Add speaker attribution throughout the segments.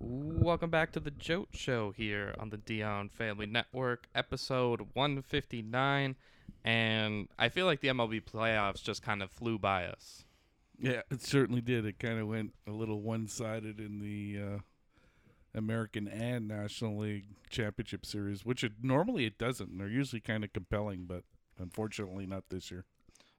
Speaker 1: Welcome back to the Jote Show here on the Dion Family Network, episode 159. And I feel like the MLB playoffs just kind of flew by us.
Speaker 2: Yeah, it certainly did. It kind of went a little one-sided in the uh, American and National League Championship Series, which it, normally it doesn't. They're usually kind of compelling, but unfortunately not this year.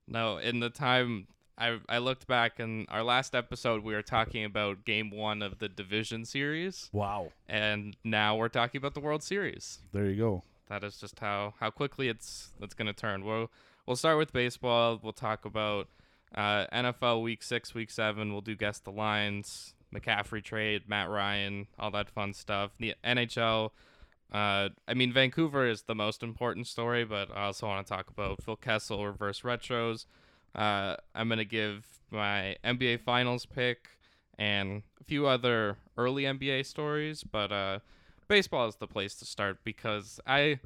Speaker 1: No, in the time I, I looked back in our last episode, we were talking about game one of the division series.
Speaker 2: Wow,
Speaker 1: And now we're talking about the World Series.
Speaker 2: there you go.
Speaker 1: that is just how how quickly it's it's going to turn. We'll we'll start with baseball. We'll talk about uh, NFL Week Six, Week Seven. We'll do guess the lines, McCaffrey trade, Matt Ryan, all that fun stuff. The NHL. Uh, I mean, Vancouver is the most important story, but I also want to talk about Phil Kessel reverse retros. Uh, I'm gonna give my NBA Finals pick and a few other early NBA stories, but uh, baseball is the place to start because I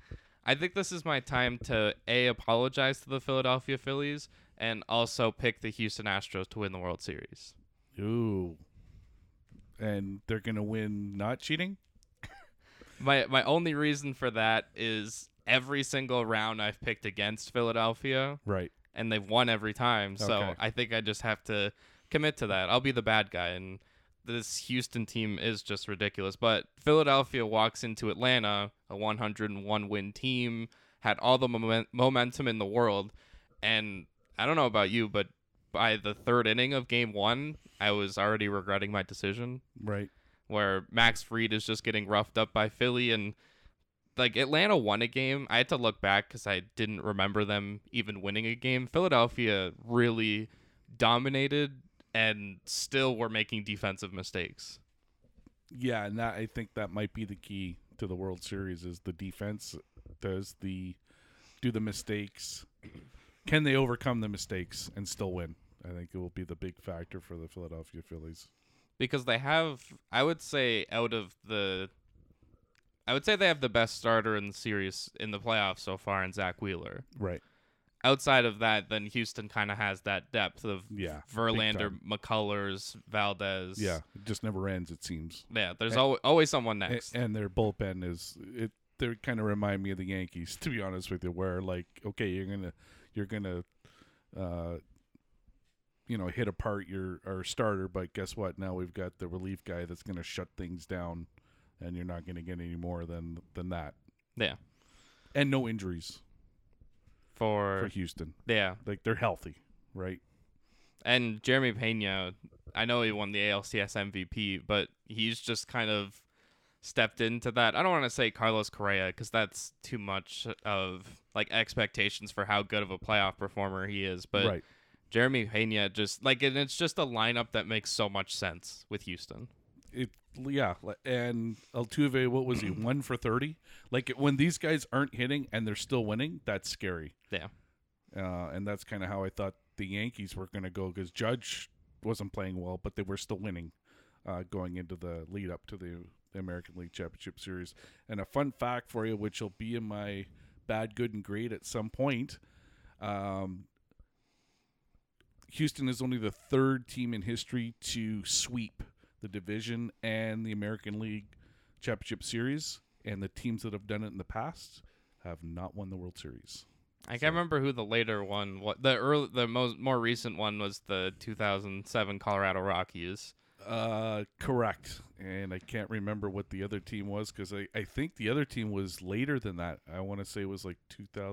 Speaker 1: I think this is my time to a apologize to the Philadelphia Phillies and also pick the Houston Astros to win the World Series.
Speaker 2: Ooh, and they're gonna win not cheating.
Speaker 1: My my only reason for that is every single round I've picked against Philadelphia
Speaker 2: Right.
Speaker 1: and they've won every time. So
Speaker 2: Okay.
Speaker 1: I think I just have to commit to that. I'll be the bad guy and this Houston team is just ridiculous. But Philadelphia walks into Atlanta, a 101 win team, had all the momen- momentum in the world, and I don't know about you, but by the third inning of game 1, I was already regretting my decision
Speaker 2: Right.
Speaker 1: where Max Fried is just getting roughed up by Philly and like Atlanta won a game. I had to look back because I didn't remember them even winning a game. Philadelphia really dominated and still were making defensive mistakes.
Speaker 2: Yeah, and that, I think that might be the key to the World Series is the defense does the do the mistakes. Can they overcome the mistakes and still win? I think it will be the big factor for the Philadelphia Phillies.
Speaker 1: because they have I would say out of the I would say they have the best starter in the series in the playoffs so far in Zach Wheeler.
Speaker 2: Right.
Speaker 1: Outside of that, then Houston kind of has that depth of
Speaker 2: Yeah, big
Speaker 1: Verlander, McCullers, Valdez.
Speaker 2: Yeah, it just never ends. It seems.
Speaker 1: yeah. There's
Speaker 2: And-
Speaker 1: always always someone
Speaker 2: A-
Speaker 1: next.
Speaker 2: and their bullpen is it. They kind of remind me of the Yankees, to be honest with you. Where like, okay, you're gonna you're gonna, uh, you know, hit apart your our starter, but guess what? Now we've got the relief guy that's gonna shut things down, and you're not gonna get any more than than that.
Speaker 1: yeah,
Speaker 2: And no injuries for
Speaker 1: for
Speaker 2: Houston.
Speaker 1: yeah,
Speaker 2: Like they're healthy, right?
Speaker 1: and Jeremy Pena. I know he won the ALCS MVP, but he's just kind of stepped into that. I don't want to say Carlos Correa because that's too much of like expectations for how good of a playoff performer he is. But
Speaker 2: right.
Speaker 1: Jeremy Pena just like, and it's just a lineup that makes so much sense with Houston.
Speaker 2: it yeah li- and Altuve what was he 1 for 30 like when these guys aren't hitting and they're still winning that's scary
Speaker 1: Yeah.
Speaker 2: uh, and that's kind of how I thought the Yankees were going to go cuz Judge wasn't playing well but they were still winning uh, going into the lead up to the, the American League Championship Series and a fun fact for you which will be in my bad good and great at some point um Houston is only the third team in history to sweep the division and the American League Championship Series, and the teams that have done it in the past have not won the World Series.
Speaker 1: I can't remember who the later one was. The early, the most more recent one was the 2007 Colorado Rockies.
Speaker 2: Uh, correct. And I can't remember what the other team was because I, I think the other team was later than that. I want to say it was like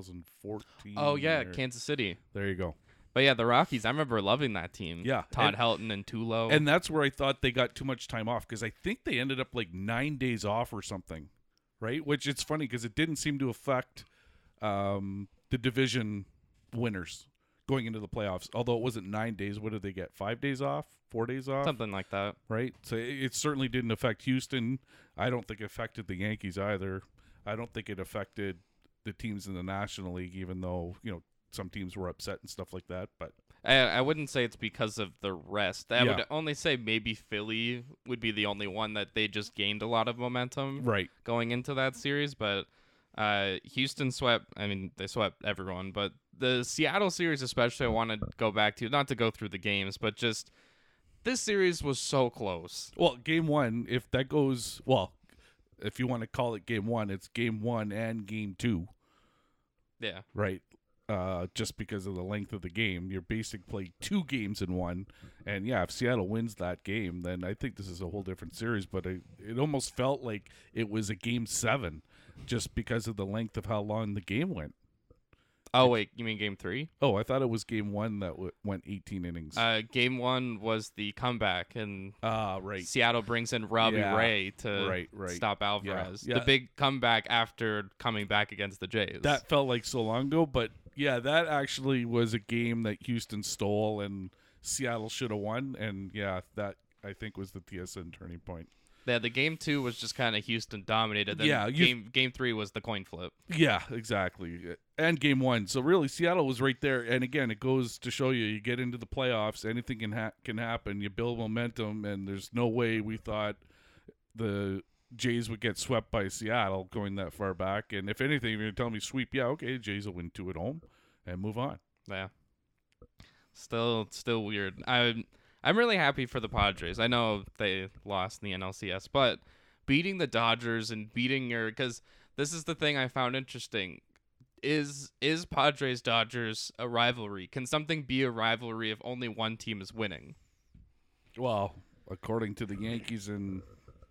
Speaker 2: 2014.
Speaker 1: Oh yeah,
Speaker 2: or-
Speaker 1: Kansas City.
Speaker 2: there you go.
Speaker 1: But yeah, the Rockies. I remember loving that team.
Speaker 2: Yeah,
Speaker 1: Todd Helton and Tulo.
Speaker 2: And that's where I thought they got too much time off because I think they ended up like nine days off or something, right? Which it's funny because it didn't seem to affect um, the division winners going into the playoffs. Although it wasn't nine days, what did they get? Five days off, four days off,
Speaker 1: something like that.
Speaker 2: right? So it, it certainly didn't affect Houston. I don't think it affected the Yankees either. I don't think it affected the teams in the National League, even though you know some teams were upset and stuff like that. But
Speaker 1: I, I wouldn't say it's because of the rest. I
Speaker 2: Yeah.
Speaker 1: would only say maybe Philly would be the only one that they just gained a lot of momentum
Speaker 2: right,
Speaker 1: going into that series. But uh, Houston swept. I mean, they swept everyone. But the Seattle series, especially, I want to go back to not to go through the games, but just this series was so close.
Speaker 2: Well, game one, if that goes well, if you want to call it game one, it's game one and game two,
Speaker 1: Yeah.
Speaker 2: right? Uh, just because of the length of the game, you're basically playing two games in one. And yeah, if Seattle wins that game, then I think this is a whole different series. But it, it almost felt like it was a game seven, just because of the length of how long the game went.
Speaker 1: Oh wait, you mean game three?
Speaker 2: Oh, I thought it was game one that w- went 18 innings. Ah,
Speaker 1: Uh, game one was the comeback, and
Speaker 2: right.
Speaker 1: Seattle brings in Robbie
Speaker 2: Yeah.
Speaker 1: Ray to
Speaker 2: Right, right.
Speaker 1: stop Alvarez.
Speaker 2: Yeah.
Speaker 1: The big comeback after coming back against the Jays.
Speaker 2: that felt like so long ago, but yeah, that actually was a game that Houston stole and Seattle should have won. And yeah, that I think was the TSN turning point.
Speaker 1: yeah, the game two was just kind of Houston dominated. Then
Speaker 2: Yeah, you-
Speaker 1: game game three was the coin flip.
Speaker 2: Yeah, exactly. And game one. So really, Seattle was right there. And again, it goes to show you: you get into the playoffs, anything can ha- can happen. You build momentum, and there's no way we thought the Jays would get swept by Seattle going that far back. And if anything, you're telling me sweep, yeah, okay, Jays will win two at home and move on.
Speaker 1: Yeah. Still, still weird. I'm, I'm really happy for the Padres. I know they lost in the NLCS, but beating the Dodgers and beating your because this is the thing I found interesting. Is is Padres Dodgers a rivalry? Can something be a rivalry if only one team is winning?
Speaker 2: Well, according to the Yankees and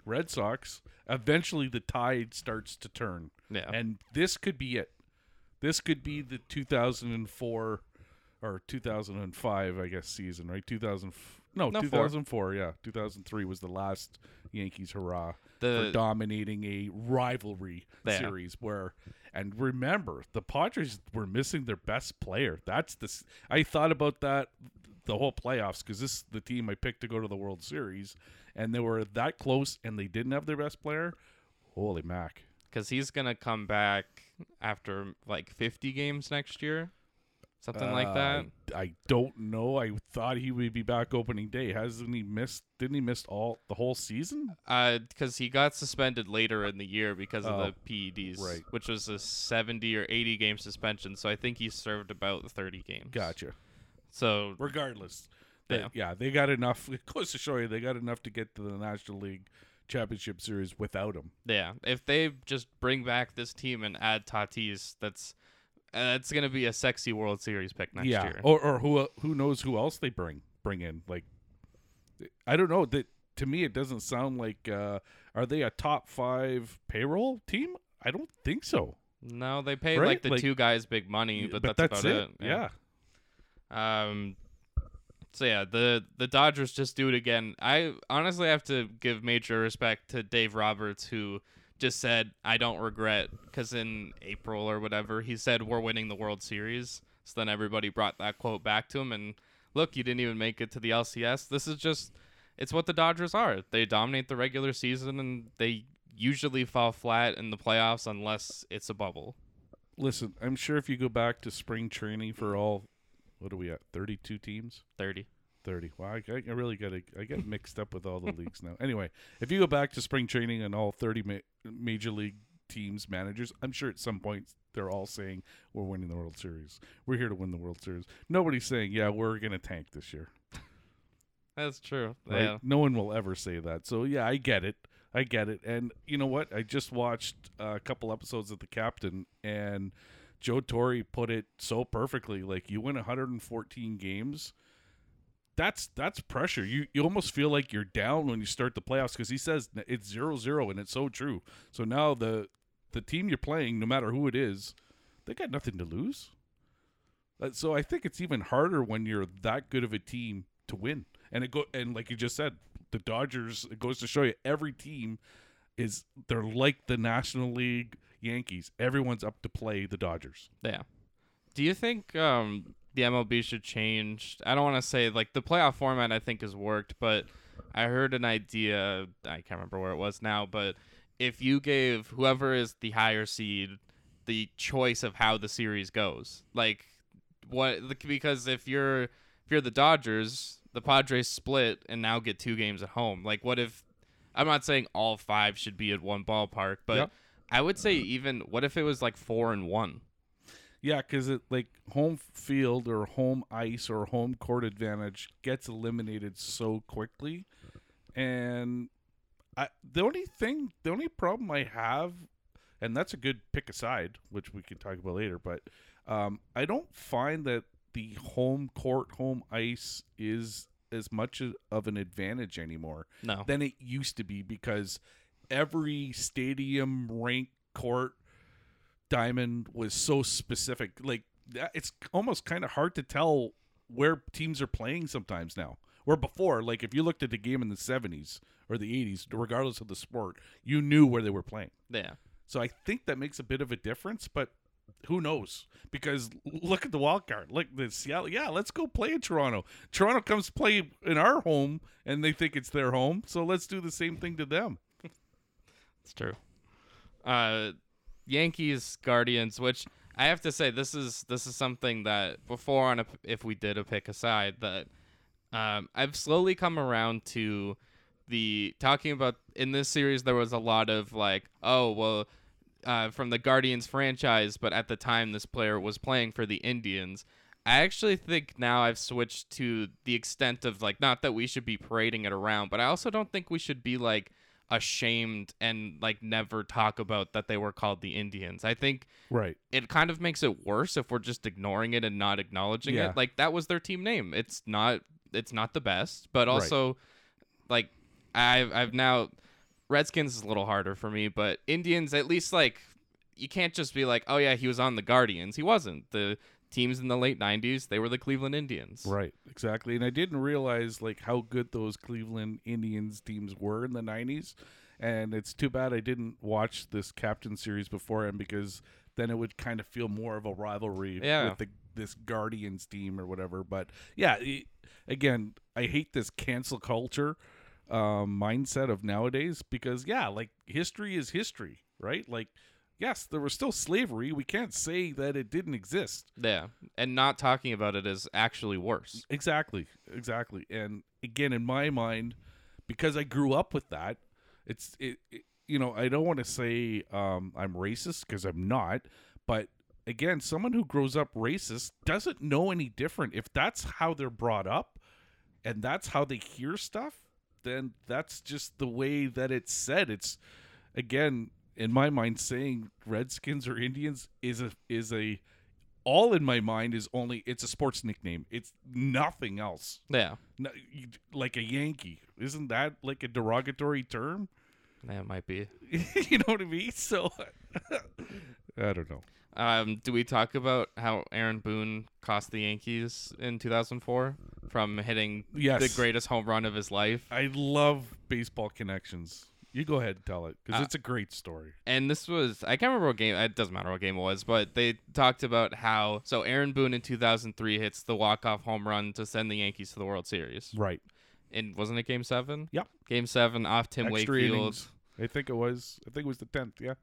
Speaker 2: Red Sox, eventually the tide starts to turn.
Speaker 1: Yeah.
Speaker 2: And this could be it. This could be the 2004 or 2005, I guess, season, right? 2000 No,
Speaker 1: No, four.
Speaker 2: 2004, yeah. 2003 was the last Yankees hurrah for
Speaker 1: The-
Speaker 2: dominating a rivalry
Speaker 1: Yeah.
Speaker 2: series where and remember, the Padres were missing their best player. That's the s- I thought about that the whole playoffs because this is the team I picked to go to the World Series and they were that close and they didn't have their best player. Holy mac.
Speaker 1: Because he's gonna come back after like 50 games next year, something like
Speaker 2: Uh,
Speaker 1: that.
Speaker 2: I don't know. I thought he would be back opening day. Hasn't he missed? Didn't he miss all the whole season?
Speaker 1: because Uh, he got suspended later in the year because of the
Speaker 2: Oh,
Speaker 1: PEDs,
Speaker 2: right.
Speaker 1: which was a 70 or 80 game suspension. So I think he served about 30 games.
Speaker 2: Gotcha.
Speaker 1: So
Speaker 2: Regardless, they-
Speaker 1: Yeah.
Speaker 2: yeah, they got enough. It goes to show you they got enough to get to the National League Championship Series without him.
Speaker 1: yeah, if they just bring back this team and add Tatis, that's uh, that's gonna be a sexy World Series pick next
Speaker 2: yeah, Oh,
Speaker 1: year.
Speaker 2: or or who who knows who else they bring bring in? Like, I don't know. That to me, it doesn't sound like. Uh, are they a top five payroll team? I don't think so.
Speaker 1: No, they pay
Speaker 2: Right?
Speaker 1: like the
Speaker 2: Like-
Speaker 1: two guys big money, but, that's, about it.
Speaker 2: yeah.
Speaker 1: Um. So yeah, the the Dodgers just do it again. I honestly have to give major respect to Dave Roberts, who just said, "I don't regret," because in April or whatever, he said, "We're winning the World Series." So then everybody brought that quote back to him, and look, you didn't even make it to the LCS. This is just, it's what the Dodgers are. They dominate the regular season, and they usually fall flat in the playoffs unless it's a bubble.
Speaker 2: Listen, I'm sure if you go back to spring training for all, what are we at? 32 teams?
Speaker 1: Thirty.
Speaker 2: 30. Wow, I, I really got to, I get mixed up with all the leagues now. Anyway, if you go back to spring training and all 30 ma- major league teams, managers, I'm sure at some point they're all saying, we're winning the World Series. We're here to win the World Series. Nobody's saying, yeah, we're going to tank this year.
Speaker 1: That's true.
Speaker 2: Right?
Speaker 1: Yeah.
Speaker 2: No one will ever say that. So yeah, I get it. I get it. And you know what? I just watched uh, a couple episodes of The Captain, and Joe Torre put it so perfectly. Like you win 114 games. That's that's pressure. You you almost feel like you're down when you start the playoffs because he says n- it's zero zero, and it's so true. So now the the team you're playing, no matter who it is, they got nothing to lose. Uh, So I think it's even harder when you're that good of a team to win. And it go and like you just said, the Dodgers. It goes to show you every team is they're like the National League Yankees. Everyone's up to play the Dodgers.
Speaker 1: Yeah. Do you think um, the MLB should change? I don't want to say like the playoff format. I think has worked, but I heard an idea. I can't remember where it was now, but if you gave whoever is the higher seed the choice of how the series goes, like what like, because if you're if you're the Dodgers, the Padres split and now get two games at home. Like what if I'm not saying all five should be at one ballpark, but
Speaker 2: Yep.
Speaker 1: I would say even what if it was like four and one?
Speaker 2: Yeah, because it like home field or home ice or home court advantage gets eliminated so quickly, and I the only thing the only problem I have, and that's a good pick aside, which we can talk about later. But um, I don't find that the home court home ice is as much a- of an advantage anymore
Speaker 1: No.
Speaker 2: than it used to be because every stadium, rink, court, diamond was so specific. Like that- it's almost kind of hard to tell where teams are playing sometimes now. Where before, like if you looked at the game in the '70s or the '80s, regardless of the sport, you knew where they were playing.
Speaker 1: yeah.
Speaker 2: So I think that makes a bit of a difference, but who knows? Because look at the wild card. Look, the Seattle. Yeah, let's go play in Toronto. Toronto comes play in our home, and they think it's their home. So let's do the same thing to them.
Speaker 1: It's true. Uh, Yankees Guardians, which I have to say, this is this is something that before on a, if we did a pick aside that um, I've slowly come around to the talking about in this series there was a lot of like oh well uh, from the Guardians franchise, but at the time this player was playing for the Indians. I actually think now I've switched to the extent of like not that we should be parading it around, but I also don't think we should be like ashamed and like never talk about that they were called the Indians. I think
Speaker 2: Right.
Speaker 1: it kind of makes it worse if we're just ignoring it and not acknowledging
Speaker 2: Yeah.
Speaker 1: it. Like that was their team name. It's not it's not the best, but
Speaker 2: Right.
Speaker 1: also like I've I've now Redskins is a little harder for me, but Indians at least like you can't just be like, oh yeah, he was on the Guardians. He wasn't. The teams in the late '90s, they were the Cleveland Indians.
Speaker 2: Right. Exactly. And I didn't realize like how good those Cleveland Indians teams were in the '90s. And it's too bad I didn't watch this captain series beforehand because then it would kind of feel more of a rivalry
Speaker 1: Yeah.
Speaker 2: with the this Guardians team or whatever. But yeah, it, again, I hate this cancel culture um, mindset of nowadays because yeah, like history is history, right? Like, yes, there was still slavery. We can't say that it didn't exist.
Speaker 1: Yeah, and not talking about it is actually worse.
Speaker 2: Exactly, exactly. And again, in my mind, because I grew up with that, it's it, it you know I don't want to say um, I'm racist because I'm not, but again, someone who grows up racist doesn't know any different. If that's how they're brought up, and that's how they hear stuff, then that's just the way that it's said. It's again in my mind saying Redskins or Indians is a is a all in my mind is only it's a sports nickname. It's nothing else.
Speaker 1: Yeah,
Speaker 2: No, you- like a Yankee, isn't that like a derogatory term?
Speaker 1: that might be.
Speaker 2: you know what I mean? So I don't know.
Speaker 1: Um, do we talk about how Aaron Boone cost the Yankees in 2004 from hitting
Speaker 2: Yes,
Speaker 1: the greatest home run of his life?
Speaker 2: I love baseball connections. You go ahead and tell it because
Speaker 1: Uh,
Speaker 2: it's a great story.
Speaker 1: And this was I can't remember what game. It doesn't matter what game it was, but they talked about how so Aaron Boone in 2003 hits the walk off home run to send the Yankees to the World Series.
Speaker 2: Right.
Speaker 1: And wasn't it Game Seven?
Speaker 2: Yep.
Speaker 1: Game Seven off Tim Wakefield.
Speaker 2: I think it was. I think it was the tenth. Yeah.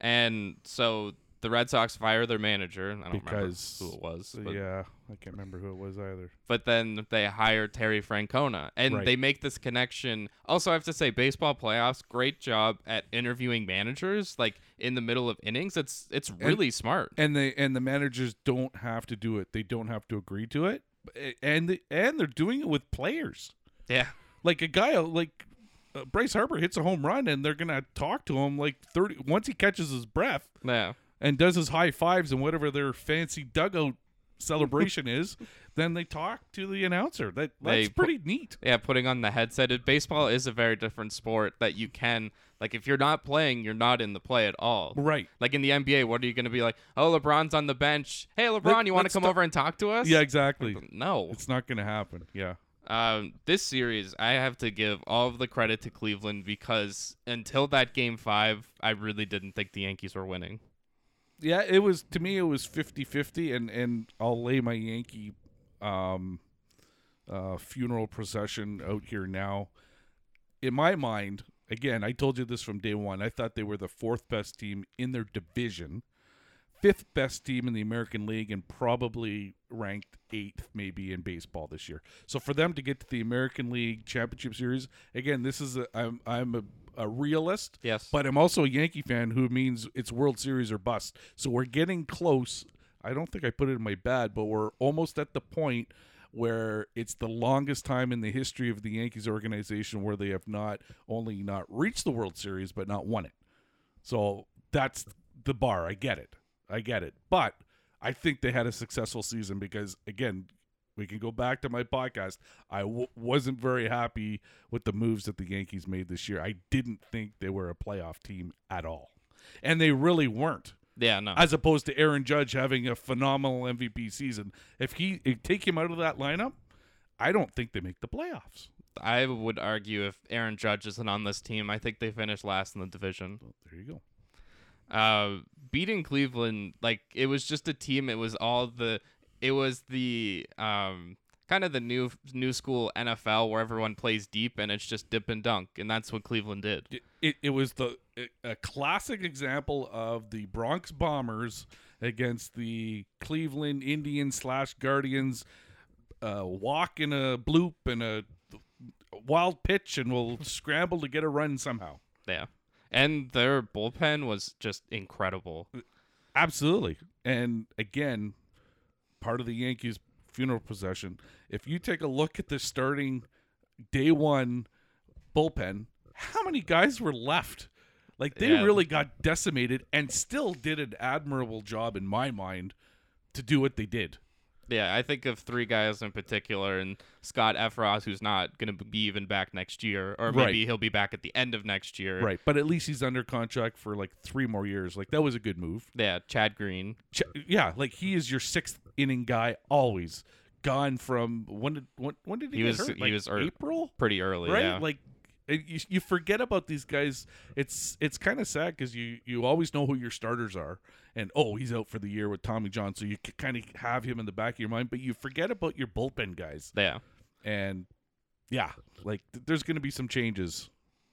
Speaker 1: And so the Red Sox fire their manager. I don't
Speaker 2: Because-
Speaker 1: remember who it was. but-
Speaker 2: yeah, I can't remember who it was either.
Speaker 1: but then they hire Terry Francona and
Speaker 2: Right.
Speaker 1: they make this connection. Also, I have to say, baseball playoffs, great job at interviewing managers like in the middle of innings. It's it's really smart.
Speaker 2: And they and the managers don't have to do it. They don't have to agree to it. And they, and they're doing it with players.
Speaker 1: yeah,
Speaker 2: Like a guy like uh, Bryce Harper hits a home run, and they're gonna talk to him like thirty once he catches his breath
Speaker 1: yeah,
Speaker 2: and does his high fives and whatever their fancy dugout celebration is. Then they talk to the announcer. That
Speaker 1: They
Speaker 2: that's
Speaker 1: pu-
Speaker 2: pretty neat.
Speaker 1: yeah. Putting on the headset. It, baseball is a very different sport that you can like. If you're not playing, you're not in the play at all.
Speaker 2: Right.
Speaker 1: Like in the NBA, what are you going to be like? Oh, LeBron's on the bench. Hey, LeBron, you want to
Speaker 2: let's
Speaker 1: come
Speaker 2: ta-
Speaker 1: over and talk to us?
Speaker 2: Yeah. Exactly.
Speaker 1: No.
Speaker 2: It's not gonna happen. Yeah.
Speaker 1: um, this series, I have to give all of the credit to Cleveland because until that game five, I really didn't think the Yankees were winning.
Speaker 2: yeah it was to me it was 50-50 and and i'll lay my yankee um uh funeral procession out here now in my mind again i told you this from day one i thought they were the fourth best team in their division fifth best team in the american league and probably ranked eighth maybe in baseball this year so for them to get to the american league championship series again this is a i'm i'm a, a realist
Speaker 1: Yes.
Speaker 2: but I'm also a Yankee fan who means it's World Series or bust. So we're getting close. I I don't think I put it in my bad, but we're almost at the point where it's the longest time in the history of the Yankees organization where they have not only not reached the World Series but not won it. So that's the bar. I get it. I get it. But I think they had a successful season because again, we can go back to my podcast. I w- wasn't very happy with the moves that the Yankees made this year. I didn't think they were a playoff team at all. And they really weren't
Speaker 1: Yeah, no.
Speaker 2: as opposed to Aaron Judge having a phenomenal MVP season. If he if take him out of that lineup, I don't think they make the playoffs.
Speaker 1: I would argue if Aaron Judge isn't on this team, I think they finish last in the division.
Speaker 2: Well, there you go.
Speaker 1: Uh, beating Cleveland, like it was just a team. It was all the, it was the um kind of the new new school NFL where everyone plays deep and it's just dip and dunk, and that's what Cleveland did.
Speaker 2: It, it, it was the a classic example of the Bronx Bombers against the Cleveland Indians slash Guardians. Uh, walk in a bloop and a wild pitch, and will scramble to get a run somehow.
Speaker 1: Yeah, and their bullpen was just incredible.
Speaker 2: Absolutely. And again, part of the Yankees funeral procession. If you take a look at the starting day one bullpen, how many guys were left? Like they
Speaker 1: Yeah.
Speaker 2: really got decimated and still did an admirable job in my mind to do what they did.
Speaker 1: Yeah, I think of three guys in particular, and Scott Efros, who's not going to be even back next year, or maybe
Speaker 2: Right.
Speaker 1: he'll be back at the end of next year.
Speaker 2: Right. But at least he's under contract for like three more years. Like that was a good move.
Speaker 1: Yeah, Chad Green.
Speaker 2: Ch- yeah, like he is your sixth inning guy always. Gone from when did when, when did he,
Speaker 1: He
Speaker 2: get
Speaker 1: was-
Speaker 2: hurt?
Speaker 1: he
Speaker 2: Like,
Speaker 1: was ear-
Speaker 2: April.
Speaker 1: pretty early,
Speaker 2: right?
Speaker 1: yeah.
Speaker 2: Like it, you, you forget about these guys. It's it's kind of sad because you you always know who your starters are, and oh, he's out for the year with Tommy John, so you kind of have him in the back of your mind, but you forget about your bullpen guys,
Speaker 1: yeah.
Speaker 2: and yeah, like th- there's going to be some changes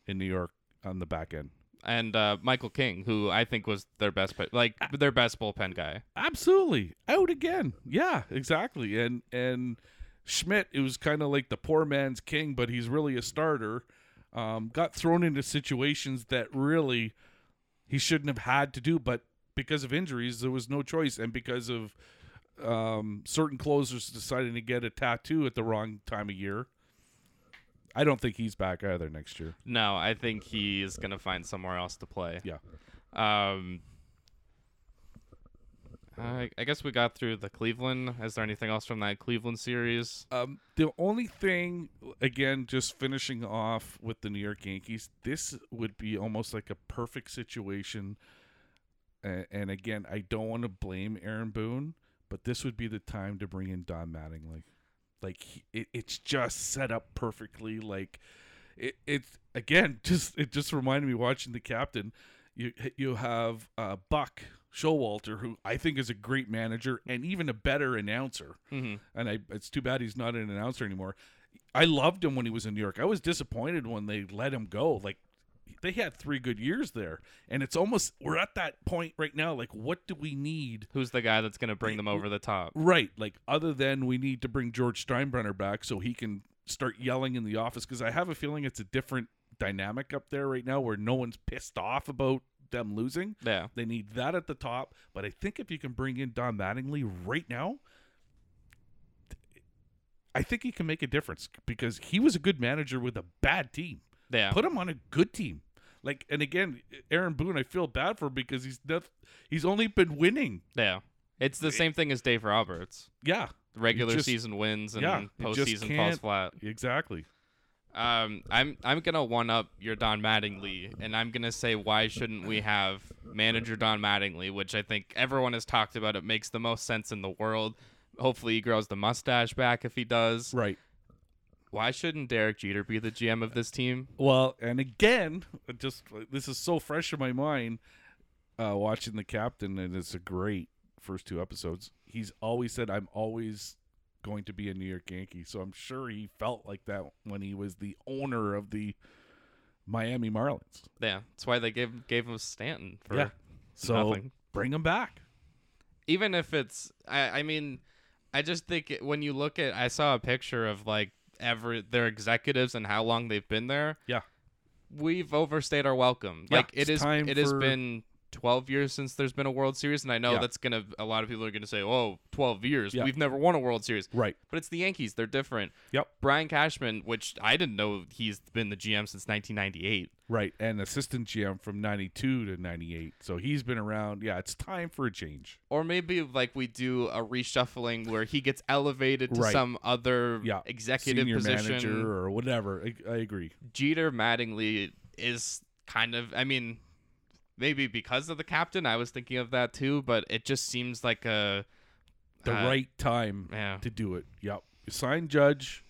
Speaker 2: in New York on the back end.
Speaker 1: And uh, Michael King, who I think was their best, pe- like
Speaker 2: Ah.
Speaker 1: their best bullpen guy.
Speaker 2: Absolutely. Out again. Yeah, exactly. And and Schmidt, it was kind of like the poor man's king, but he's really a starter. Um, got thrown into situations that really he shouldn't have had to do, but because of injuries, there was no choice, and because of um, certain closers deciding to get a tattoo at the wrong time of year, I don't think he's back either next year.
Speaker 1: No, I think he is going to find somewhere else to play.
Speaker 2: Yeah,
Speaker 1: Um, I, I guess we got through the Cleveland. Is there anything else from that Cleveland series?
Speaker 2: Um, the only thing, again, just finishing off with the New York Yankees, this would be almost like a perfect situation. And, and again, I don't want to blame Aaron Boone, but this would be the time to bring in Don Mattingly. Like he, it, it's just set up perfectly. Like it, it's again, just it just reminded me watching the captain. You you have uh, Buck Showalter, who I think is a great manager and even a better announcer
Speaker 1: Mm-hmm.
Speaker 2: and I it's too bad he's not an announcer anymore. I loved him when he was in New York. I was disappointed when they let him go. Like they had three good years there, and it's almost we're at that point right now. Like, what do we need?
Speaker 1: Who's the guy that's going to bring them over the top?
Speaker 2: Right, like other than we need to bring George Steinbrenner back so he can start yelling in the office because I have a feeling it's a different dynamic up there right now where no one's pissed off about them losing.
Speaker 1: Yeah.
Speaker 2: They need that at the top. But I think if you can bring in Don Mattingly right now, I think he can make a difference because he was a good manager with a bad team.
Speaker 1: Yeah.
Speaker 2: Put him on a good team. Like and again, Aaron Boone, I feel bad for because he's not, he's only been winning.
Speaker 1: Yeah. It's the same thing as Dave Roberts.
Speaker 2: Yeah,
Speaker 1: Regular
Speaker 2: just-
Speaker 1: season wins and
Speaker 2: yeah, you just
Speaker 1: postseason falls
Speaker 2: can't-
Speaker 1: flat.
Speaker 2: exactly.
Speaker 1: Um, I'm I'm gonna one up your Don Mattingly, and I'm gonna say why shouldn't we have manager Don Mattingly, which I think everyone has talked about. It makes the most sense in the world. Hopefully, he grows the mustache back if he does.
Speaker 2: Right.
Speaker 1: Why shouldn't Derek Jeter be the GM of this team?
Speaker 2: Well, and again, it just this is so fresh in my mind. Uh, watching the captain, and it's a great first two episodes. He's always said, "I'm always going to be a New York Yankee," so I'm sure he felt like that when he was the owner of the Miami Marlins.
Speaker 1: Yeah, that's why they gave gave him Stanton for
Speaker 2: Yeah. So
Speaker 1: Nothing.
Speaker 2: bring him back.
Speaker 1: even if it's I, I mean i just think it, when you look at i saw a picture of like every their executives and how long they've been there
Speaker 2: Yeah.
Speaker 1: we've overstayed our welcome
Speaker 2: Yeah,
Speaker 1: like it
Speaker 2: it's
Speaker 1: is
Speaker 2: time
Speaker 1: it has
Speaker 2: for
Speaker 1: been 12 years since there's been a World Series, and I know
Speaker 2: Yeah.
Speaker 1: that's gonna a lot of people are gonna say, "Oh, 12 years,
Speaker 2: Yeah.
Speaker 1: we've never won a World Series."
Speaker 2: Right.
Speaker 1: But it's the Yankees; they're different.
Speaker 2: Yep.
Speaker 1: Brian Cashman, which I didn't know he's been the GM since 1998.
Speaker 2: Right. And assistant GM from 92 to 98. So he's been around. Yeah, it's time for a change.
Speaker 1: Or maybe like we do a reshuffling where he gets elevated to
Speaker 2: Right.
Speaker 1: some other
Speaker 2: Yeah.
Speaker 1: executive
Speaker 2: Senior
Speaker 1: position.
Speaker 2: manager or whatever. I, I agree.
Speaker 1: Jeter Mattingly is kind of I mean maybe because of the captain I was thinking of that too but it just seems like a
Speaker 2: The
Speaker 1: uh,
Speaker 2: right time
Speaker 1: yeah
Speaker 2: to do it. Yep. Sign Judge,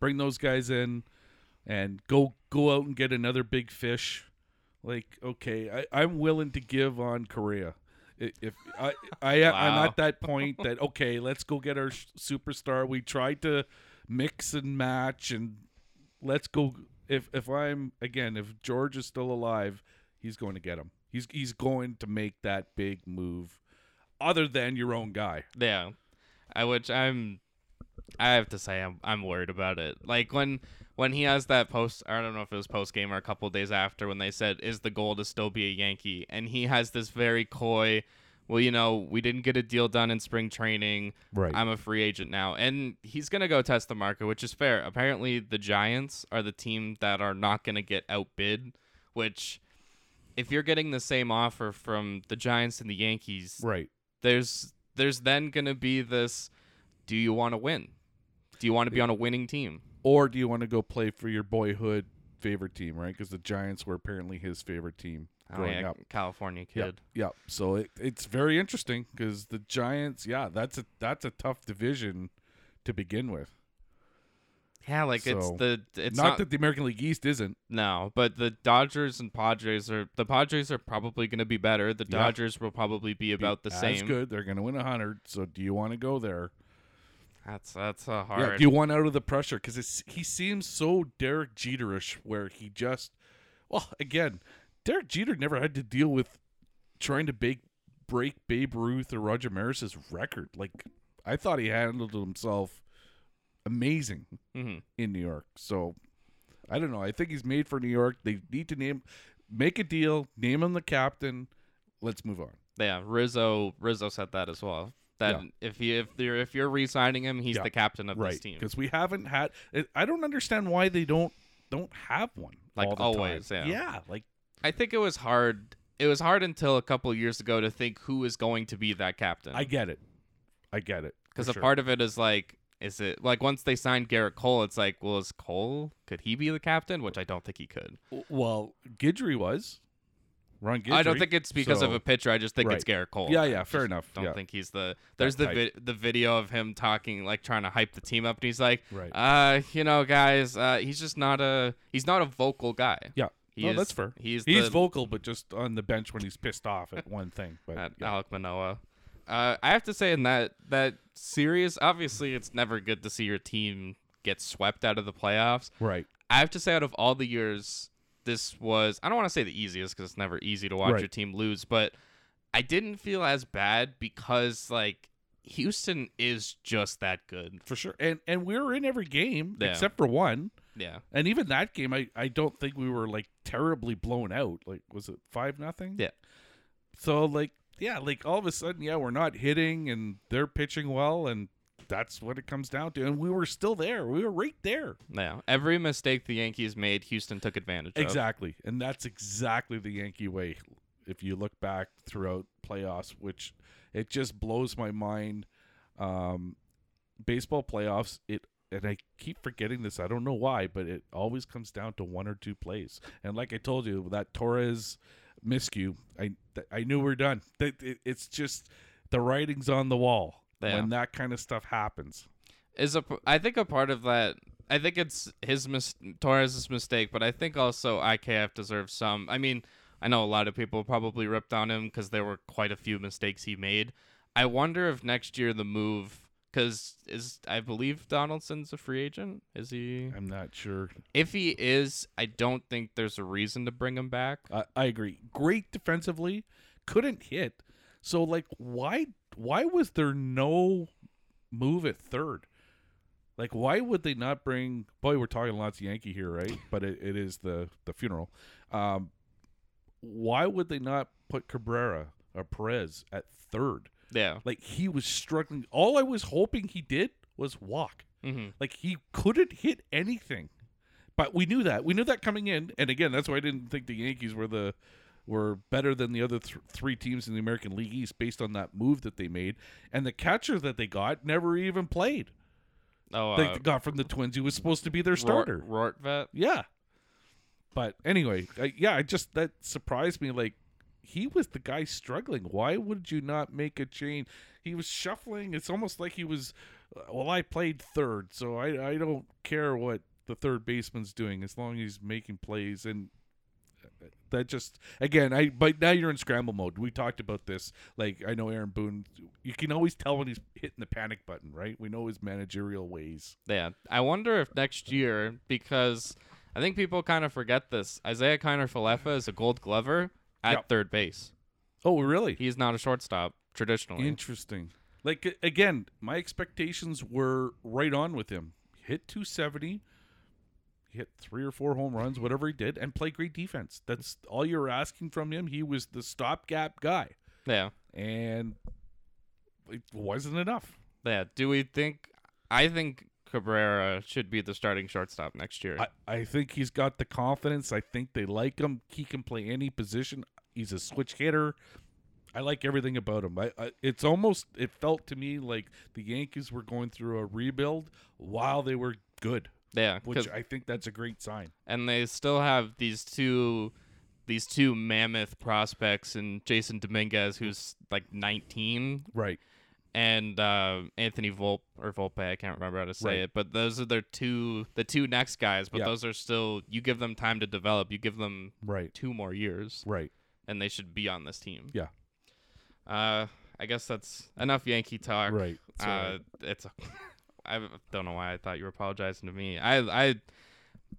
Speaker 2: bring those guys in, and go go out and get another big fish. Like okay, I, I'm willing to give on Korea. I- If I, I
Speaker 1: Wow.
Speaker 2: I'm at that point that okay, let's go get our sh- superstar. We tried to mix and match, and let's go. If if I'm again, if George is still alive, he's going to get him. He's he's going to make that big move. Other than your own guy,
Speaker 1: yeah I which I'm I have to say I'm I'm worried about it like when when he has that post I don't know if it was post game or a couple days after when they said is the goal to still be a Yankee and he has this very coy well you know we didn't get a deal done in spring training
Speaker 2: right?
Speaker 1: I'm a free agent now. And he's going to go test the market, which is fair. Apparently, the Giants are the team that are not going to get outbid, which, if you're getting the same offer from the Giants and the Yankees,
Speaker 2: right.
Speaker 1: there's there's then going to be this do you want to win? Do you want to be on a winning team?
Speaker 2: or do you want to go play for your boyhood favorite team, right? Because the Giants were apparently his favorite team
Speaker 1: Oh,
Speaker 2: growing
Speaker 1: yeah,
Speaker 2: up.
Speaker 1: California
Speaker 2: Yeah,
Speaker 1: kid.
Speaker 2: yeah. So it, it's very interesting because the Giants, yeah, that's a that's a tough division to begin with.
Speaker 1: Yeah, like it's
Speaker 2: So,
Speaker 1: the it's
Speaker 2: not,
Speaker 1: not,
Speaker 2: that the American League East isn't.
Speaker 1: No, but the Dodgers and Padres are the Padres are probably going to be better. The
Speaker 2: Yeah.
Speaker 1: Dodgers will probably be about the
Speaker 2: as
Speaker 1: same.
Speaker 2: good. They're going to win hundred. So do you want to go there?
Speaker 1: That's that's a hard.
Speaker 2: Yeah. Do you want out of the pressure? Because he seems so Derek Jeterish, where he just, well, again, Derek Jeter never had to deal with trying to bake, break Babe Ruth or Roger Maris's record. Like I thought he handled himself amazing
Speaker 1: Mhm.
Speaker 2: in New York. So I don't know. I think he's made for New York. They need to name, make a deal, name him the captain. Let's move on.
Speaker 1: Yeah, Rizzo Rizzo said that as well. That if he if you're if you're re-signing him, he's
Speaker 2: Yeah.
Speaker 1: the captain of this
Speaker 2: right
Speaker 1: team.
Speaker 2: because we haven't had it- i don't understand why they don't don't have one
Speaker 1: Like
Speaker 2: all the
Speaker 1: always,
Speaker 2: time.
Speaker 1: yeah.
Speaker 2: like
Speaker 1: I think it was hard. It was hard until a couple years ago to think who is going to be that captain.
Speaker 2: i get it i get it
Speaker 1: because
Speaker 2: for
Speaker 1: a
Speaker 2: sure.
Speaker 1: part of it is like, is it like once they signed Garrett Cole, it's like, well, is Cole could he be the captain? Which I don't think he could.
Speaker 2: W- well gidry was ron gidry
Speaker 1: I don't think it's because of
Speaker 2: so-
Speaker 1: a pitcher. I just think it's
Speaker 2: Right.
Speaker 1: Garrett Cole.
Speaker 2: yeah
Speaker 1: I
Speaker 2: yeah
Speaker 1: just
Speaker 2: fair enough
Speaker 1: Don't
Speaker 2: yeah.
Speaker 1: think he's the. There's the
Speaker 2: type.
Speaker 1: vi- the video of him talking, like trying to hype the team up, and he's like,
Speaker 2: right
Speaker 1: Uh, you know, guys, uh, he's just not a he's not a vocal guy.
Speaker 2: yeah
Speaker 1: He
Speaker 2: no,
Speaker 1: is-
Speaker 2: that's fair
Speaker 1: He's
Speaker 2: he's
Speaker 1: the,
Speaker 2: vocal but just on the bench when he's pissed off at one thing but
Speaker 1: at
Speaker 2: yeah.
Speaker 1: Alec Manoa. Uh, I have to say in that that series, obviously, it's never good to see your team get swept out of the playoffs.
Speaker 2: right
Speaker 1: I have to say, out of all the years, this was I don't want to say the easiest because it's never easy to watch
Speaker 2: Right.
Speaker 1: your team lose, but I didn't feel as bad because like Houston is just that good.
Speaker 2: for sure and and we were in every game
Speaker 1: Yeah.
Speaker 2: except for one
Speaker 1: Yeah,
Speaker 2: and even that game i i don't think we were like terribly blown out like was it five nothing
Speaker 1: Yeah.
Speaker 2: so like yeah like all of a sudden yeah we're not hitting and they're pitching well and that's what it comes down to and we were still there we were right there
Speaker 1: yeah. Every mistake the Yankees made, Houston took advantage of.
Speaker 2: exactly and that's exactly the yankee way if you look back throughout playoffs which it just blows my mind um baseball playoffs it and I keep forgetting this. I don't know why, but it always comes down to one or two plays. And like I told you, with that Torres miscue, I th- I knew we're done. That- it- It's just the writing's on the wall
Speaker 1: Yeah.
Speaker 2: when that kind of stuff happens.
Speaker 1: is a I think a part of that I think it's his mis- Torres's mistake, but I think also IKF deserves some. I mean, I know a lot of people probably ripped on him because there were quite a few mistakes he made. I wonder if next year the move because is I believe Donaldson's a free agent. Is he?
Speaker 2: I'm not sure.
Speaker 1: If he is, I don't think there's a reason to bring him back.
Speaker 2: I, I agree. Great defensively, couldn't hit. So like, why why was there no move at third? Like, why would they not bring? Boy, we're talking lots of Yankee here, right? But it, it is the the funeral. Um, why would they not put Cabrera or Perez at third?
Speaker 1: Yeah.
Speaker 2: Like he was struggling. All I was hoping he did was walk.
Speaker 1: hmm
Speaker 2: Like he couldn't hit anything. But we knew that. We knew that coming in. And again, that's why I didn't think the Yankees were the were better than the other th- three teams in the American League East based on that move that they made. And the catcher that they got never even played.
Speaker 1: Oh,
Speaker 2: they
Speaker 1: uh,
Speaker 2: got from the Twins. He was supposed to be their
Speaker 1: Ro-
Speaker 2: starter.
Speaker 1: Rortvet.
Speaker 2: Yeah. But anyway, I, yeah, I just that surprised me. Like he was the guy struggling. Why would you not make a change? He was shuffling. It's almost like he was. uh, Well, I played third, so I I don't care what the third baseman's doing as long as he's making plays and. uh, That just again, I but now you're in scramble mode. We talked about this. Like I know Aaron Boone, you can always tell when he's hitting the panic button, right? We know his managerial ways.
Speaker 1: Yeah. I wonder if next year, because I think people kind of forget this, Isaiah Kiner Falefa is a gold glover at
Speaker 2: Yep.
Speaker 1: third base.
Speaker 2: Oh, really?
Speaker 1: He's not a shortstop traditionally.
Speaker 2: Interesting. Like a- again, my expectations were right on with him. Hit 270, hit three or four home runs, whatever he did, and play great defense. That's all you were asking from him. He was the stopgap guy,
Speaker 1: yeah.
Speaker 2: and it wasn't enough.
Speaker 1: Yeah. Do we think I think Cabrera should be the starting shortstop next year.
Speaker 2: I, I think he's got the confidence. I think they like him. He can play any position. He's a switch hitter. I like everything about him. I, I it's almost it felt to me like the Yankees were going through a rebuild while they were good.
Speaker 1: yeah. 'cause-
Speaker 2: which I think that's a great sign.
Speaker 1: and they still have these two these two mammoth prospects and Jason Dominguez who's like 19
Speaker 2: Right.
Speaker 1: and uh, Anthony Volpe or Volpe, I can't remember how to say
Speaker 2: Right.
Speaker 1: it, but those are their two the two next guys, but
Speaker 2: Yeah.
Speaker 1: those are still you give them time to develop. You give them
Speaker 2: Right.
Speaker 1: two more years
Speaker 2: Right.
Speaker 1: and they should be on this team.
Speaker 2: Yeah.
Speaker 1: Uh I guess that's enough Yankee talk.
Speaker 2: Right. It's all
Speaker 1: Uh,
Speaker 2: right.
Speaker 1: it's I don't know why I thought you were apologizing to me. I I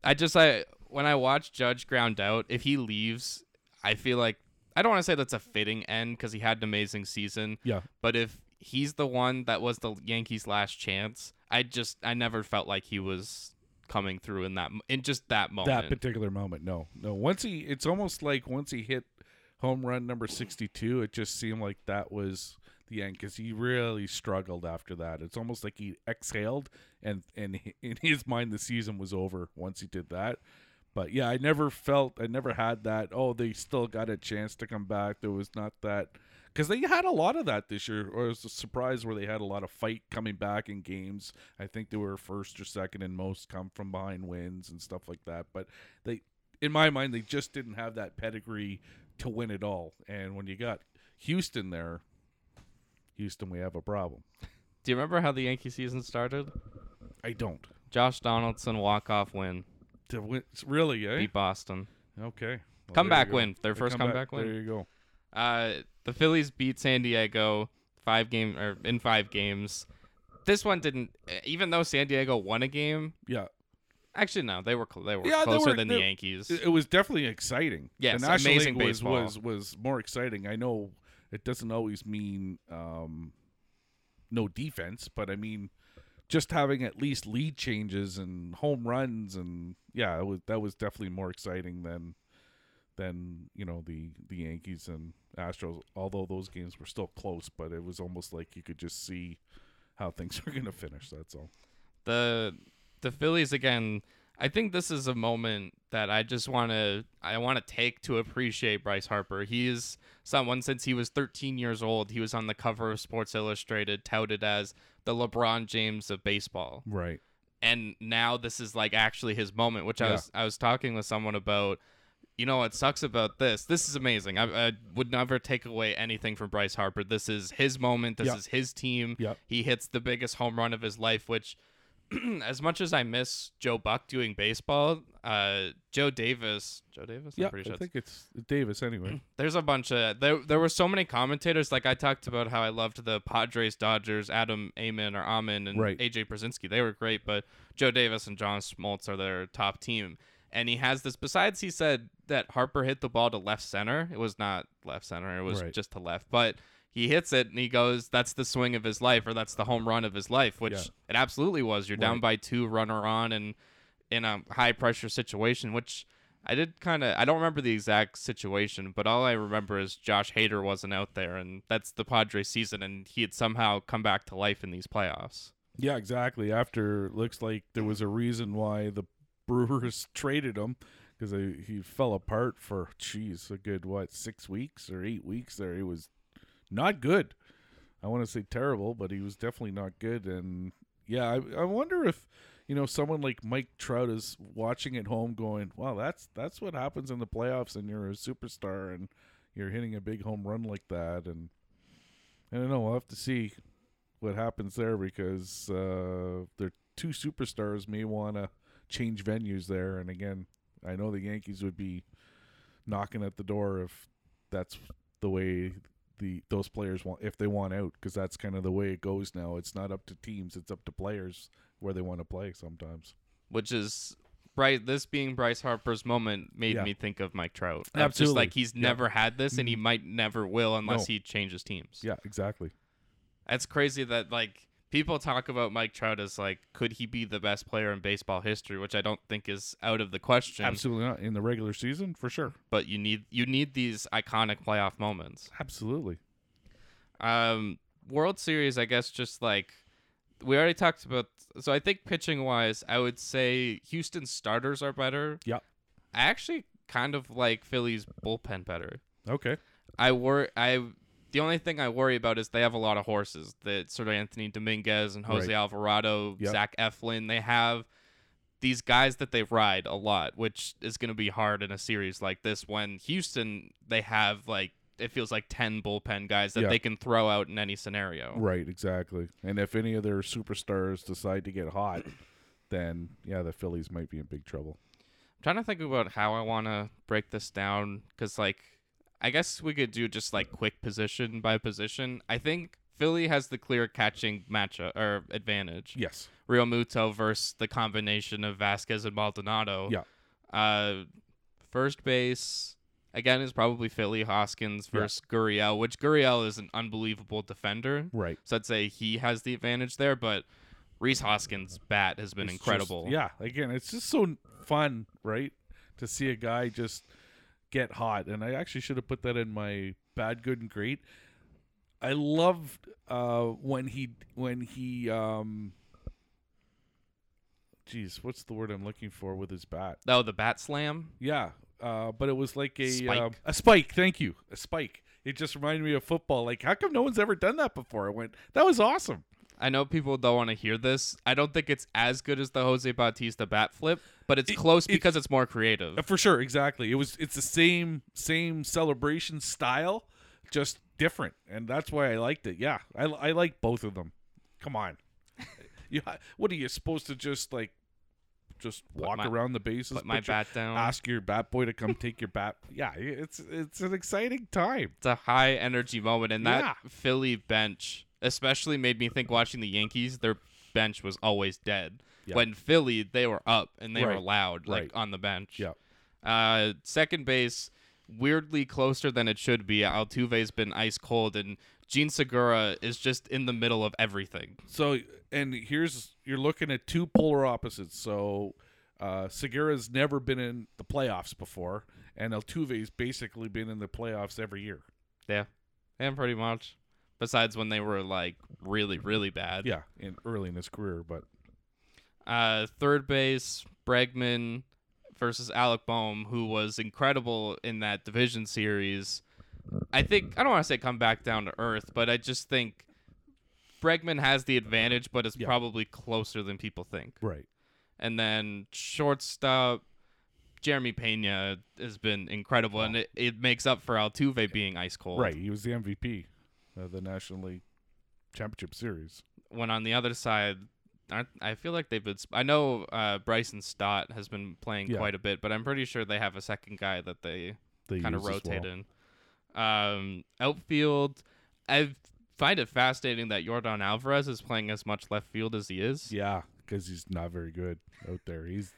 Speaker 1: I just I when I watch Judge ground out, if he leaves, I feel like I don't want to say that's a fitting end because he had an amazing season,
Speaker 2: yeah.
Speaker 1: but if he's the one that was the Yankees' last chance, I just I never felt like he was coming through in that in just that moment.
Speaker 2: That particular moment. No. No. Once he, it's almost like once he hit home run number sixty-two, it just seemed like that was the end because he really struggled after that. It's almost like he exhaled, and and he- in his mind, the season was over once he did that. But yeah, I never felt, I never had that. Oh, they still got a chance to come back. There was not that because they had a lot of that this year, or it was a surprise where they had a lot of fight coming back in games. I think they were first or second, and most come from behind wins and stuff like that. But they, in my mind, they just didn't have that pedigree to win it all. And when you got Houston there, Houston, we have a problem.
Speaker 1: Do you remember how the Yankee season started?
Speaker 2: I don't.
Speaker 1: Josh Donaldson walk off win,
Speaker 2: To win, it's really, eh?
Speaker 1: beat Boston,
Speaker 2: Okay. Well, there
Speaker 1: comeback
Speaker 2: you go.
Speaker 1: win, their
Speaker 2: The
Speaker 1: first comeback, win.
Speaker 2: There you go.
Speaker 1: Uh, the Phillies beat San Diego five game or in five games. This one didn't, eh, even though San Diego won a game.
Speaker 2: Yeah.
Speaker 1: Actually, no, they were cl- they were
Speaker 2: Yeah, they
Speaker 1: closer
Speaker 2: were-
Speaker 1: than
Speaker 2: they-
Speaker 1: the Yankees.
Speaker 2: It, it was definitely exciting.
Speaker 1: Yes,
Speaker 2: the National
Speaker 1: amazing
Speaker 2: League
Speaker 1: baseball.
Speaker 2: was was was more exciting. I know it doesn't always mean um, no defense, but I mean just having at least lead changes and home runs and yeah, it was, that was definitely more exciting than than you know the the Yankees and Astros. Although those games were still close, but it was almost like you could just see how things were going to finish. That's all.
Speaker 1: the the Phillies again. I think this is a moment that I just want to I want to take to appreciate Bryce Harper. He is someone since he was 13 years old. He was on the cover of Sports Illustrated, touted as the LeBron James of baseball.
Speaker 2: Right.
Speaker 1: and now this is like actually his moment which i
Speaker 2: Yeah.
Speaker 1: was i was talking with someone about you know what sucks about this this is amazing i, I would never take away anything from bryce harper this is his moment this
Speaker 2: Yeah.
Speaker 1: is his team
Speaker 2: Yeah.
Speaker 1: he hits the biggest home run of his life which as much as i miss joe buck doing baseball uh joe davis joe davis
Speaker 2: yeah.
Speaker 1: i'm pretty sure
Speaker 2: I
Speaker 1: it's-
Speaker 2: think it's Davis anyway.
Speaker 1: there's a bunch of there. There were so many commentators. Like I talked about how I loved the Padres, Dodgers, Adam Amen or Amen and
Speaker 2: Right.
Speaker 1: AJ Brzezinski. They were great, but Joe Davis and John Smoltz are their top team. And he has this. Besides, he said that Harper hit the ball to left center. It was not left center. It was
Speaker 2: Right.
Speaker 1: just to left, but. He hits it and he goes, That's the swing of his life, or that's the home run of his life, which
Speaker 2: Yeah.
Speaker 1: it absolutely was. You're down by two, runner on, and in a high pressure situation, which I did kind of. I don't remember the exact situation, but all I remember is Josh Hader wasn't out there, and that's the Padres season, and he had somehow come back to life in these playoffs.
Speaker 2: Yeah, exactly. After looks like there was a reason why the Brewers traded him because he fell apart for geez a good what six weeks or eight weeks there. He was not good. I want to say terrible, but he was definitely not good. And yeah, I, I wonder if you know someone like Mike Trout is watching at home, going, "Wow, that's that's what happens in the playoffs, and you're a superstar, and you're hitting a big home run like that." And I don't know. We'll have to see what happens there because uh, their two superstars may want to change venues there. And again, I know the Yankees would be knocking at the door if that's the way the those players want if they want out because that's kind of the way it goes now. It's not up to teams; it's up to players where they want to play sometimes.
Speaker 1: which is right. This being Bryce Harper's moment made
Speaker 2: Yeah.
Speaker 1: me think of Mike Trout. Of just
Speaker 2: Absolutely.
Speaker 1: like he's
Speaker 2: Yeah. Mm-hmm.
Speaker 1: never had this, and he might never will unless
Speaker 2: No.
Speaker 1: he changes teams.
Speaker 2: Yeah, exactly.
Speaker 1: That's crazy that like people talk about Mike Trout as like could he be the best player in baseball history, which I don't think is out of the question.
Speaker 2: Absolutely not in the regular season for sure.
Speaker 1: But you need you need these iconic playoff moments.
Speaker 2: Absolutely.
Speaker 1: Um, World Series, I guess, just like we already talked about. So I think pitching wise, I would say Houston starters are better.
Speaker 2: Yeah.
Speaker 1: I actually kind of like Philly's bullpen better.
Speaker 2: Okay.
Speaker 1: I worry. I the only thing I worry about is they have a lot of horses. That sort of Anthony Dominguez and Jose
Speaker 2: Right.
Speaker 1: Alvarado,
Speaker 2: Yep.
Speaker 1: Zach Eflin. They have these guys that they ride a lot, which is going to be hard in a series like this. When Houston, they have like it feels like ten bullpen guys that
Speaker 2: Yeah.
Speaker 1: they can throw out in any scenario.
Speaker 2: Right. Exactly. And if any of their superstars decide to get hot, then yeah, the Phillies might be in big trouble.
Speaker 1: I'm trying to think about how I want to break this down because, like, I guess we could do just like quick position by position. I think Philly has the clear catching matchup or advantage.
Speaker 2: Yes.
Speaker 1: Real Muto versus the combination of Vasquez and Maldonado.
Speaker 2: Yeah.
Speaker 1: Uh, first base again is probably Philly Hoskins
Speaker 2: Yeah.
Speaker 1: versus Gurriel, which Gurriel is an unbelievable defender.
Speaker 2: Right.
Speaker 1: So I'd say he has the advantage there, but Reese Hoskins' bat has been
Speaker 2: It's just-
Speaker 1: incredible.
Speaker 2: yeah, again, it's just so fun, right? To see a guy just get hot, and I actually should have put that in my bad, good, and great. I loved uh, when he when he um, geez, what's the word I'm looking for with his bat?
Speaker 1: Oh, the bat slam.
Speaker 2: Yeah, uh, but it was like a
Speaker 1: Spike.
Speaker 2: um, a spike. Thank you, a spike. It just reminded me of football. Like, how come no one's ever done that before? I went, that was awesome.
Speaker 1: I know people don't want to hear this. I don't think it's as good as the Jose Bautista bat flip, but it's close because it's more creative.
Speaker 2: Uh, For sure, exactly. It was it's the same same celebration style, just different, and that's why I liked it. Yeah, I, I like both of them. Come on, you what are you supposed to just like just walk
Speaker 1: my-
Speaker 2: around the bases,
Speaker 1: Put my
Speaker 2: put your-
Speaker 1: bat down.
Speaker 2: ask your bat boy to come take your bat? Yeah, it's it's an exciting time.
Speaker 1: It's a high energy moment, and that
Speaker 2: Yeah.
Speaker 1: Philly bench especially made me think watching the Yankees. Their bench was always dead.
Speaker 2: Yeah.
Speaker 1: When Philly, they were up and they were
Speaker 2: Right.
Speaker 1: loud, like
Speaker 2: Right.
Speaker 1: on the bench.
Speaker 2: Yeah.
Speaker 1: Uh, second base, weirdly closer than it should be. Altuve's been ice cold, and Gene Segura is just in the middle of everything.
Speaker 2: So, and here's you're looking at two polar opposites. So, uh, Segura's never been in the playoffs before, and Altuve's basically been in the playoffs every year.
Speaker 1: Yeah, yeah, pretty much. Besides when they were like really, really bad.
Speaker 2: Yeah, in early in his career, but
Speaker 1: Uh, third base, Bregman versus Alec Boehm, who was incredible in that division series. I think I don't want to say come back down to earth, but I just think Bregman has the advantage, but it's
Speaker 2: Yeah.
Speaker 1: probably closer than people think.
Speaker 2: right.
Speaker 1: And then shortstop, Jeremy Pena has been incredible, and it, it makes up for Altuve being ice cold.
Speaker 2: Right, he was the MVP of the National League Championship Series.
Speaker 1: when on the other side, aren't, I feel like they've been. Sp- I know uh, Bryson Stott has been playing
Speaker 2: Yeah.
Speaker 1: quite a bit, but I'm pretty sure they have a second guy that they
Speaker 2: They
Speaker 1: kind of
Speaker 2: used as well.
Speaker 1: rotate in. Um, outfield, I find it fascinating that Jordan Alvarez is playing as much left field as he is.
Speaker 2: Yeah, because he's not very good out there. He's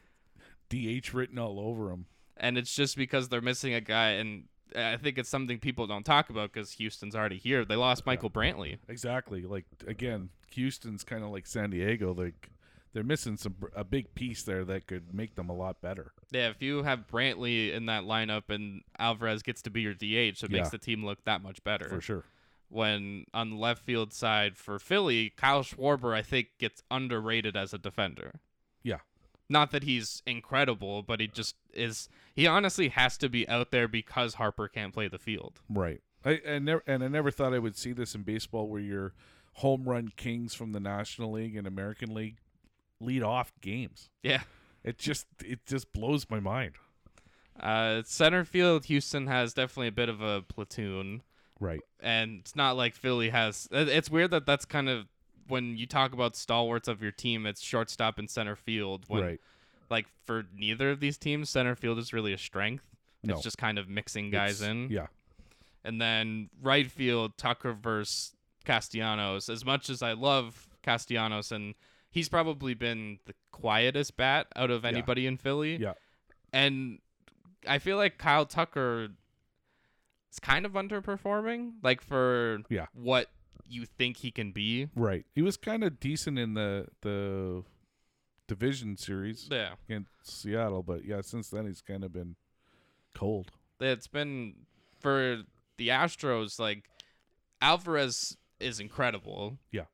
Speaker 2: DH written all over him.
Speaker 1: and it's just because they're missing a guy and. I think it's something people don't talk about because Houston's already here. They lost Michael Brantley.
Speaker 2: Exactly. Like again, Houston's kind of like San Diego. Like they're missing some a big piece there that could make them a lot better.
Speaker 1: Yeah, if you have Brantley in that lineup and Alvarez gets to be your DH, so it
Speaker 2: Yeah.
Speaker 1: makes the team look that much better.
Speaker 2: For sure.
Speaker 1: When on the left field side for Philly, Kyle Schwarber, I think, gets underrated as a defender.
Speaker 2: Yeah.
Speaker 1: Not that he's incredible, but he just is. He honestly has to be out there because Harper can't play the field.
Speaker 2: Right. I, I never and I never thought I would see this in baseball where your home run kings from the National League and American League lead off games.
Speaker 1: Yeah.
Speaker 2: It just it just blows my mind.
Speaker 1: Uh, center field, Houston has definitely a bit of a platoon.
Speaker 2: Right.
Speaker 1: and it's not like Philly has. it- It's weird that that's kind of when you talk about stalwarts of your team, it's shortstop and center field. When,
Speaker 2: right.
Speaker 1: Like for neither of these teams, center field is really a strength.
Speaker 2: No.
Speaker 1: It's just kind of mixing guys
Speaker 2: It's-
Speaker 1: in.
Speaker 2: Yeah.
Speaker 1: And then right field, Tucker versus Castellanos. As much as I love Castellanos, and he's probably been the quietest bat out of anybody in Philly.
Speaker 2: Yeah.
Speaker 1: And I feel like Kyle Tucker is kind of underperforming, like for
Speaker 2: Yeah.
Speaker 1: what you think he can be.
Speaker 2: Right. He was kind of decent in the the division series
Speaker 1: Yeah.
Speaker 2: against Seattle, but yeah, since then he's kind of been cold.
Speaker 1: It's been for the Astros, like Alvarez is incredible.
Speaker 2: Yeah.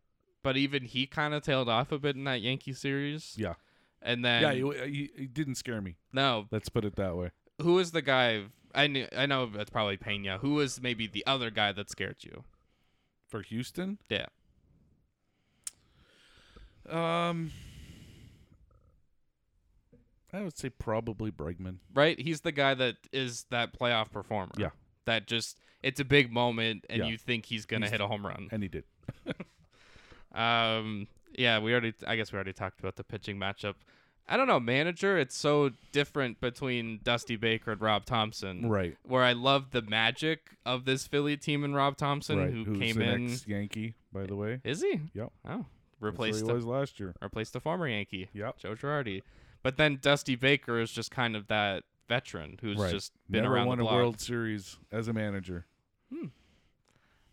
Speaker 1: But even he kind of tailed off a bit in that Yankee series.
Speaker 2: Yeah.
Speaker 1: And then
Speaker 2: yeah, he, he, he didn't scare me.
Speaker 1: no,
Speaker 2: Let's put it that way.
Speaker 1: who is the guy? I knew, I know it's probably Pena. Who was maybe the other guy that scared you?
Speaker 2: For Houston,
Speaker 1: Yeah.
Speaker 2: um, I would say probably Bregman.
Speaker 1: right? He's the guy that is that playoff performer.
Speaker 2: Yeah.
Speaker 1: That just it's a big moment and
Speaker 2: Yeah.
Speaker 1: you think he's gonna
Speaker 2: He's-
Speaker 1: hit a home run.
Speaker 2: And he did.
Speaker 1: Um yeah, we already I guess we already talked about the pitching matchup. I don't know, manager, it's so different between Dusty Baker and Rob Thompson.
Speaker 2: Right.
Speaker 1: Where I love the magic of this Philly team and Rob Thompson
Speaker 2: right.
Speaker 1: who
Speaker 2: Who's
Speaker 1: came
Speaker 2: an
Speaker 1: in
Speaker 2: ex-Yankee, by the way.
Speaker 1: Is he?
Speaker 2: Yep.
Speaker 1: Oh.
Speaker 2: That's where
Speaker 1: Replaced
Speaker 2: he
Speaker 1: a,
Speaker 2: was last year.
Speaker 1: replaced a former Yankee.
Speaker 2: Yep.
Speaker 1: Joe Girardi. But then Dusty Baker is just kind of that veteran who's
Speaker 2: Right.
Speaker 1: just been
Speaker 2: Never
Speaker 1: around
Speaker 2: won
Speaker 1: the block.
Speaker 2: a World Series as a manager.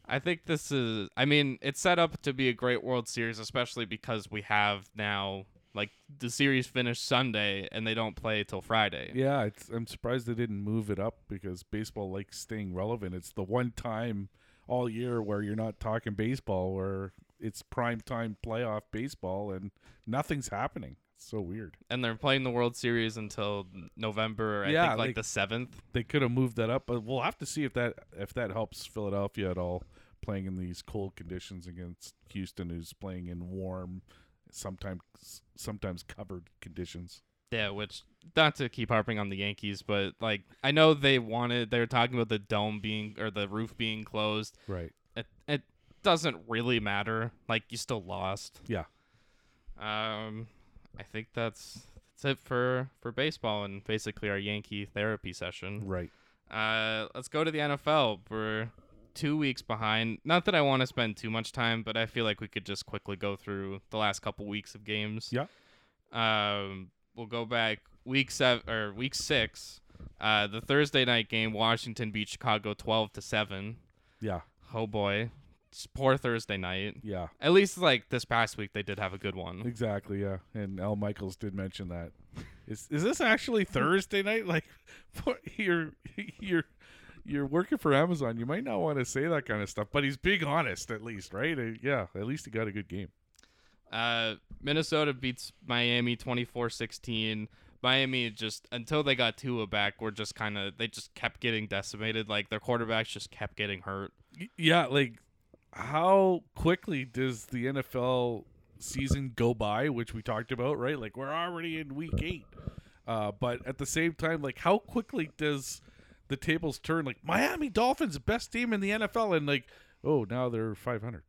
Speaker 1: I think this is. I mean, it's set up to be a great World Series, especially because we have now like the series finished Sunday and they don't play till Friday.
Speaker 2: Yeah, it's, I'm surprised they didn't move it up because baseball likes staying relevant. It's the one time all year where you're not talking baseball, where it's prime time playoff baseball and nothing's happening. It's so weird.
Speaker 1: And they're playing the World Series until November. I
Speaker 2: Yeah,
Speaker 1: think like,
Speaker 2: like-
Speaker 1: the seventh.
Speaker 2: They could have moved that up, but we'll have to see if that if that helps Philadelphia at all playing in these cold conditions against Houston, who's playing in warm, sometimes sometimes covered conditions.
Speaker 1: Yeah, which not to keep harping on the Yankees, but like I know they wanted. They were talking about the dome being or the roof being closed.
Speaker 2: Right.
Speaker 1: It it doesn't really matter. Like you still lost.
Speaker 2: Yeah.
Speaker 1: Um, I think that's that's it for for baseball and basically our Yankee therapy session.
Speaker 2: Right.
Speaker 1: Uh, let's go to the NFL. We're two weeks behind. Not that I want to spend too much time, but I feel like we could just quickly go through the last couple weeks of games.
Speaker 2: Yeah.
Speaker 1: Um, we'll go back week seven or week six. Uh, the Thursday night game, Washington beat Chicago twelve to seven.
Speaker 2: Yeah.
Speaker 1: Oh boy, it's poor Thursday night.
Speaker 2: Yeah.
Speaker 1: At least like this past week, they did have a good one.
Speaker 2: Exactly, yeah. And Al Michaels did mention that. Is is this actually Thursday night? Like what- you're you're you're working for Amazon. You might not want to say that kind of stuff, but he's being honest at least, right? Uh, yeah, at least he got a good game.
Speaker 1: Uh, Minnesota beats Miami 24-16. Miami just until they got Tua back, were just kind of they just kept getting decimated. Like their quarterbacks just kept getting hurt.
Speaker 2: Y- Yeah, like how quickly does the NFL season go by, which we talked about, right? Like we're already in week 8. Uh, but at the same time, like how quickly does the tables turn? Like Miami Dolphins, best team in the NFL, and like oh now they're five hundred,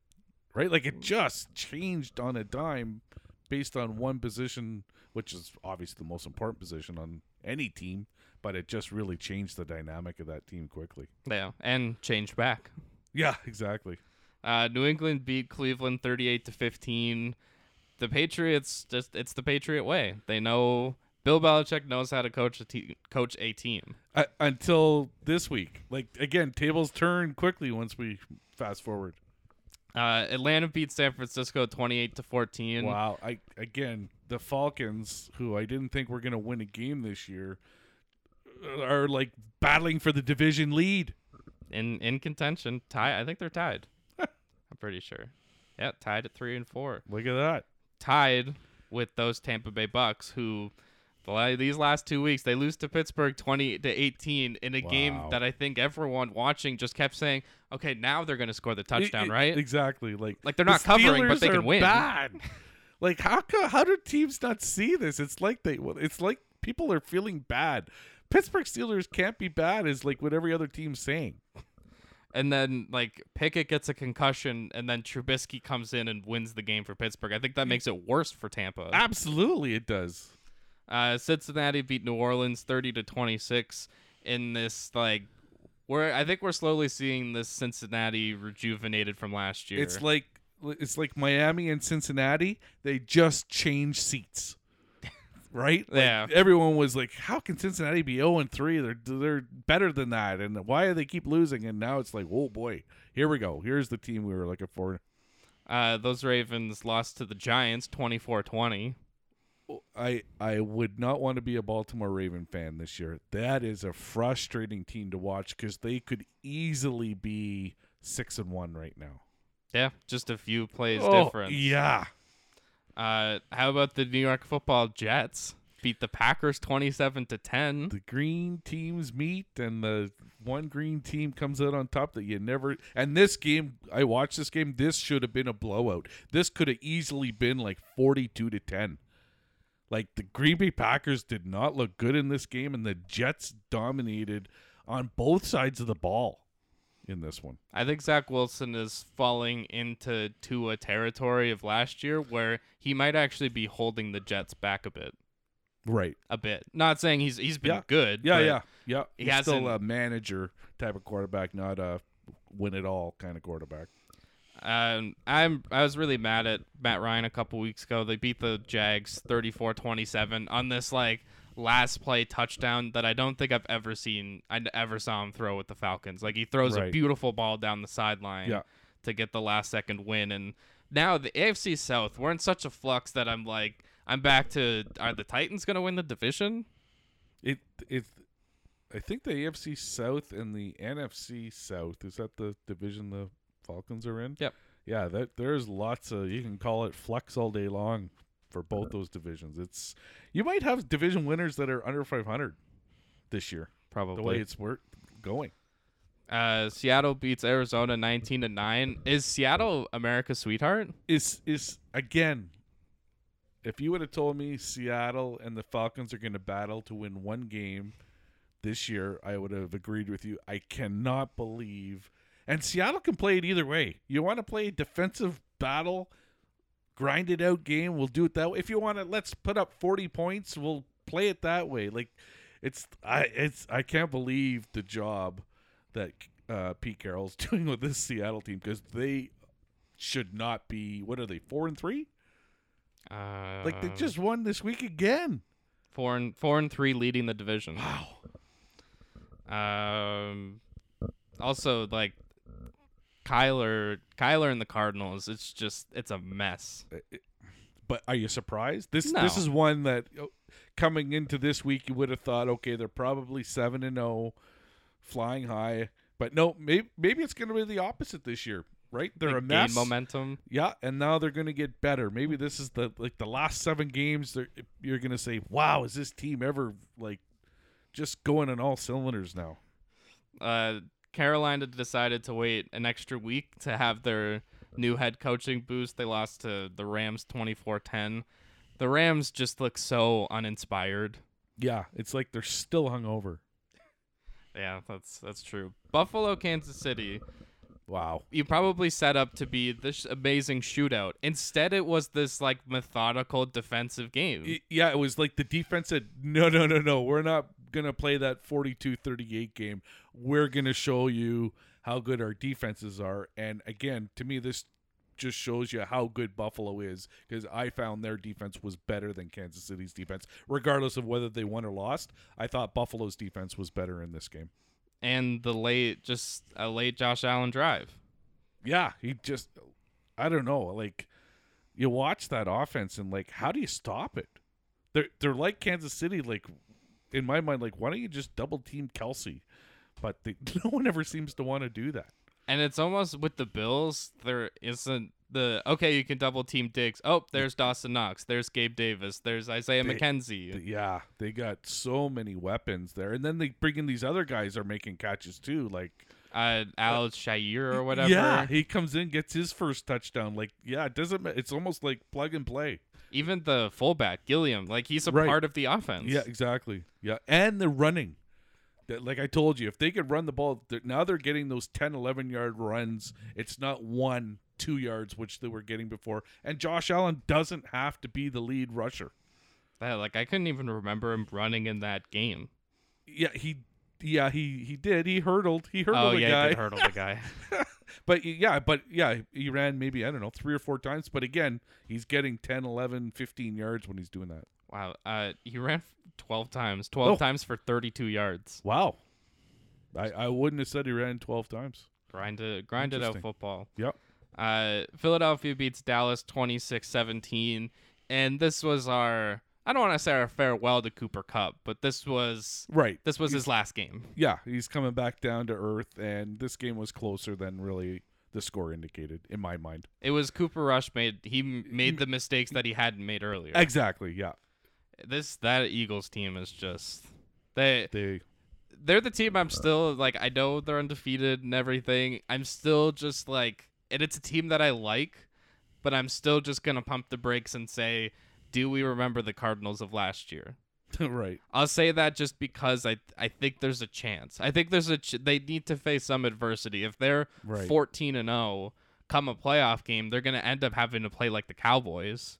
Speaker 2: right? Like it just changed on a dime, based on one position, which is obviously the most important position on any team. But it just really changed the dynamic of that team quickly.
Speaker 1: Yeah, and changed back.
Speaker 2: Yeah, exactly.
Speaker 1: Uh, New England beat Cleveland 38 to 15. The Patriots just it's the Patriot way. They know Bill Belichick knows how to coach a te- coach a team.
Speaker 2: Uh, until this week, like again, tables turn quickly once we fast forward. Mm.
Speaker 1: Uh, Atlanta beat San Francisco 28 to 14.
Speaker 2: Wow! I again, the Falcons, who I didn't think were going to win a game this year, uh, are like battling for the division lead.
Speaker 1: in in contention. Tie. I think they're tied. I'm pretty sure. Yeah, tied at three and four.
Speaker 2: Look at that.
Speaker 1: Tied with those Tampa Bay Bucks who. the la- These last two weeks, they lose to Pittsburgh twenty to eighteen in a game
Speaker 2: Wow.
Speaker 1: that I think everyone watching just kept saying, "Okay, now they're going to score the touchdown,
Speaker 2: E- e-
Speaker 1: right?"
Speaker 2: Exactly. Like
Speaker 1: Like, they're
Speaker 2: the
Speaker 1: not covering, but
Speaker 2: Steelers
Speaker 1: they can
Speaker 2: are
Speaker 1: win.
Speaker 2: Bad. Like how co- how do teams not see this? It's like they well, it's like people are feeling bad. Pittsburgh Steelers can't be bad is like what every other team's saying.
Speaker 1: and then like Pickett gets a concussion, and then Trubisky comes in and wins the game for Pittsburgh. I
Speaker 2: E.
Speaker 1: think that makes it worse for Tampa.
Speaker 2: Absolutely, it does.
Speaker 1: Uh, Cincinnati beat New Orleans thirty to twenty six in this like we're I think we're slowly seeing this Cincinnati rejuvenated from last year.
Speaker 2: It's like it's like Miami and Cincinnati. They just changed seats, right? Like,
Speaker 1: Yeah.
Speaker 2: Everyone was like, "How can Cincinnati be zero and three? They're they're better than that, and why do they keep losing?" And now it's like, "Oh boy, here we go. Here's the team we were looking for."
Speaker 1: uh, those Ravens lost to the Giants 24-20.
Speaker 2: Oh, I I would not want to be a Baltimore Raven fan this year. That is a frustrating team to watch because they could easily be six and one right now. Oh,
Speaker 1: Yeah, just a few plays difference.
Speaker 2: yeah.
Speaker 1: Uh, how about the New York Football Jets beat the Packers 27 to 10?
Speaker 2: the green teams meet and the one green team comes out on top that you never and this game i watched this game this should have been a blowout this could have easily been like 42 to 10 like the green bay packers did not look good in this game and the jets dominated on both sides of the ball in this one
Speaker 1: I think Zach Wilson is falling into Tua territory of last year where he might actually be holding the Jets back a bit.
Speaker 2: right
Speaker 1: A bit. Not saying he's he's been
Speaker 2: Yeah.
Speaker 1: good.
Speaker 2: yeah
Speaker 1: but
Speaker 2: yeah yeah
Speaker 1: he
Speaker 2: he's still a
Speaker 1: hasn't- um, Uh,
Speaker 2: uh,
Speaker 1: Uh, Um, Um,
Speaker 2: oh, oh,
Speaker 1: Uh,
Speaker 2: you watch that offense and like, how do you stop it? They're they're like Kansas City. Like in my mind, like why don't you just double team Kelsey? But they, no one ever seems to want to do that.
Speaker 1: And it's almost with the Bills, there isn't the okay, you can double team Diggs. Oh, there's Dawson Knox, there's Gabe Davis, there's Isaiah
Speaker 2: They-
Speaker 1: McKenzie.
Speaker 2: But yeah, they got so many weapons there, and then they bring in these other guys that are making catches too. Like
Speaker 1: uh, Al Shire or whatever.
Speaker 2: yeah, he comes in, gets his first touchdown. Like yeah, it doesn't. ma- It's almost like plug and play.
Speaker 1: Even the fullback Gilliam, like he's a
Speaker 2: Right.
Speaker 1: part of the offense.
Speaker 2: Yeah, exactly. Yeah, and they're running. That- Like I told you, if they could run the ball, they're, now they're getting those 10, 11 yard runs. It's not one, two yards, which they were getting before. And Josh Allen doesn't have to be the lead rusher.
Speaker 1: That, like I couldn't even remember him running in that game.
Speaker 2: Yeah, he. Yeah, he he did. He hurdled. He hurdled
Speaker 1: oh
Speaker 2: the
Speaker 1: yeah,
Speaker 2: guy.
Speaker 1: he did hurdle the guy.
Speaker 2: But y- yeah, but yeah, he ran maybe I don't know, 3 or 4 times, but again, he's getting 10, 11, 15 yards when he's doing that.
Speaker 1: wow. Uh, he ran twelve times, twelve
Speaker 2: Oh.
Speaker 1: times for thirty-two yards.
Speaker 2: Wow. I I wouldn't have said he ran 12 times.
Speaker 1: Grind it, grind it out
Speaker 2: Interesting.
Speaker 1: football.
Speaker 2: Yep.
Speaker 1: Uh, Philadelphia beats Dallas 26-17, and this was our I don't want to say our farewell to Cooper Cup, but this was
Speaker 2: Right.
Speaker 1: this was his last game.
Speaker 2: yeah, he's coming back down to earth, and this game was closer than really the score indicated in my mind.
Speaker 1: It was Cooper Rush made he m- made the mistakes that he hadn't made earlier.
Speaker 2: Exactly. Yeah,
Speaker 1: this that Eagles team is just they
Speaker 2: they
Speaker 1: they're the team I'm still like I know they're undefeated and everything. I'm still just like and it's a team that I like, but I'm still just going to pump the brakes and say do we remember the Cardinals of last year?
Speaker 2: right.
Speaker 1: I'll say that just because I I think there's a chance. I think there's a ch- they need to face some adversity. If they're
Speaker 2: Right.
Speaker 1: 14 and 0 come a playoff game, they're going to end up having to play like the Cowboys.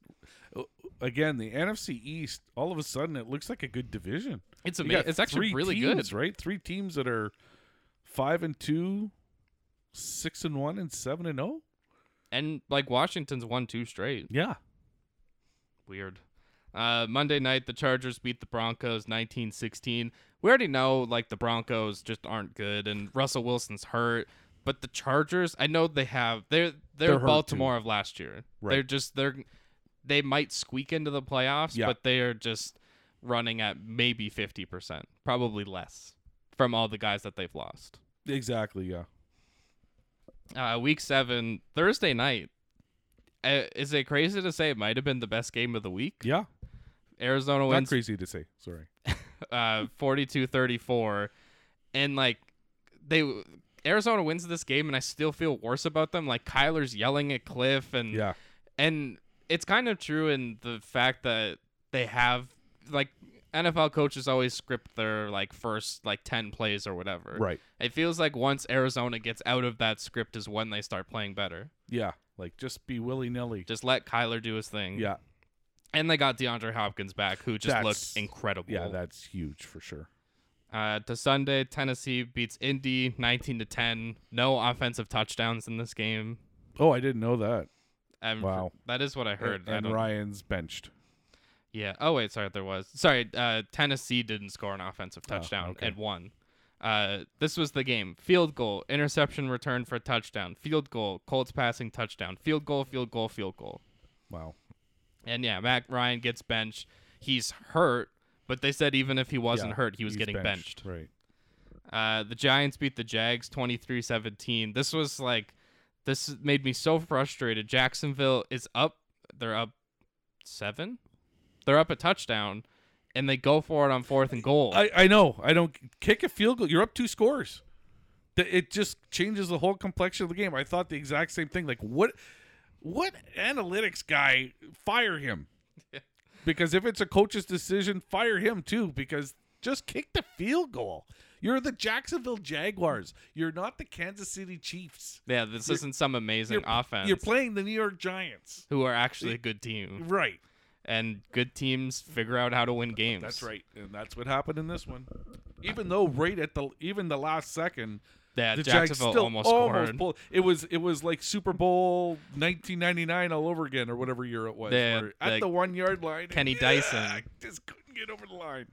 Speaker 2: Again, the NFC East. All of a sudden, it looks like a good division.
Speaker 1: It's
Speaker 2: You
Speaker 1: amazing.
Speaker 2: got
Speaker 1: It's actually
Speaker 2: three
Speaker 1: really
Speaker 2: teams,
Speaker 1: good.
Speaker 2: right? Three teams that are five and two, six and one, and seven and oh? zero.
Speaker 1: And like Washington's won two straight.
Speaker 2: Yeah,
Speaker 1: Weird. Uh, Monday night, the Chargers beat the Broncos 19 16. We already know, like, the Broncos just aren't good, and Russell Wilson's hurt. But the Chargers, I know they have. They're they're,
Speaker 2: They're hurt, too.
Speaker 1: Baltimore of last year.
Speaker 2: Right.
Speaker 1: They're just they're they might squeak into the playoffs,
Speaker 2: Yeah.
Speaker 1: but they are just running at maybe fifty percent, probably less, from all the guys that they've lost.
Speaker 2: exactly. Yeah,
Speaker 1: Uh, week seven, Thursday night. Uh, is it crazy to say it might have been the best game of the week?
Speaker 2: yeah.
Speaker 1: Arizona
Speaker 2: Not
Speaker 1: wins
Speaker 2: crazy to say. Sorry.
Speaker 1: uh 42-34 and like they Arizona wins this game and I still feel worse about them like Kyler's yelling at Cliff and
Speaker 2: Yeah,
Speaker 1: and it's kind of true in the fact that they have like NFL coaches always script their like first like 10 plays or whatever.
Speaker 2: right.
Speaker 1: It feels like once Arizona gets out of that script is when they start playing better.
Speaker 2: Yeah, like just be willy nilly.
Speaker 1: Just let Kyler do his thing.
Speaker 2: Yeah,
Speaker 1: And they got DeAndre Hopkins back who just
Speaker 2: That's-
Speaker 1: looked incredible.
Speaker 2: yeah. That's huge for sure.
Speaker 1: Uh, to Sunday, Tennessee beats Indy 19 to 10. No offensive touchdowns in this game.
Speaker 2: Oh, I didn't know that.
Speaker 1: Um,
Speaker 2: Wow.
Speaker 1: that is what I heard. I
Speaker 2: And
Speaker 1: don't-
Speaker 2: Ryan's benched.
Speaker 1: Yeah. Oh wait, sorry, there was. Sorry, uh, Tennessee didn't score an offensive touchdown
Speaker 2: Oh, okay.
Speaker 1: and won. Uh, this was the game. Field goal, interception return for a touchdown. Field goal, Colts passing touchdown. Field goal, field goal, field goal.
Speaker 2: Wow.
Speaker 1: And yeah, Mac Ryan gets benched. He's hurt, but they said even if he wasn't
Speaker 2: Yeah,
Speaker 1: hurt, he was
Speaker 2: he's
Speaker 1: getting benched.
Speaker 2: Right.
Speaker 1: Uh, the Giants beat the Jags 23-17. This was like this made me so frustrated. Jacksonville is up. They're up 7. They're up a touchdown and they go for it on fourth and goal.
Speaker 2: I, I know. I don't kick a field goal. You're up two scores. Th- It just changes the whole complexion of the game. I thought the exact same thing. Like what what analytics guy fire him? Because if it's a coach's decision, fire him too because just kick the field goal. You're the Jacksonville Jaguars. You're not the Kansas City Chiefs.
Speaker 1: yeah, this isn't some amazing offense
Speaker 2: You're playing the New York Giants.
Speaker 1: who are actually a good team
Speaker 2: Right.
Speaker 1: and good teams figure out how to win games.
Speaker 2: That's right, and that's what happened in this one. Even though right at the even the last second,
Speaker 1: Yeah,
Speaker 2: the
Speaker 1: Jacksonville
Speaker 2: Jags still
Speaker 1: almost
Speaker 2: almost,
Speaker 1: scored.
Speaker 2: pulled. It was it was like Super Bowl 1999 all over again, or whatever year it was.
Speaker 1: The-
Speaker 2: where at
Speaker 1: the
Speaker 2: the, one yard line,
Speaker 1: Kenny
Speaker 2: yeah,
Speaker 1: Dyson.
Speaker 2: just couldn't get over the line.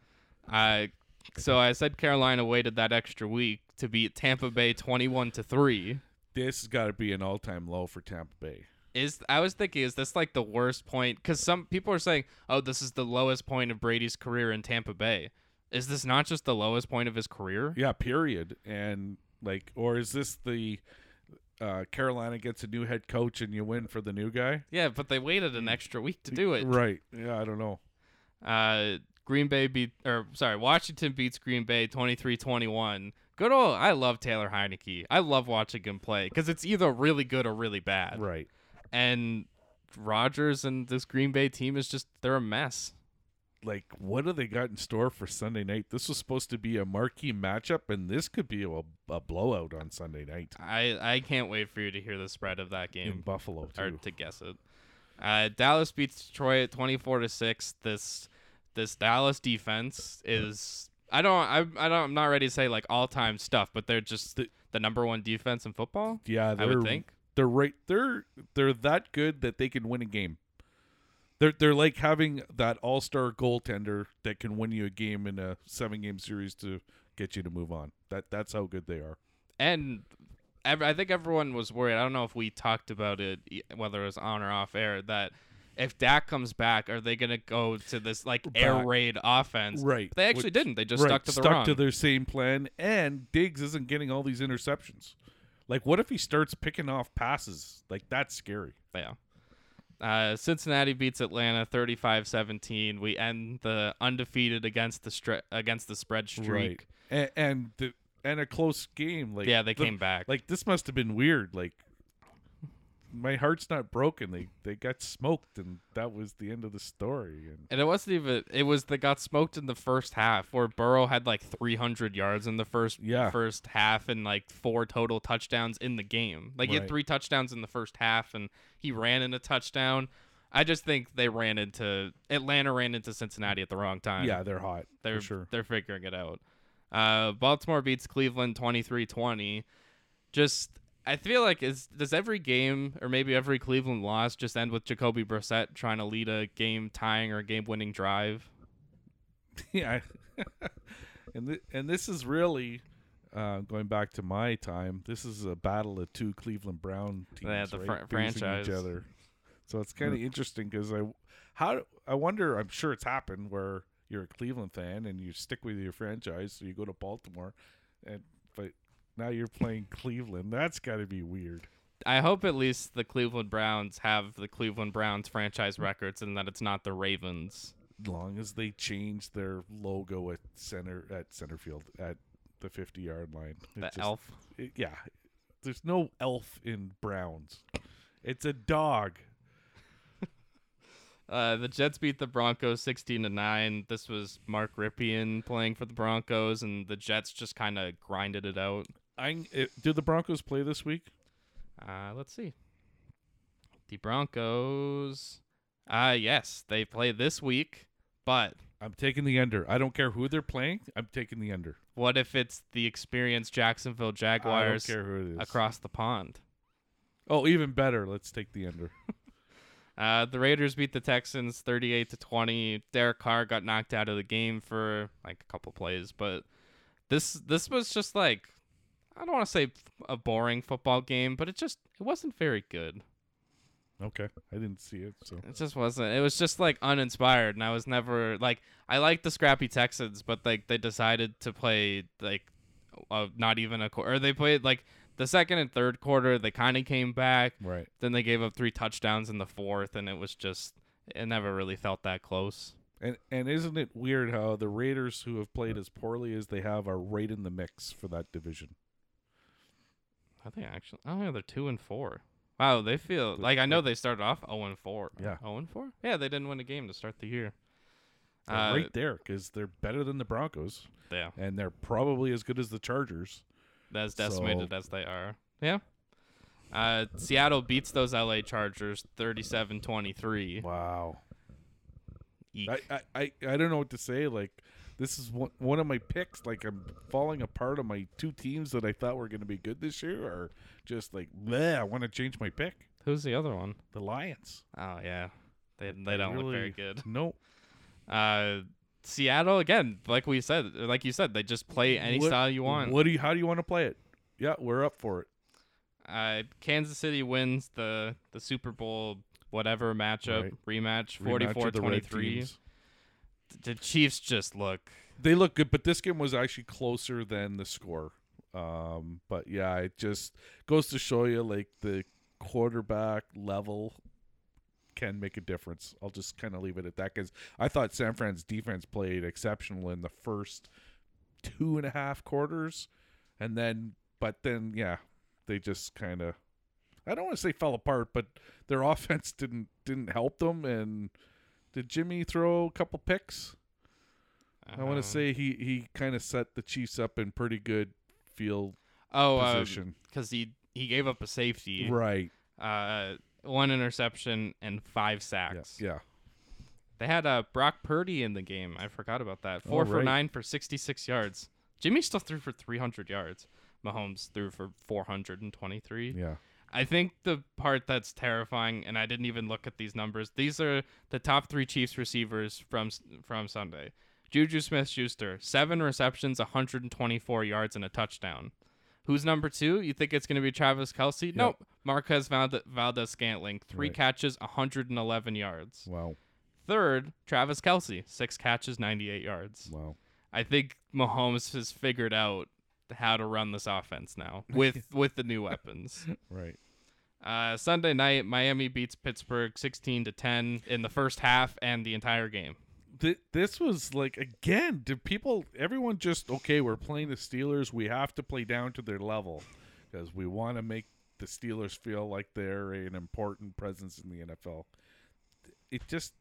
Speaker 1: I so I said Carolina waited that extra week to beat Tampa Bay 21 to 3.
Speaker 2: This has got to be an all time low for Tampa Bay.
Speaker 1: Is I was thinking, is this like the worst point? Because some people are saying, "Oh, this is the lowest point of Brady's career in Tampa Bay." Is this not just the lowest point of his career?
Speaker 2: Yeah, period. And like, or is this the uh, Carolina gets a new head coach and you win for the new guy?
Speaker 1: Yeah, but they waited an extra week to do it.
Speaker 2: Mm. Right. Yeah, I don't know.
Speaker 1: Uh, Green Bay beat, or sorry, Washington beats Green Bay 23-21. Good old. I love Taylor Heineke. I love watching him play because it's either really good or really bad.
Speaker 2: Right.
Speaker 1: And Rodgers and this Green Bay team is just they're a mess.
Speaker 2: Like, what do they got in store for Sunday night? This was supposed to be a marquee matchup, and this could be a, a blowout on Sunday night
Speaker 1: I I can't wait for you to hear the spread of that
Speaker 2: in
Speaker 1: game
Speaker 2: Buffalo
Speaker 1: or
Speaker 2: too.
Speaker 1: to guess it. Uh, Dallas beats Detroit 24 to 6. This this Dallas defense is I don't I, I don't I'm not ready to say like all-time stuff, but they're just the, number 1 defense in football.
Speaker 2: Yeah,
Speaker 1: I
Speaker 2: they're
Speaker 1: would think.
Speaker 2: they're right. They're they're that good that they can win a game. They're they're like having that all star goaltender that can win you a game in a seven game series to get you to move on. That that's how good they are.
Speaker 1: And ev- I think everyone was worried. I don't know if we talked about it e- whether it was on or off air that if Dak comes back, are they going to go to this like air
Speaker 2: Back.
Speaker 1: raid offense?
Speaker 2: Right.
Speaker 1: They actually
Speaker 2: Which-
Speaker 1: didn't. They just
Speaker 2: right,
Speaker 1: stuck to the run.
Speaker 2: their same plan, and Diggs isn't getting all these interceptions. Like, what if he starts picking off passes? Like, that's scary.
Speaker 1: Yeah. Uh, Cincinnati beats Atlanta 35-17. We end the undefeated against the stre- against the spread streak.
Speaker 2: and, and the and a close game. Like,
Speaker 1: Yeah, they
Speaker 2: the-
Speaker 1: came back.
Speaker 2: Like, this must have been weird. Like, my heart's not broken. They they got smoked, and that was the end of the story. And
Speaker 1: and it wasn't even it was they got smoked in the first half where Burrow had like 300 yards in the first
Speaker 2: Yeah.
Speaker 1: first half and like four total touchdowns in the game. Like he had
Speaker 2: Right.
Speaker 1: three touchdowns in the first half and he ran in a touchdown. I just think they ran into Atlanta ran into Cincinnati at the wrong time.
Speaker 2: yeah, they're hot.
Speaker 1: They're
Speaker 2: for sure.
Speaker 1: they're figuring it out. Uh, Baltimore beats Cleveland 23-20. Just I feel like is does every game or maybe every Cleveland loss just end with Jacoby Brissett trying to lead a game tying or game winning drive?
Speaker 2: yeah and th- and this is really uh, going back to my time this is a battle of two cleveland brown teams
Speaker 1: Yeah, the
Speaker 2: right?
Speaker 1: fr-
Speaker 2: Facing
Speaker 1: franchise.
Speaker 2: each other so it's kind of interesting because i how do- i wonder i'm sure it's happened where you're a cleveland fan and you stick with your franchise so you go to baltimore and but now you're playing cleveland that's got to be weird
Speaker 1: I hope at least the Cleveland Browns have the Cleveland Browns franchise records and that it's not the Ravens.
Speaker 2: as long as they change their logo at center at center field at the 50 yard line It
Speaker 1: The
Speaker 2: just-
Speaker 1: elf.
Speaker 2: it- yeah. There's no elf in Browns. It's a dog.
Speaker 1: Uh, the Jets beat the Broncos 16 to 9. This was Mark Ripien playing for the Broncos and the Jets just kind of grinded it out.
Speaker 2: I did the Broncos play this week?
Speaker 1: Uh, let's see. The Broncos. Uh, yes, they play this week. But
Speaker 2: I'm taking the under. I don't care who they're playing. I'm taking the under.
Speaker 1: what if it's the experienced Jacksonville Jaguars
Speaker 2: I don't care who it is.
Speaker 1: across the pond?
Speaker 2: Oh, even better. Let's take the under.
Speaker 1: Uh, the Raiders beat the Texans 38 to 20. Derek Carr got knocked out of the game for like a couple plays, but this this was just like I don't want to say f- a boring football game, but it just it wasn't very good.
Speaker 2: Okay. I didn't see it, so
Speaker 1: It just wasn't. It was just like uninspired, and I was never like I liked the scrappy Texans, but like they decided to play like uh, not even a quarter. Or they played like the second and third quarter. They kind of came back.
Speaker 2: right.
Speaker 1: Then they gave up three touchdowns in the fourth, and it was just it never really felt that close.
Speaker 2: And and isn't it weird how the Raiders who have played as poorly as they have are right in the mix for that division?
Speaker 1: I think actually, oh yeah, they're two and four. Wow, they feel like I know they started off zero and four.
Speaker 2: Yeah.
Speaker 1: zero and four. Yeah, they didn't win a game to start the year.
Speaker 2: They're
Speaker 1: Uh,
Speaker 2: right there cuz they're better than the Broncos
Speaker 1: Yeah,
Speaker 2: and they're probably as good as the Chargers.
Speaker 1: as
Speaker 2: So-
Speaker 1: decimated as they are. Yeah. Uh, Seattle beats those LA Chargers 37-23.
Speaker 2: Wow.
Speaker 1: Eek.
Speaker 2: I, I, I, I don't know what to say. Like, this is one, one of my picks. Like, I'm falling apart on my two teams that I thought were going to be good this year are just like, bleh, I want to change my pick.
Speaker 1: Who's the other one?
Speaker 2: The Lions.
Speaker 1: Oh yeah, they they don't look very good.
Speaker 2: No.
Speaker 1: Uh, Seattle again, like we said, like you said, they just play any
Speaker 2: What-
Speaker 1: style you want.
Speaker 2: What do you, how do you want to play it? Yeah, we're up for it.
Speaker 1: Uh, Uh, Kansas City wins the the Super Bowl whatever matchup rematch
Speaker 2: Rematch of the red
Speaker 1: 44-23.
Speaker 2: teams.
Speaker 1: The Chiefs just look
Speaker 2: They look good, but this game was actually closer than the score. Um, but yeah, it just goes to show you like the quarterback level can make a difference. I'll just kind of leave it at that because I thought San Fran's defense played exceptional in the first two and a half quarters, and then but then yeah, they just kind of I don't want to say fell apart, but their offense didn't didn't help them. And did Jimmy throw a couple picks? I want
Speaker 1: um,
Speaker 2: to say he he kind of set the Chiefs up in pretty good field
Speaker 1: oh um,
Speaker 2: position.
Speaker 1: because he he gave up a safety,
Speaker 2: right.
Speaker 1: uh, one interception and five
Speaker 2: Yeah.
Speaker 1: sacks.
Speaker 2: yeah.
Speaker 1: They had uh, Brock Purdy in the game. I forgot about that. Four
Speaker 2: Oh,
Speaker 1: for
Speaker 2: right.
Speaker 1: nine for 66 yards. Jimmy still threw for 300 yards. Mahomes threw for 423.
Speaker 2: Yeah.
Speaker 1: I think the part that's terrifying, and I didn't even look at these numbers. These are the top three Chiefs receivers from from Sunday. Juju Smith-Schuster, seven receptions, 124 yards, and a touchdown. Who's number two? You think it's going to be Travis Kelsey? Nope. Marquez Valde- Valdez-Scantling, three
Speaker 2: Right.
Speaker 1: catches, 111 yards.
Speaker 2: Wow.
Speaker 1: Third, Travis Kelsey, six catches, 98 yards.
Speaker 2: Wow.
Speaker 1: I think Mahomes has figured out how to run this offense now with with the new weapons.
Speaker 2: Right.
Speaker 1: Uh, Sunday night, Miami beats Pittsburgh 16 to 10 in the first half and the entire game.
Speaker 2: Th- this was like again. Did people? Everyone just okay? We're playing the Steelers. We have to play down to their level because we want to make the Steelers feel like they're an important presence in the NFL. It just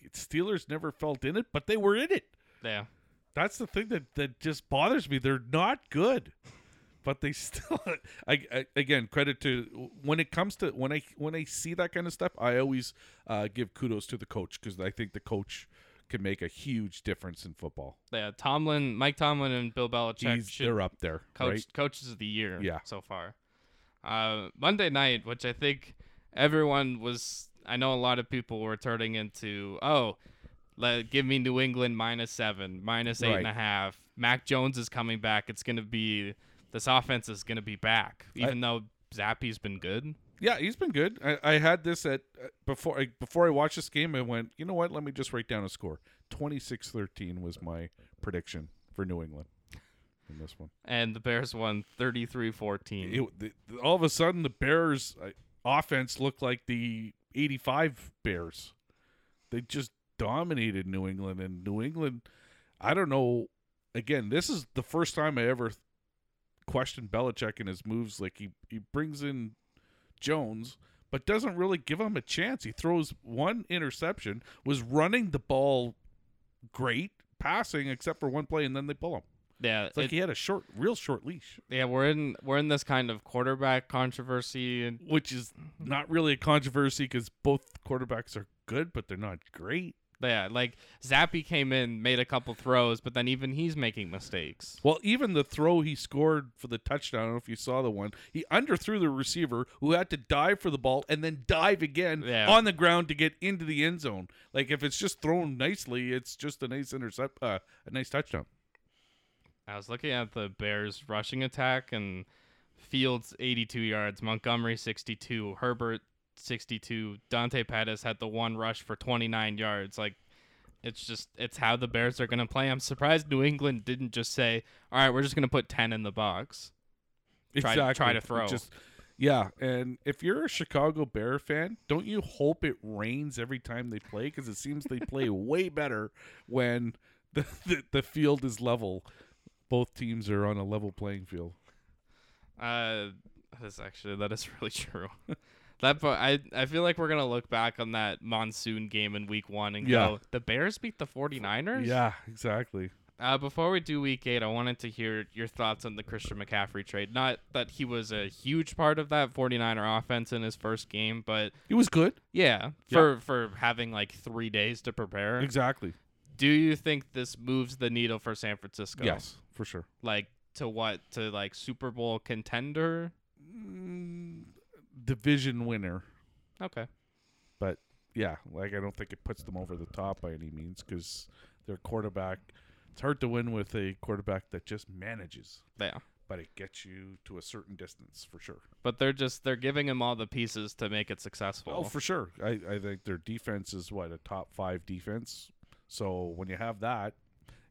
Speaker 2: it, Steelers never felt in it, but they were in it.
Speaker 1: Yeah.
Speaker 2: that's the thing that that just bothers me. They're not good, but they still. I, I again credit to when it comes to when I when I see that kind of stuff, I always uh, give kudos to the coach because I think the coach can make a huge difference in football.
Speaker 1: Yeah. Tomlin, Mike Tomlin, and Bill Belichick
Speaker 2: He's,
Speaker 1: should
Speaker 2: they're up there,
Speaker 1: coach
Speaker 2: right?
Speaker 1: coaches of the year
Speaker 2: Yeah.
Speaker 1: so far. Uh, Monday night, which I think everyone was, I know a lot of people were turning into, oh, let, give me New England minus seven, minus eight and
Speaker 2: Right.
Speaker 1: a half. Mac Jones is coming back. It's going to be, this offense is going to be back, even though Zappy's been good.
Speaker 2: Yeah, he's been good. I, I had this at uh, before I, before I watched this game. I went, you know what? Let me just write down a score. 26-13 was my prediction for New England in this one.
Speaker 1: and the Bears won 33-14.
Speaker 2: it, the, the- all of a sudden the Bears uh, offense looked like the 85 Bears. They just dominated New England and New England I don't know again this is the first time I ever th- questioned Belichick and his moves like he he brings in Jones but doesn't really give him a chance. He throws one interception, was running the ball great, passing except for one play and then they pull him.
Speaker 1: yeah,
Speaker 2: It's like
Speaker 1: it-
Speaker 2: he had a short real short leash.
Speaker 1: yeah, we're in we're in this kind of quarterback controversy and
Speaker 2: which is not really a controversy because both quarterbacks are good, but they're not great.
Speaker 1: yeah, like Zappy came in, made a couple throws, but then even he's making mistakes.
Speaker 2: Well, even the throw he scored for the touchdown, I don't know if you saw the one, he underthrew the receiver who had to dive for the ball and then dive again
Speaker 1: Yeah.
Speaker 2: on the ground to get into the end zone. Like if it's just thrown nicely, it's just a nice intercept, uh, a nice touchdown.
Speaker 1: I was looking at the Bears rushing attack and Fields 82 yards, Montgomery 62, Herbert 62, Dante Pettis had the one rush for 29 yards. Like it's just it's how the Bears are going to play. I'm surprised New England didn't just say, "All right, we're just going to put 10 in the box." Try- try to throw.
Speaker 2: Just- yeah, and if you're a Chicago Bear fan, don't you hope it rains every time they play? Because it seems they play way better when the, the the field is level. Both teams are on a level playing field.
Speaker 1: Uh, that's actually that is really true. that part, I I feel like we're gonna look back on that monsoon game in week one and
Speaker 2: Yeah.
Speaker 1: go, the Bears beat the 49ers.
Speaker 2: Yeah, exactly.
Speaker 1: Uh, before we do week eight, I wanted to hear your thoughts on the Christian McCaffrey trade. Not that he was a huge part of that 49er offense in his first game, but
Speaker 2: It was good.
Speaker 1: yeah, for for having like three days to prepare.
Speaker 2: Exactly.
Speaker 1: Do you think this moves the needle for San Francisco?
Speaker 2: Yes, for sure.
Speaker 1: Like to what? To like Super Bowl contender?
Speaker 2: Mm, division winner.
Speaker 1: Okay.
Speaker 2: but yeah, like I don't think it puts them over the top by any means because their quarterback. It's hard to win with a quarterback that just manages.
Speaker 1: Yeah.
Speaker 2: but it gets you to a certain distance for sure.
Speaker 1: But they're just they're giving him all the pieces to make it successful.
Speaker 2: Oh, for sure. I, I think their defense is what a top five defense. So when you have that,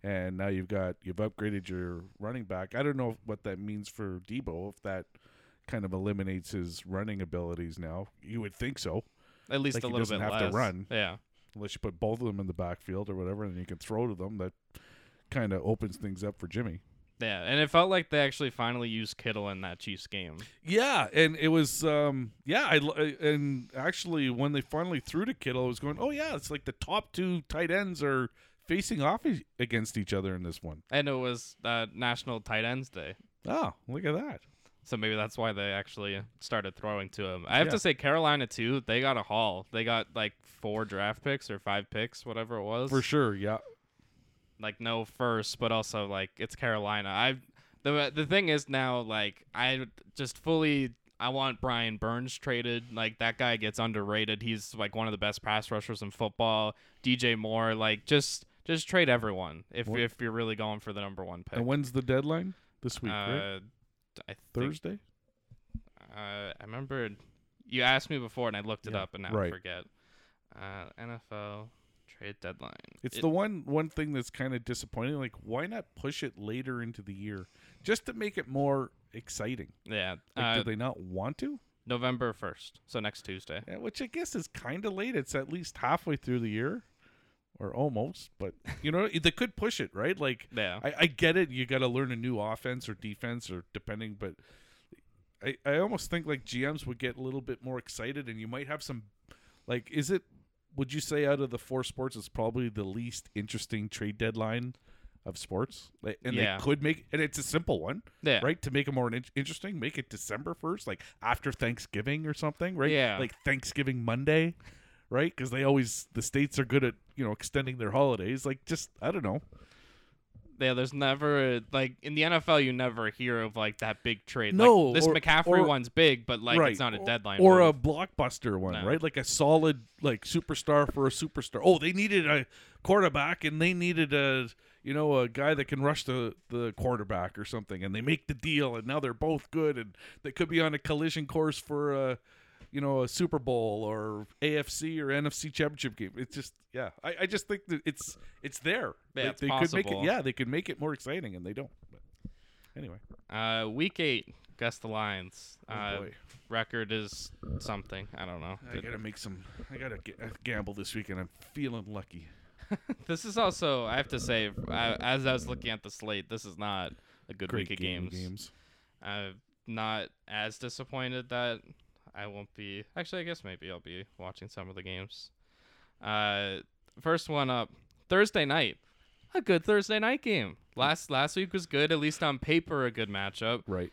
Speaker 2: and now you've got you've upgraded your running back. I don't know what that means for Debo if that kind of eliminates his running abilities now. You would think so,
Speaker 1: At least
Speaker 2: like
Speaker 1: a
Speaker 2: he
Speaker 1: little
Speaker 2: doesn't
Speaker 1: bit
Speaker 2: have
Speaker 1: less.
Speaker 2: to run.
Speaker 1: Yeah.
Speaker 2: unless you put both of them in the backfield or whatever, and you can throw to them. That kind of opens things up for Jimmy.
Speaker 1: Yeah, and it felt like they actually finally used Kittle in that Chiefs game.
Speaker 2: Yeah, and it was um yeah, I l- and actually when they finally threw to Kittle, I was going, "Oh yeah, it's like the top two tight ends are facing off e- against each other in this one."
Speaker 1: And it was uh, National Tight Ends Day.
Speaker 2: Oh, look at that.
Speaker 1: So maybe that's why they actually started throwing to him. I have
Speaker 2: Yeah.
Speaker 1: to say, Carolina too. They got a haul. They got like four draft picks or five picks, whatever it was.
Speaker 2: For sure, yeah.
Speaker 1: Like no first, but also like it's Carolina. I the the thing is now like I just fully I want Brian Burns traded. Like that guy gets underrated. He's like one of the best pass rushers in football. DJ Moore, like just just trade everyone if
Speaker 2: What-
Speaker 1: if you're really going for the number one pick.
Speaker 2: And when's the deadline? This week, right?
Speaker 1: uh, I think
Speaker 2: Thursday?
Speaker 1: uh, I remember you asked me before, and I looked it
Speaker 2: Yeah,
Speaker 1: up, and now
Speaker 2: right.
Speaker 1: I forget. Uh, NFL trade deadline.
Speaker 2: It's
Speaker 1: It-
Speaker 2: the one one thing that's kind of disappointing like why not push it later into the year just to make it more exciting?
Speaker 1: yeah
Speaker 2: Like
Speaker 1: uh,
Speaker 2: do they not want to?
Speaker 1: November first, so next Tuesday.
Speaker 2: Yeah, Eh, which I guess is kind of late. It's at least halfway through the year, or almost. But you know, eh, they could push it, right? Like
Speaker 1: Yeah,
Speaker 2: I, I get it. You got to learn a new offense or defense or depending, but I, I almost think like GMs would get a little bit more excited, and you might have some. Like, is it? Would you say out of the four sports, it's probably the least interesting trade deadline of sports? Like, and
Speaker 1: Yeah.
Speaker 2: they could make, and it's a simple one,
Speaker 1: yeah,
Speaker 2: right? To make it more in- interesting, make it December first, like after Thanksgiving or something, right?
Speaker 1: Yeah.
Speaker 2: like Thanksgiving Monday, right? Because they always the states are good at you know extending their holidays. Like just I don't know.
Speaker 1: yeah. There's never like in the NFL, you never hear of like that big trade. Like,
Speaker 2: No,
Speaker 1: this
Speaker 2: or-
Speaker 1: McCaffrey
Speaker 2: or-
Speaker 1: one's big, but like
Speaker 2: right.
Speaker 1: it's not a
Speaker 2: Or-
Speaker 1: deadline
Speaker 2: Or
Speaker 1: move.
Speaker 2: a blockbuster one,
Speaker 1: No.
Speaker 2: right? Like a solid like superstar for a superstar. Oh, they needed a quarterback and they needed a you know a guy that can rush the the quarterback or something and they make the deal and now they're both good and they could be on a collision course for a you know a Super Bowl or AFC or NFC championship game. It's just yeah. I, I just think that it's it's there.
Speaker 1: Yeah,
Speaker 2: Like,
Speaker 1: it's
Speaker 2: they could make
Speaker 1: possible.
Speaker 2: it yeah, they could make it more exciting and they don't. But anyway.
Speaker 1: uh, week eight, guess the lines.
Speaker 2: Oh,
Speaker 1: uh,
Speaker 2: boy.
Speaker 1: record is something. I don't know.
Speaker 2: I gotta make some. I gotta g- uh, gamble this weekend. I'm feeling lucky.
Speaker 1: This is also, I have to say, I, as I was looking at the slate, this is not a good week of
Speaker 2: game-
Speaker 1: games. I'm not as disappointed that I won't be. Actually, I guess maybe I'll be watching some of the games. Uh, first one up Thursday night. A good Thursday night game. Last last week was good, at least on paper, a good matchup.
Speaker 2: Right.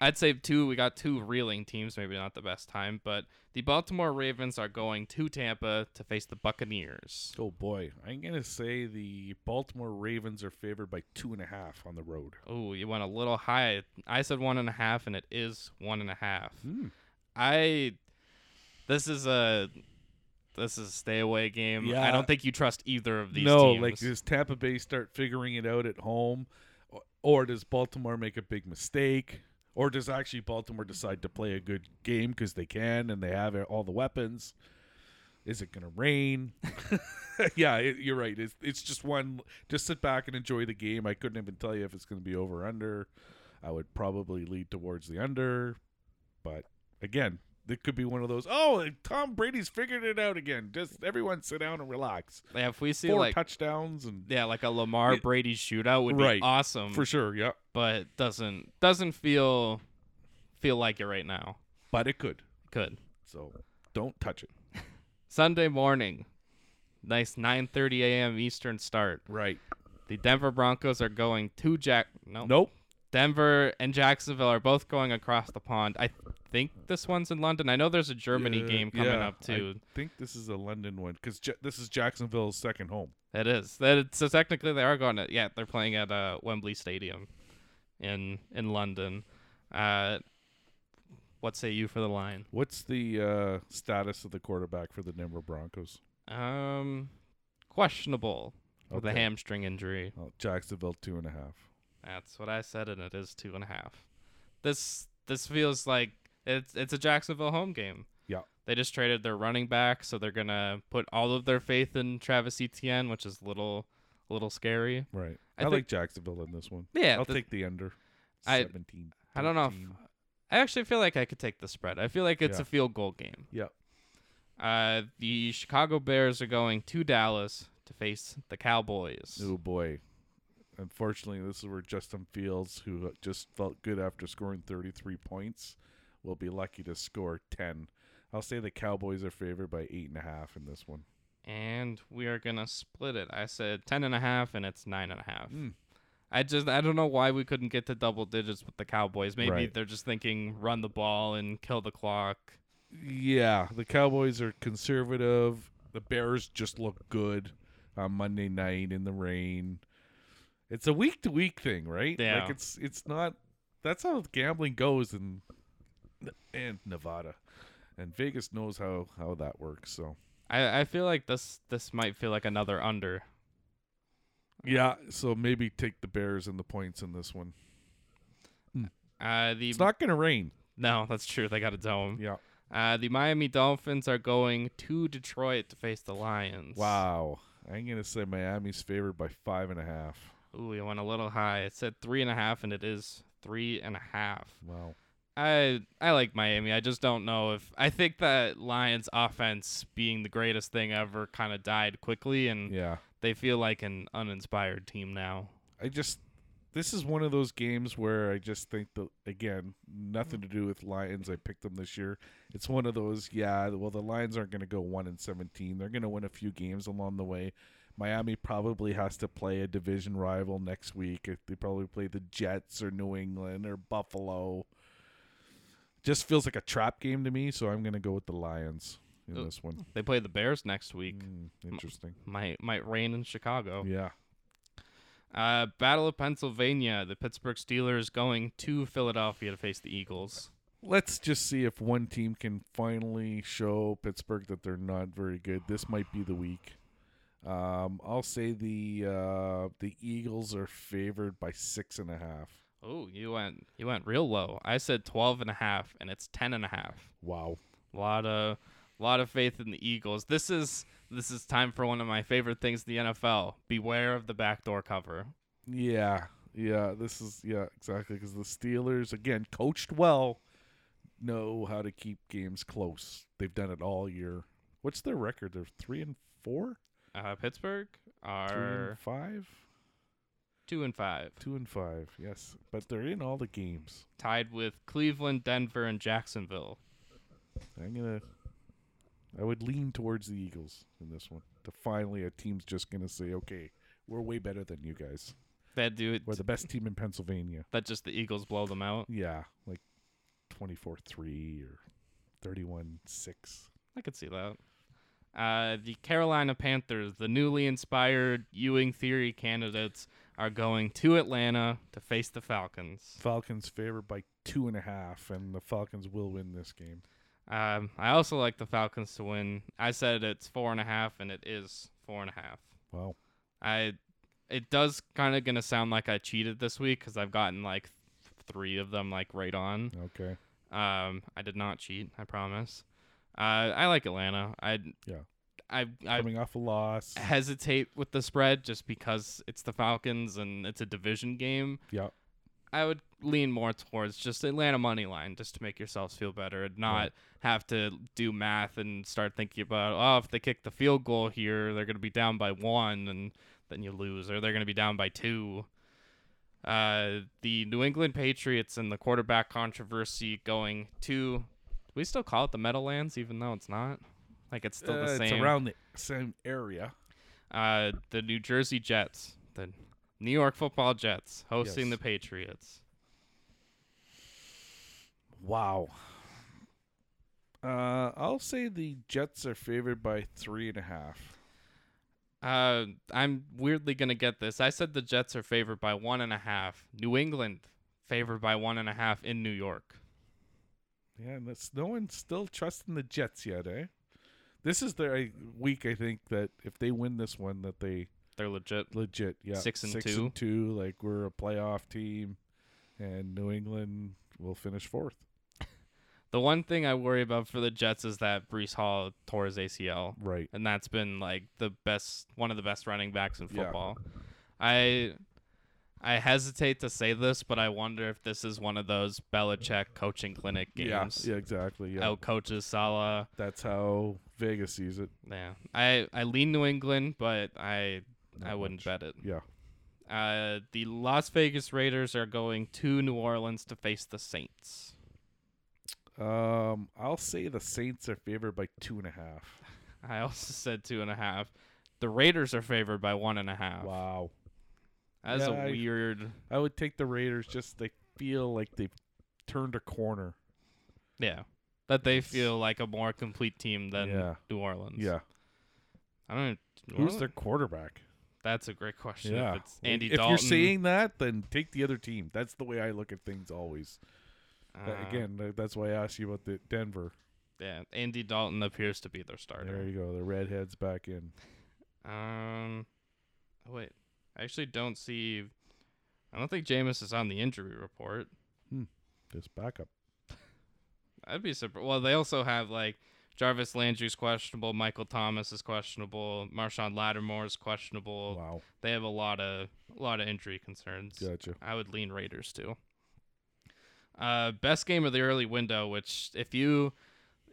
Speaker 1: I'd say two. We got two reeling teams. Maybe not the best time, but the Baltimore Ravens are going to Tampa to face the Buccaneers.
Speaker 2: Oh boy, I'm gonna say the Baltimore Ravens are favored by two and a half on the road.
Speaker 1: Oh, you went a little high. I said one and a half, and it is one and a half.
Speaker 2: Hmm.
Speaker 1: I. This is a. This is a stay away game. I
Speaker 2: Yeah.
Speaker 1: don't think you trust either of these
Speaker 2: no,
Speaker 1: teams.
Speaker 2: like does Tampa Bay start figuring it out at home, or, or does Baltimore make a big mistake, or does actually Baltimore decide to play a good game because they can and they have all the weapons? Is it gonna rain? yeah, it, you're right. It's it's just one. Just sit back and enjoy the game. I couldn't even tell you if it's gonna be over or under. I would probably lead towards the under, but again. It could be one of those. Oh, Tom Brady's figured it out again. Just everyone sit down and relax
Speaker 1: yeah, if we see
Speaker 2: four
Speaker 1: like
Speaker 2: touchdowns and
Speaker 1: yeah, like a Lamar
Speaker 2: Yeah.
Speaker 1: Brady shootout would
Speaker 2: Right.
Speaker 1: be awesome.
Speaker 2: for sure, yeah.
Speaker 1: But doesn't doesn't feel feel like it right now.
Speaker 2: But it could.
Speaker 1: Could
Speaker 2: So don't touch it.
Speaker 1: Sunday morning, nice 9:30 a.m. Eastern start.
Speaker 2: Right.
Speaker 1: The Denver Broncos are going to Jack. No,
Speaker 2: Nope.
Speaker 1: Denver and Jacksonville are both going across the pond. I think this one's in London. I know there's a Germany
Speaker 2: Yeah,
Speaker 1: game coming
Speaker 2: yeah,
Speaker 1: up too.
Speaker 2: I think this is a London one because this is Jacksonville's second home.
Speaker 1: That is that. Is, so technically they are going to. Yeah, they're playing at uh, Wembley Stadium, in in London. Uh, what say you for the line?
Speaker 2: What's the uh, status of the quarterback for the Denver Broncos?
Speaker 1: Um, questionable with a
Speaker 2: Okay.
Speaker 1: hamstring injury.
Speaker 2: Oh, Jacksonville two and a half.
Speaker 1: That's what I said, and it is two and a half. This this feels like it's it's a Jacksonville home game.
Speaker 2: Yeah.
Speaker 1: They just traded their running back, so they're gonna put all of their faith in Travis Etienne, which is a little a little scary.
Speaker 2: Right.
Speaker 1: I
Speaker 2: I,
Speaker 1: think-
Speaker 2: like Jacksonville in this one.
Speaker 1: Yeah,
Speaker 2: I'll
Speaker 1: the-
Speaker 2: take the under.
Speaker 1: I-
Speaker 2: 17.
Speaker 1: I don't know if-
Speaker 2: 13.
Speaker 1: I actually feel like I could take the spread. I feel like it's
Speaker 2: Yeah.
Speaker 1: a field goal game.
Speaker 2: Yep.
Speaker 1: Uh, the Chicago Bears are going to Dallas to face the Cowboys.
Speaker 2: Oh boy. Unfortunately, this is where Justin Fields, who just felt good after scoring 33 points, will be lucky to score 10. I'll say the Cowboys are favored by eight and a half in this one.
Speaker 1: And we are gonna split it. I said ten and a half, and it's nine and a half.
Speaker 2: Mm.
Speaker 1: I just I don't know why we couldn't get to double digits with the Cowboys. Maybe
Speaker 2: Right.
Speaker 1: they're just thinking run the ball and kill the clock.
Speaker 2: Yeah, the Cowboys are conservative. The Bears just look good on Monday night in the rain. It's a week to week thing, right?
Speaker 1: Yeah.
Speaker 2: Like it's it's not. That's how gambling goes in and Nevada, and Vegas knows how how that works. So
Speaker 1: I, I feel like this this might feel like another under.
Speaker 2: Yeah, so maybe take the Bears and the points in this one.
Speaker 1: Uh, the
Speaker 2: It's not going to rain.
Speaker 1: no, that's true. They got a dome.
Speaker 2: Yeah.
Speaker 1: Uh, the Miami Dolphins are going to Detroit to face the Lions.
Speaker 2: Wow. I'm going to say Miami's favored by five and a half.
Speaker 1: Ooh, we went a little high. It said three and a half, and it is three and a half.
Speaker 2: Wow.
Speaker 1: I I like Miami. I just don't know if I think that Lions offense being the greatest thing ever kind of died quickly, and
Speaker 2: Yeah.
Speaker 1: they feel like an uninspired team now.
Speaker 2: I just, this is one of those games where I just think that, again, nothing to do with Lions. I picked them this year. It's one of those, yeah, well, the Lions aren't going to go 1 and 17. They're going to win a few games along the way. Miami probably has to play a division rival next week. They probably play the Jets or New England or Buffalo. Just feels like a trap game to me, so I'm going to go with the Lions in
Speaker 1: Oh.
Speaker 2: this one.
Speaker 1: They play the Bears next week.
Speaker 2: Mm, interesting.
Speaker 1: Might might rain in Chicago.
Speaker 2: Yeah.
Speaker 1: Uh, Battle of Pennsylvania. The Pittsburgh Steelers going to Philadelphia to face the Eagles.
Speaker 2: Let's just see if one team can finally show Pittsburgh that they're not very good. This might be the week. Um, I'll say the uh, the Eagles are favored by six and a half.
Speaker 1: Oh, you went you went real low. I said 12 and a half and it's 10 and a half.
Speaker 2: Wow.
Speaker 1: A lot of lot of faith in the Eagles. This is this is time for one of my favorite things in the NFL. Beware of the backdoor cover.
Speaker 2: Yeah, yeah. This is yeah exactly because the Steelers again coached well, know how to keep games close. They've done it all year. What's their record? They're three and four,
Speaker 1: Uh, Pittsburgh
Speaker 2: three and
Speaker 1: are
Speaker 2: five,
Speaker 1: 2 and 5,
Speaker 2: two and five. Yes, but they're in all the games.
Speaker 1: tied with Cleveland, Denver and Jacksonville.
Speaker 2: I'm gonna. I would lean towards the Eagles in this one. To finally, a team's just gonna say, "Okay, we're way better than you guys.
Speaker 1: That do
Speaker 2: We're the best team in Pennsylvania."
Speaker 1: that just the Eagles blow them out.
Speaker 2: Yeah, like twenty-four three or thirty-one six.
Speaker 1: I could see that. Uh, the Carolina Panthers, the newly inspired Ewing theory candidates, are going to Atlanta to face the Falcons.
Speaker 2: Falcons favored by two and a half, and the Falcons will win this game.
Speaker 1: Um, I also like the Falcons to win. I said it's four and a half, and it is four and a half.
Speaker 2: Wow.
Speaker 1: I, it does kind of gonna sound like I cheated this week because I've gotten like th- three of them like right on.
Speaker 2: Okay.
Speaker 1: Um, I did not cheat. I promise. Uh, I like Atlanta. I
Speaker 2: Yeah.
Speaker 1: I I Uh,
Speaker 2: Coming off a loss.
Speaker 1: hesitate with the spread just because it's the Falcons and it's a division game.
Speaker 2: Yeah.
Speaker 1: I would lean more towards just Atlanta money line just to make yourselves feel better and not
Speaker 2: Right.
Speaker 1: have to do math and start thinking about oh if they kick the field goal here they're going to be down by 1 and then you lose or they're going to be down by 2. Uh, the New England Patriots and the quarterback controversy going to do we still call it the Meadowlands even though it's not like it's still
Speaker 2: Uh,
Speaker 1: the same.
Speaker 2: It's around the same area.
Speaker 1: Uh, the New Jersey Jets, the New York Football Jets, hosting
Speaker 2: Yes.
Speaker 1: the Patriots.
Speaker 2: Wow. Uh, I'll say the Jets are favored by three and a half.
Speaker 1: Uh, I'm weirdly gonna get this. I said the Jets are favored by one and a half. New England favored by one and a half in New York.
Speaker 2: Yeah, and that's no one's still trusting the eh, Jets yet, eh? This is their uh, week, I think, that if they win this one, that they
Speaker 1: They're legit.
Speaker 2: legit. Yeah,
Speaker 1: Six and
Speaker 2: six
Speaker 1: two.
Speaker 2: and two. Like we're a playoff team, and New England will finish fourth.
Speaker 1: The one thing I worry about for the Jets is that Brees Hall tore his ACL,
Speaker 2: Right.
Speaker 1: and that's been like the best, one of the best running backs in
Speaker 2: Yeah.
Speaker 1: football. I. I hesitate to say this, but I wonder if this is one of those Belichick coaching clinic games.
Speaker 2: Yeah. Yeah. Exactly. Yeah.
Speaker 1: Out coaches Salah.
Speaker 2: That's how Vegas sees it.
Speaker 1: Yeah, I I lean New England, but I I
Speaker 2: Not
Speaker 1: wouldn't bet it.
Speaker 2: Yeah.
Speaker 1: Uh, the Las Vegas Raiders are going to New Orleans to face the Saints.
Speaker 2: Um, I'll say the Saints are favored by two and a half.
Speaker 1: I also said two and a half. The Raiders are favored by one and a half.
Speaker 2: Wow.
Speaker 1: That's
Speaker 2: Yeah, I-
Speaker 1: a weird.
Speaker 2: I would take the Raiders. Just they feel like they've turned a corner.
Speaker 1: Yeah, that they feel like a more complete team than
Speaker 2: Yeah.
Speaker 1: New Orleans.
Speaker 2: Yeah.
Speaker 1: I don't. New
Speaker 2: Who's
Speaker 1: Orleans?
Speaker 2: their quarterback?
Speaker 1: That's a great question. If it's
Speaker 2: Like,
Speaker 1: Andy
Speaker 2: if
Speaker 1: Dalton.
Speaker 2: you're saying that, then take the other team. That's the way I look at things always.
Speaker 1: uh,
Speaker 2: That- Again, th- that's why I asked you about the Denver.
Speaker 1: yeah, Andy Dalton appears to be their starter.
Speaker 2: There you go. The redheads back in.
Speaker 1: Um, oh, wait. I actually don't see. I don't think Jameis is on the injury report.
Speaker 2: Just backup.
Speaker 1: I'd be surprised. Well, they also have like Jarvis Landry's questionable, Michael Thomas is questionable, Marshawn Lattimore is questionable.
Speaker 2: Wow.
Speaker 1: They have a lot of a lot of injury concerns.
Speaker 2: Gotcha.
Speaker 1: I would lean Raiders too. Uh, best game of the early window, which if you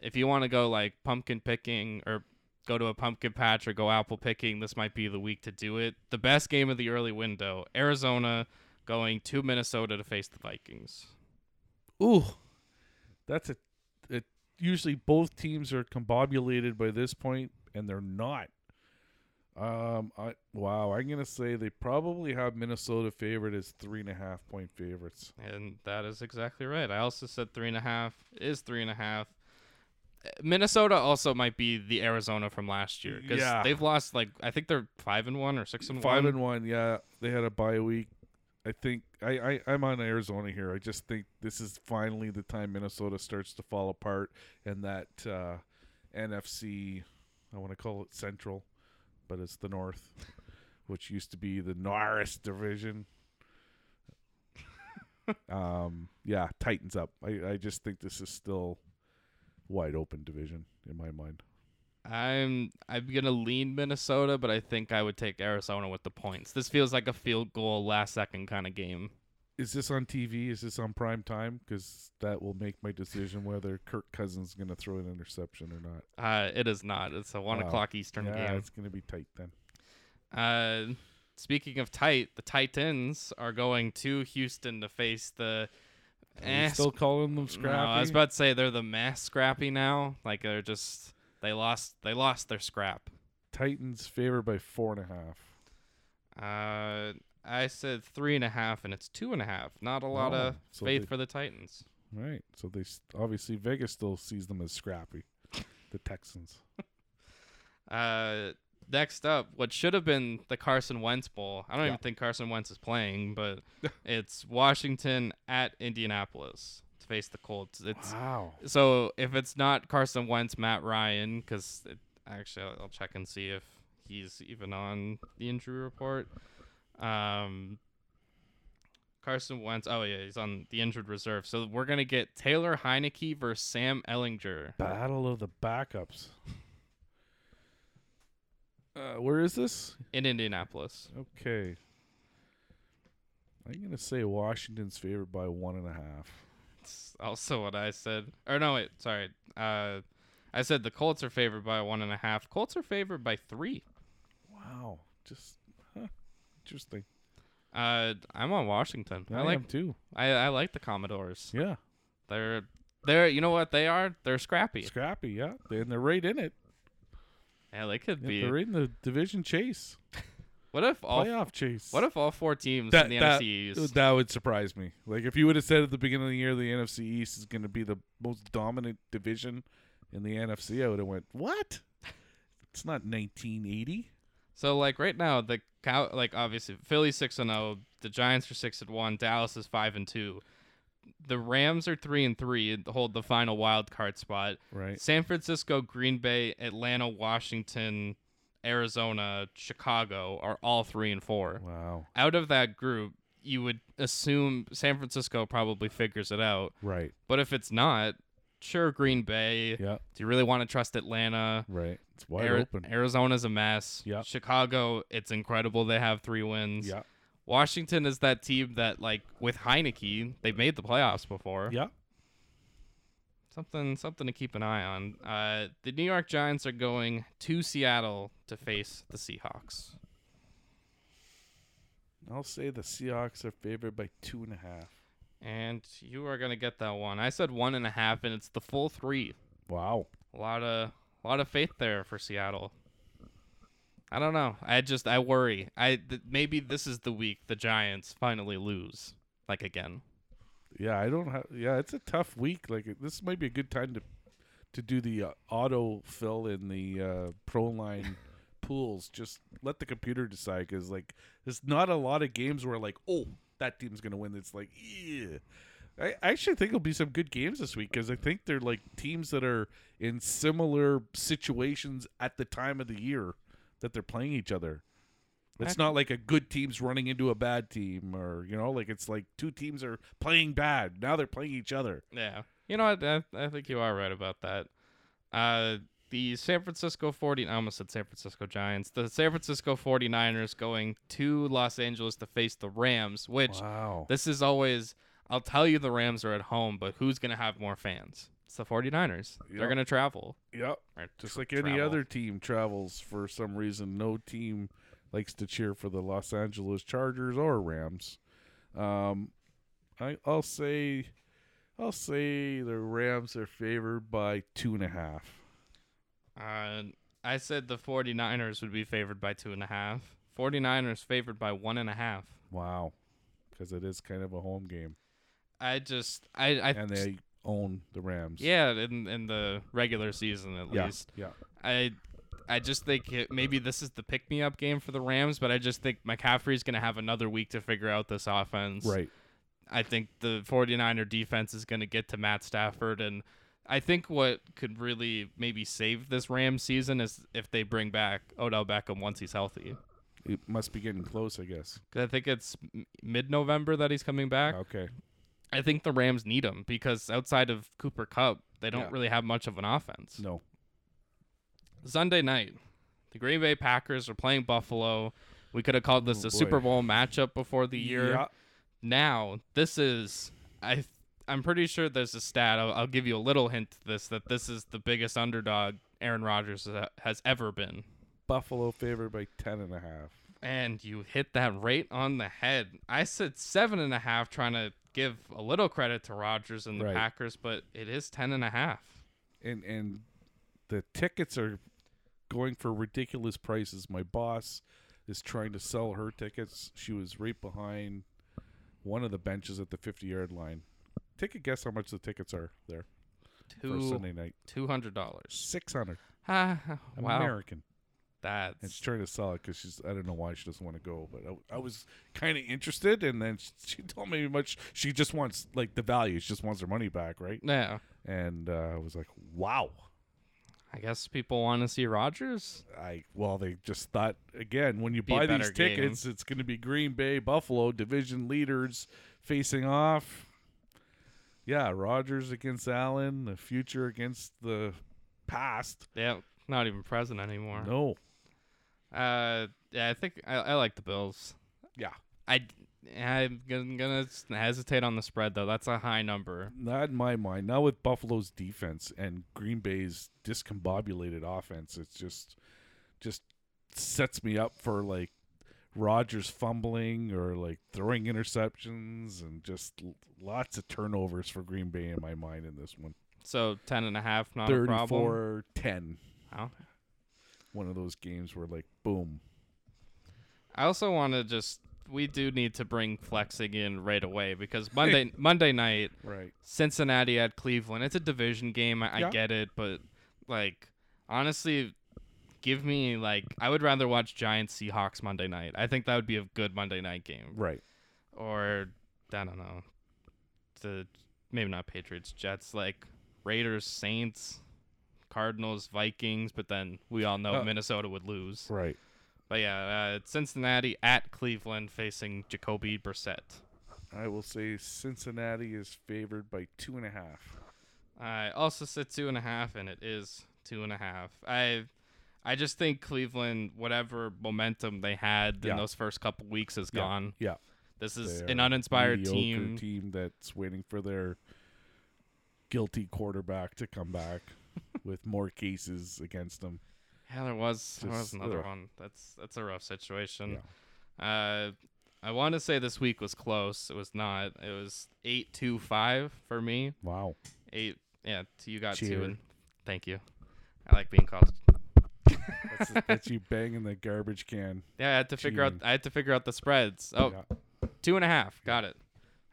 Speaker 1: if you want to go like pumpkin picking or go to a pumpkin patch or go apple picking, this might be the week to do it. The best game of the early window: Arizona going to Minnesota to face the Vikings.
Speaker 2: Ooh, that's a. It usually both teams are combobulated by this point, and they're not. Um, I wow, I'm gonna say they probably have Minnesota favored as three and a half point favorites.
Speaker 1: And that is exactly right. I also said three and a half is three and a half. Uh, Minnesota also might be the Arizona from last year because
Speaker 2: Yeah.
Speaker 1: they've lost like I think they're five and one or six and
Speaker 2: Five
Speaker 1: one.
Speaker 2: and one, yeah. They had a bye week. I think I, I I'm on Arizona here. I just think this is finally the time Minnesota starts to fall apart, and that uh, NFC, I want to call it Central, but it's the North, which used to be the Norris Division. um, yeah, tightens up. I I just think this is still wide open division in my mind.
Speaker 1: I'm I'm gonna lean Minnesota, but I think I would take Arizona with the points. This feels like a field goal last second kind of game.
Speaker 2: is this on TV? Is this on prime time? Because that will make my decision whether Kirk Cousins is going to throw an interception or not.
Speaker 1: Uh, it is not. It's a one
Speaker 2: Wow.
Speaker 1: o'clock Eastern
Speaker 2: yeah,
Speaker 1: game.
Speaker 2: it's going to be tight then.
Speaker 1: Uh, speaking of tight, the Titans are going to Houston to face the.
Speaker 2: Are we
Speaker 1: eh,
Speaker 2: still calling them
Speaker 1: No,
Speaker 2: scrappy.
Speaker 1: I was about to say they're the mass scrappy now. Like they're just they lost they lost their scrap.
Speaker 2: Titans favored by four and a
Speaker 1: Uh,
Speaker 2: half.
Speaker 1: I said three and a half, and it's two and a half. Not a lot
Speaker 2: Oh,
Speaker 1: of
Speaker 2: so
Speaker 1: faith
Speaker 2: they-
Speaker 1: for the Titans.
Speaker 2: Right. So they s- obviously Vegas still sees them as scrappy. The Texans.
Speaker 1: Uh, next up, what should have been the Carson Wentz Bowl. I don't
Speaker 2: Yeah.
Speaker 1: even think Carson Wentz is playing, but it's Washington at Indianapolis to face the Colts. It's
Speaker 2: wow.
Speaker 1: so if it's not Carson Wentz, Matt Ryan, because actually I'll, I'll check and see if he's even on the injury report. Um, Carson Wentz. Oh yeah, he's on the injured reserve. So we're gonna get Taylor Heineke versus Sam Ellinger.
Speaker 2: Battle of the backups. Uh, where is this?
Speaker 1: in Indianapolis.
Speaker 2: Okay. I'm going to say Washington's favored by one and a half.
Speaker 1: That's also what I said. Or no, wait, sorry. Uh, I said the Colts are favored by one and a half. Colts are favored by three.
Speaker 2: Wow. Just huh, interesting.
Speaker 1: Uh, I'm on Washington. I,
Speaker 2: I,
Speaker 1: like
Speaker 2: am too.
Speaker 1: I, I like the Commodores.
Speaker 2: Yeah.
Speaker 1: They're they're you know what they are? They're scrappy.
Speaker 2: Scrappy, yeah. They- And they're right in it.
Speaker 1: Yeah, they could
Speaker 2: Yeah,
Speaker 1: be.
Speaker 2: They're in the division chase.
Speaker 1: What if all
Speaker 2: playoff chase.
Speaker 1: what if all four teams in the
Speaker 2: that,
Speaker 1: NFC East?
Speaker 2: that would surprise me. Like if you would have said at the beginning of the year the NFC East is gonna be the most dominant division in the NFC, I would have went, What? It's not nineteen eighty.
Speaker 1: So like right now the cow like obviously Philly six and zero, the Giants are six and one, Dallas is five and two, the Rams are three and three and hold the final wild card spot.
Speaker 2: Right.
Speaker 1: San Francisco, Green Bay, Atlanta, Washington, Arizona, Chicago are all three and four.
Speaker 2: Wow.
Speaker 1: Out of that group, you would assume San Francisco probably figures it out.
Speaker 2: Right.
Speaker 1: But if it's not, sure, Green Bay.
Speaker 2: Yeah.
Speaker 1: Do you really want to trust Atlanta?
Speaker 2: Right. It's wide
Speaker 1: Ari-
Speaker 2: open.
Speaker 1: Arizona's a mess.
Speaker 2: Yep.
Speaker 1: Chicago, it's incredible they have three wins.
Speaker 2: yeah.
Speaker 1: Washington is that team that, like, with Heineke, they've made the playoffs before.
Speaker 2: Yeah.
Speaker 1: Something, something to keep an eye on. Uh, the New York Giants are going to Seattle to face the Seahawks.
Speaker 2: I'll say the Seahawks are favored by two and a half.
Speaker 1: And you are gonna get that one. I said one and a half, and it's the full three.
Speaker 2: Wow.
Speaker 1: A lot of, a lot of faith there for Seattle. I don't know. I just, I worry. I th- maybe this is the week the Giants finally lose, like again.
Speaker 2: Yeah, I don't have. Yeah, it's a tough week. Like it- this might be a good time to to do the uh, auto fill in the uh, Proline pools. Just let the computer decide because like there's not a lot of games where like oh that team's gonna win. It's like yeah. I I actually think it'll be some good games this week because I think they're like teams that are in similar situations at the time of the year that they're playing each other. It's not like a good team's running into a bad team, or you know, like it's like two teams are playing bad. Now they're playing each other.
Speaker 1: Yeah. You know what? I, I think you are right about that. Uh, the San Francisco 40 I almost said San Francisco Giants. The San Francisco 49ers going to Los Angeles to face the Rams, which
Speaker 2: Wow.
Speaker 1: this is always I'll tell you the Rams are at home, but who's going to have more fans? It's the 49ers. They're
Speaker 2: Yep.
Speaker 1: going to travel.
Speaker 2: Yep.
Speaker 1: Or
Speaker 2: Just
Speaker 1: tr-
Speaker 2: like any
Speaker 1: travel.
Speaker 2: other team travels for some reason, no team likes to cheer for the Los Angeles Chargers or Rams. Um, I, I'll say, I'll say the Rams are favored by two and a half.
Speaker 1: Uh, I said the 49ers would be favored by two and a half. 49ers favored by one and a half.
Speaker 2: Wow, because it is kind of a home game,
Speaker 1: I just, I, I,
Speaker 2: and they own the Rams.
Speaker 1: yeah, in in the regular season at
Speaker 2: Yeah.
Speaker 1: least.
Speaker 2: Yeah.
Speaker 1: I I just think it, maybe this is the pick me up game for the Rams, but I just think McCaffrey's going to have another week to figure out this offense.
Speaker 2: Right.
Speaker 1: I think the 49er defense is going to get to Matt Stafford and I think what could really maybe save this Rams season is if they bring back Odell Beckham once he's healthy.
Speaker 2: It must be getting close, I guess.
Speaker 1: 'Cause I think it's m- mid-November that he's coming back.
Speaker 2: Okay.
Speaker 1: I think the Rams need him because outside of Cooper Cup, they don't
Speaker 2: Yeah.
Speaker 1: really have much of an offense.
Speaker 2: No.
Speaker 1: Sunday night, the Green Bay Packers are playing Buffalo. We could have called this
Speaker 2: Oh,
Speaker 1: a Super
Speaker 2: boy.
Speaker 1: Bowl matchup before the year.
Speaker 2: Yeah.
Speaker 1: Now, this is I th- I'm pretty sure there's a stat. I'll, I'll give you a little hint to this that this is the biggest underdog Aaron Rodgers ha- has ever been.
Speaker 2: Buffalo favored by ten and a half.
Speaker 1: And you hit that right on the head. I said seven and a half, trying to give a little credit to Rodgers and the
Speaker 2: Right.
Speaker 1: Packers, but it is ten and a half.
Speaker 2: And and the tickets are going for ridiculous prices. My boss is trying to sell her tickets. She was right behind one of the benches at the fifty yard line. Take a guess how much the tickets are there for
Speaker 1: Two
Speaker 2: Sunday night.
Speaker 1: two hundred dollars.
Speaker 2: Six hundred.
Speaker 1: Ah,
Speaker 2: I'm
Speaker 1: wow,
Speaker 2: American. And
Speaker 1: that's
Speaker 2: she's trying to sell it because she's. I don't know why she doesn't want to go, but I, I was kind of interested, and then she, she told me much. She just wants like the value. She just wants her money back, right?
Speaker 1: yeah.
Speaker 2: and uh, I was like, "Wow!"
Speaker 1: I guess people want to see Rodgers.
Speaker 2: I well, they just thought again when you
Speaker 1: Be a
Speaker 2: buy these
Speaker 1: better game.
Speaker 2: tickets, it's going to be Green Bay, Buffalo division leaders facing off. Yeah, Rogers against Allen, the future against the past.
Speaker 1: Yeah, not even present anymore.
Speaker 2: No,
Speaker 1: Uh, yeah, I think I, I like the Bills.
Speaker 2: Yeah.
Speaker 1: I I'm gonna, gonna s- hesitate on the spread though. That's a high number.
Speaker 2: not in my mind. Not with Buffalo's defense and Green Bay's discombobulated offense. It's just, just sets me up for like Rodgers fumbling or like throwing interceptions and just l- lots of turnovers for Green Bay in my mind in this one.
Speaker 1: So ten and a half, not a problem.
Speaker 2: 34 10.
Speaker 1: Oh.
Speaker 2: One of those games where like boom.
Speaker 1: I also want to just we do need to bring flexing in right away because Monday Monday night
Speaker 2: Right.
Speaker 1: Cincinnati at Cleveland. It's a division game. I, I
Speaker 2: Yeah.
Speaker 1: get it, but like honestly, give me like I would rather watch Giants Seahawks Monday night. I think that would be a good Monday night game.
Speaker 2: Right.
Speaker 1: Or I don't know, the maybe not Patriots Jets like Raiders Saints. Cardinals, Vikings, but then we all know
Speaker 2: Uh,
Speaker 1: Minnesota would lose.
Speaker 2: Right.
Speaker 1: But yeah, uh, it's Cincinnati at Cleveland facing Jacoby Brissett.
Speaker 2: I will say Cincinnati is favored by two and a half.
Speaker 1: I also said two and a half, and it is two and a half. I, I just think Cleveland, whatever momentum they had
Speaker 2: Yeah.
Speaker 1: in those first couple weeks, is
Speaker 2: Yeah.
Speaker 1: gone.
Speaker 2: Yeah.
Speaker 1: This is
Speaker 2: They
Speaker 1: an
Speaker 2: are
Speaker 1: uninspired
Speaker 2: mediocre
Speaker 1: team.
Speaker 2: that's waiting for their guilty quarterback to come back with more cases against them.
Speaker 1: Yeah, there was there was
Speaker 2: Just,
Speaker 1: another
Speaker 2: ugh.
Speaker 1: one. That's that's a rough situation. Uh, I want to say this week was close. It was not. It was eight two five for me.
Speaker 2: Wow.
Speaker 1: Eight. Yeah, t- you got two.
Speaker 2: Cheer.
Speaker 1: And thank you. I like being called.
Speaker 2: That's, that's you banging the garbage can.
Speaker 1: Yeah, I had to figure out.
Speaker 2: Cheating.
Speaker 1: I had to figure out the spreads. Oh,
Speaker 2: Yeah.
Speaker 1: Two and a half. Got it.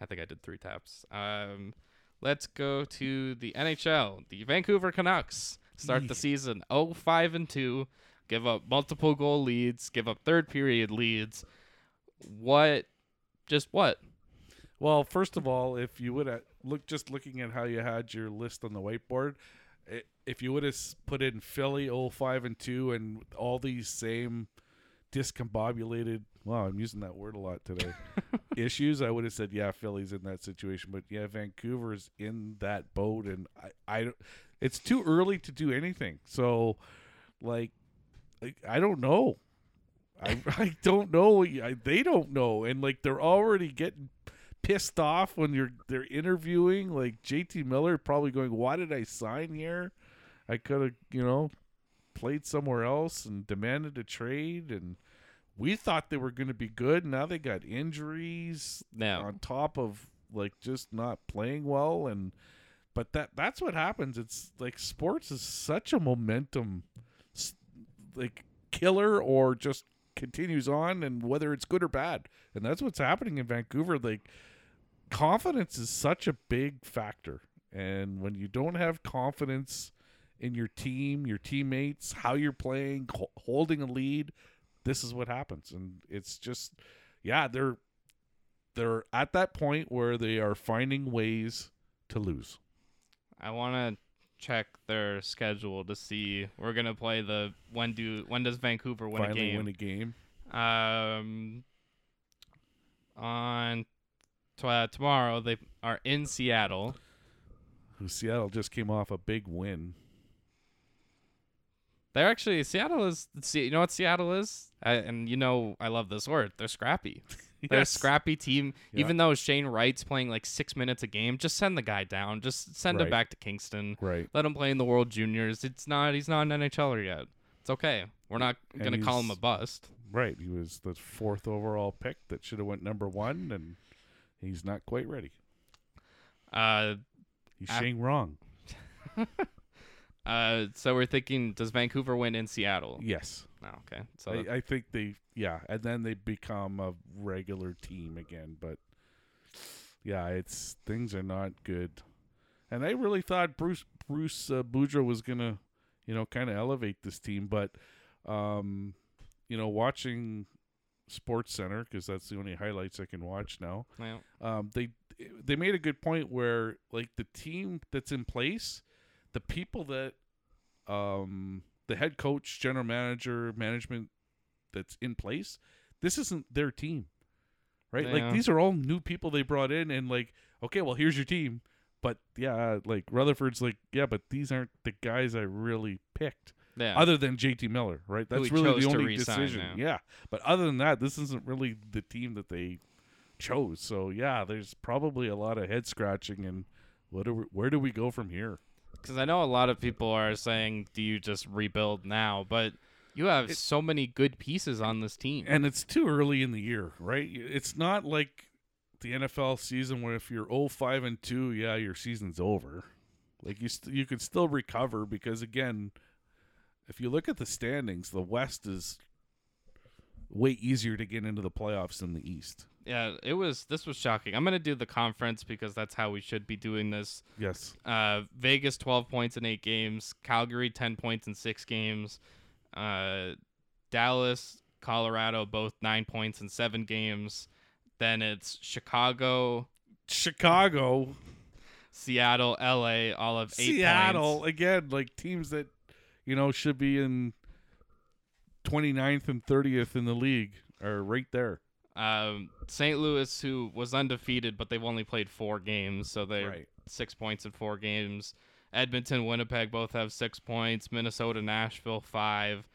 Speaker 1: I think I did three taps. Um, let's go to the NHL. The Vancouver Canucks start the season 0 5 and 2, give up multiple goal leads, give up third period leads. What? Just what?
Speaker 2: Well, first of all, if you would have look just looking at how you had your list on the whiteboard, i- if you would have put in Philly 05 and 2 and all these same discombobulated, wow, I'm using that word a lot today, issues, I would have said, yeah, Philly's in that situation. But yeah, Vancouver's in that boat. And I, I don't- it's too early to do anything. So, like, like, I don't know. I, I don't know. I, they don't know, and like they're already getting pissed off when you're they're interviewing. Like JT Miller probably going, "Why did I sign here? I could have, you know, played somewhere else and demanded a trade." And we thought they were going to be good. Now they got injuries
Speaker 1: No.
Speaker 2: on top of like just not playing well and but that that's what happens it's like sports is such a momentum s- like killer or just continues on and whether it's good or bad and that's what's happening in Vancouver like confidence is such a big factor and when you don't have confidence in your team your teammates how you're playing ho- holding a lead this is what happens and it's just yeah they're they're at that point where they are finding ways to lose.
Speaker 1: I want to check their schedule to see we're going to play the when do when does Vancouver win
Speaker 2: Finally,
Speaker 1: a game?
Speaker 2: win a game.
Speaker 1: Um, on t- uh, tomorrow they are in Seattle.
Speaker 2: Who Seattle just came off a big win.
Speaker 1: They're actually Seattle is. See, you know what Seattle is, I, and you know I love this word. They're scrappy. They're a
Speaker 2: Yes.
Speaker 1: scrappy team.
Speaker 2: Yeah.
Speaker 1: Even though Shane Wright's playing like six minutes a game, just send the guy down. Just send him
Speaker 2: Right.
Speaker 1: back to Kingston.
Speaker 2: Right.
Speaker 1: Let him play in the World Juniors. It's not. He's not an NHLer yet. It's okay. We're not
Speaker 2: And
Speaker 1: gonna call him a
Speaker 2: he's-
Speaker 1: bust.
Speaker 2: Right. He was the fourth overall pick that should have went number one, and he's not quite ready.
Speaker 1: Uh,
Speaker 2: He's
Speaker 1: Ah.
Speaker 2: Shane wrong.
Speaker 1: uh. So we're thinking, does Vancouver win in Seattle?
Speaker 2: Yes.
Speaker 1: No. okay. So
Speaker 2: I, I think they, yeah. And then they become a regular team again. But yeah, it's things are not good. And I really thought Bruce Bruce uh, Boudreaux was gonna, you know, kind of elevate this team, but, um, you know, watching Sports Center because that's the only highlights I can watch now
Speaker 1: yeah.
Speaker 2: um, they they made a good point where like the team that's in place, the people that um, the head coach, general manager, management that's in place, this isn't their team, right?
Speaker 1: Yeah.
Speaker 2: Like these are all new people they brought in, and like okay, well here's your team, but yeah, like Rutherford's like yeah, but these aren't the guys I really picked
Speaker 1: yeah.
Speaker 2: other than JT Miller, right?
Speaker 1: Who
Speaker 2: That's
Speaker 1: he
Speaker 2: really
Speaker 1: chose
Speaker 2: the
Speaker 1: to
Speaker 2: only
Speaker 1: re-sign
Speaker 2: decision.
Speaker 1: now.
Speaker 2: Yeah. But other than that, this isn't really the team that they chose. So yeah, there's probably a lot of head scratching and what do we, where do we go from here?
Speaker 1: because I know a lot of people are saying, "Do you just rebuild now?" But you have so many good pieces on this team.
Speaker 2: And it's too early in the year, right? It's not like the NFL season where if you're 05 and 2, yeah, your season's over. Like you st- you could still recover because again, if you look at the standings, the West is way easier to get into the playoffs than the East.
Speaker 1: yeah, it was. This was shocking. I'm gonna do the conference because that's how we should be doing this.
Speaker 2: Yes.
Speaker 1: Uh, Vegas 12 points in eight games. Calgary 10 points in six games. Uh, Dallas, Colorado, both nine points in seven games. Then it's Chicago,
Speaker 2: Chicago
Speaker 1: Seattle, LA, all of eight
Speaker 2: Seattle
Speaker 1: points.
Speaker 2: again, like teams that you know should be in 29th and 30th in the league are right there.
Speaker 1: Um, St. Louis, who was undefeated, but they've only played four games, so they're
Speaker 2: Right.
Speaker 1: six points in four games. Edmonton, Winnipeg both have six points. Minnesota, Nashville, five.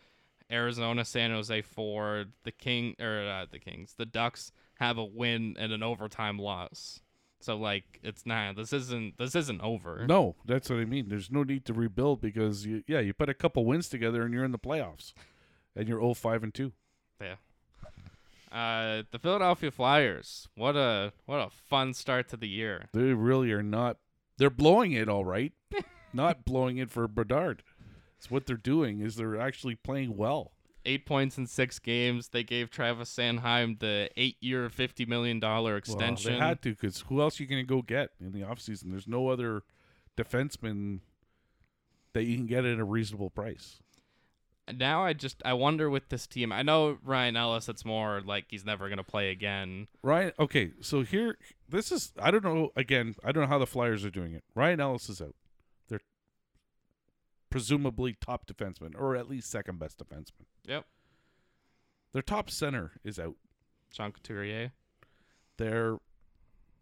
Speaker 1: Arizona, San Jose, four. The King or uh, the Kings, the Ducks have a win and an overtime loss. So like, it's not. This isn't. This isn't over.
Speaker 2: No, that's what I mean. There's no need to rebuild because you, yeah, you put a couple wins together and you're in the playoffs, and you're 0-5 and two.
Speaker 1: Yeah. Uh, the Philadelphia Flyers. What a what a fun start to the year.
Speaker 2: They really are not. They're blowing it all right, not blowing it for Bedard. It's what they're doing is they're actually playing well.
Speaker 1: Eight points in six games. They gave Travis Sanheim the eight-year, fifty million dollar extension.
Speaker 2: Well, they had to because who else you going to go get in the offseason? There's no other defenseman that you can get at a reasonable price.
Speaker 1: now I just I wonder with this team. I know Ryan Ellis. It's more like he's never gonna play again.
Speaker 2: Ryan, okay, so here, this is, I don't know, again, I don't know how the Flyers are doing it. Ryan Ellis is out. They're presumably top defenseman or at least second best defenseman.
Speaker 1: Yep.
Speaker 2: Their top center is out.
Speaker 1: Sean Couturier.
Speaker 2: Their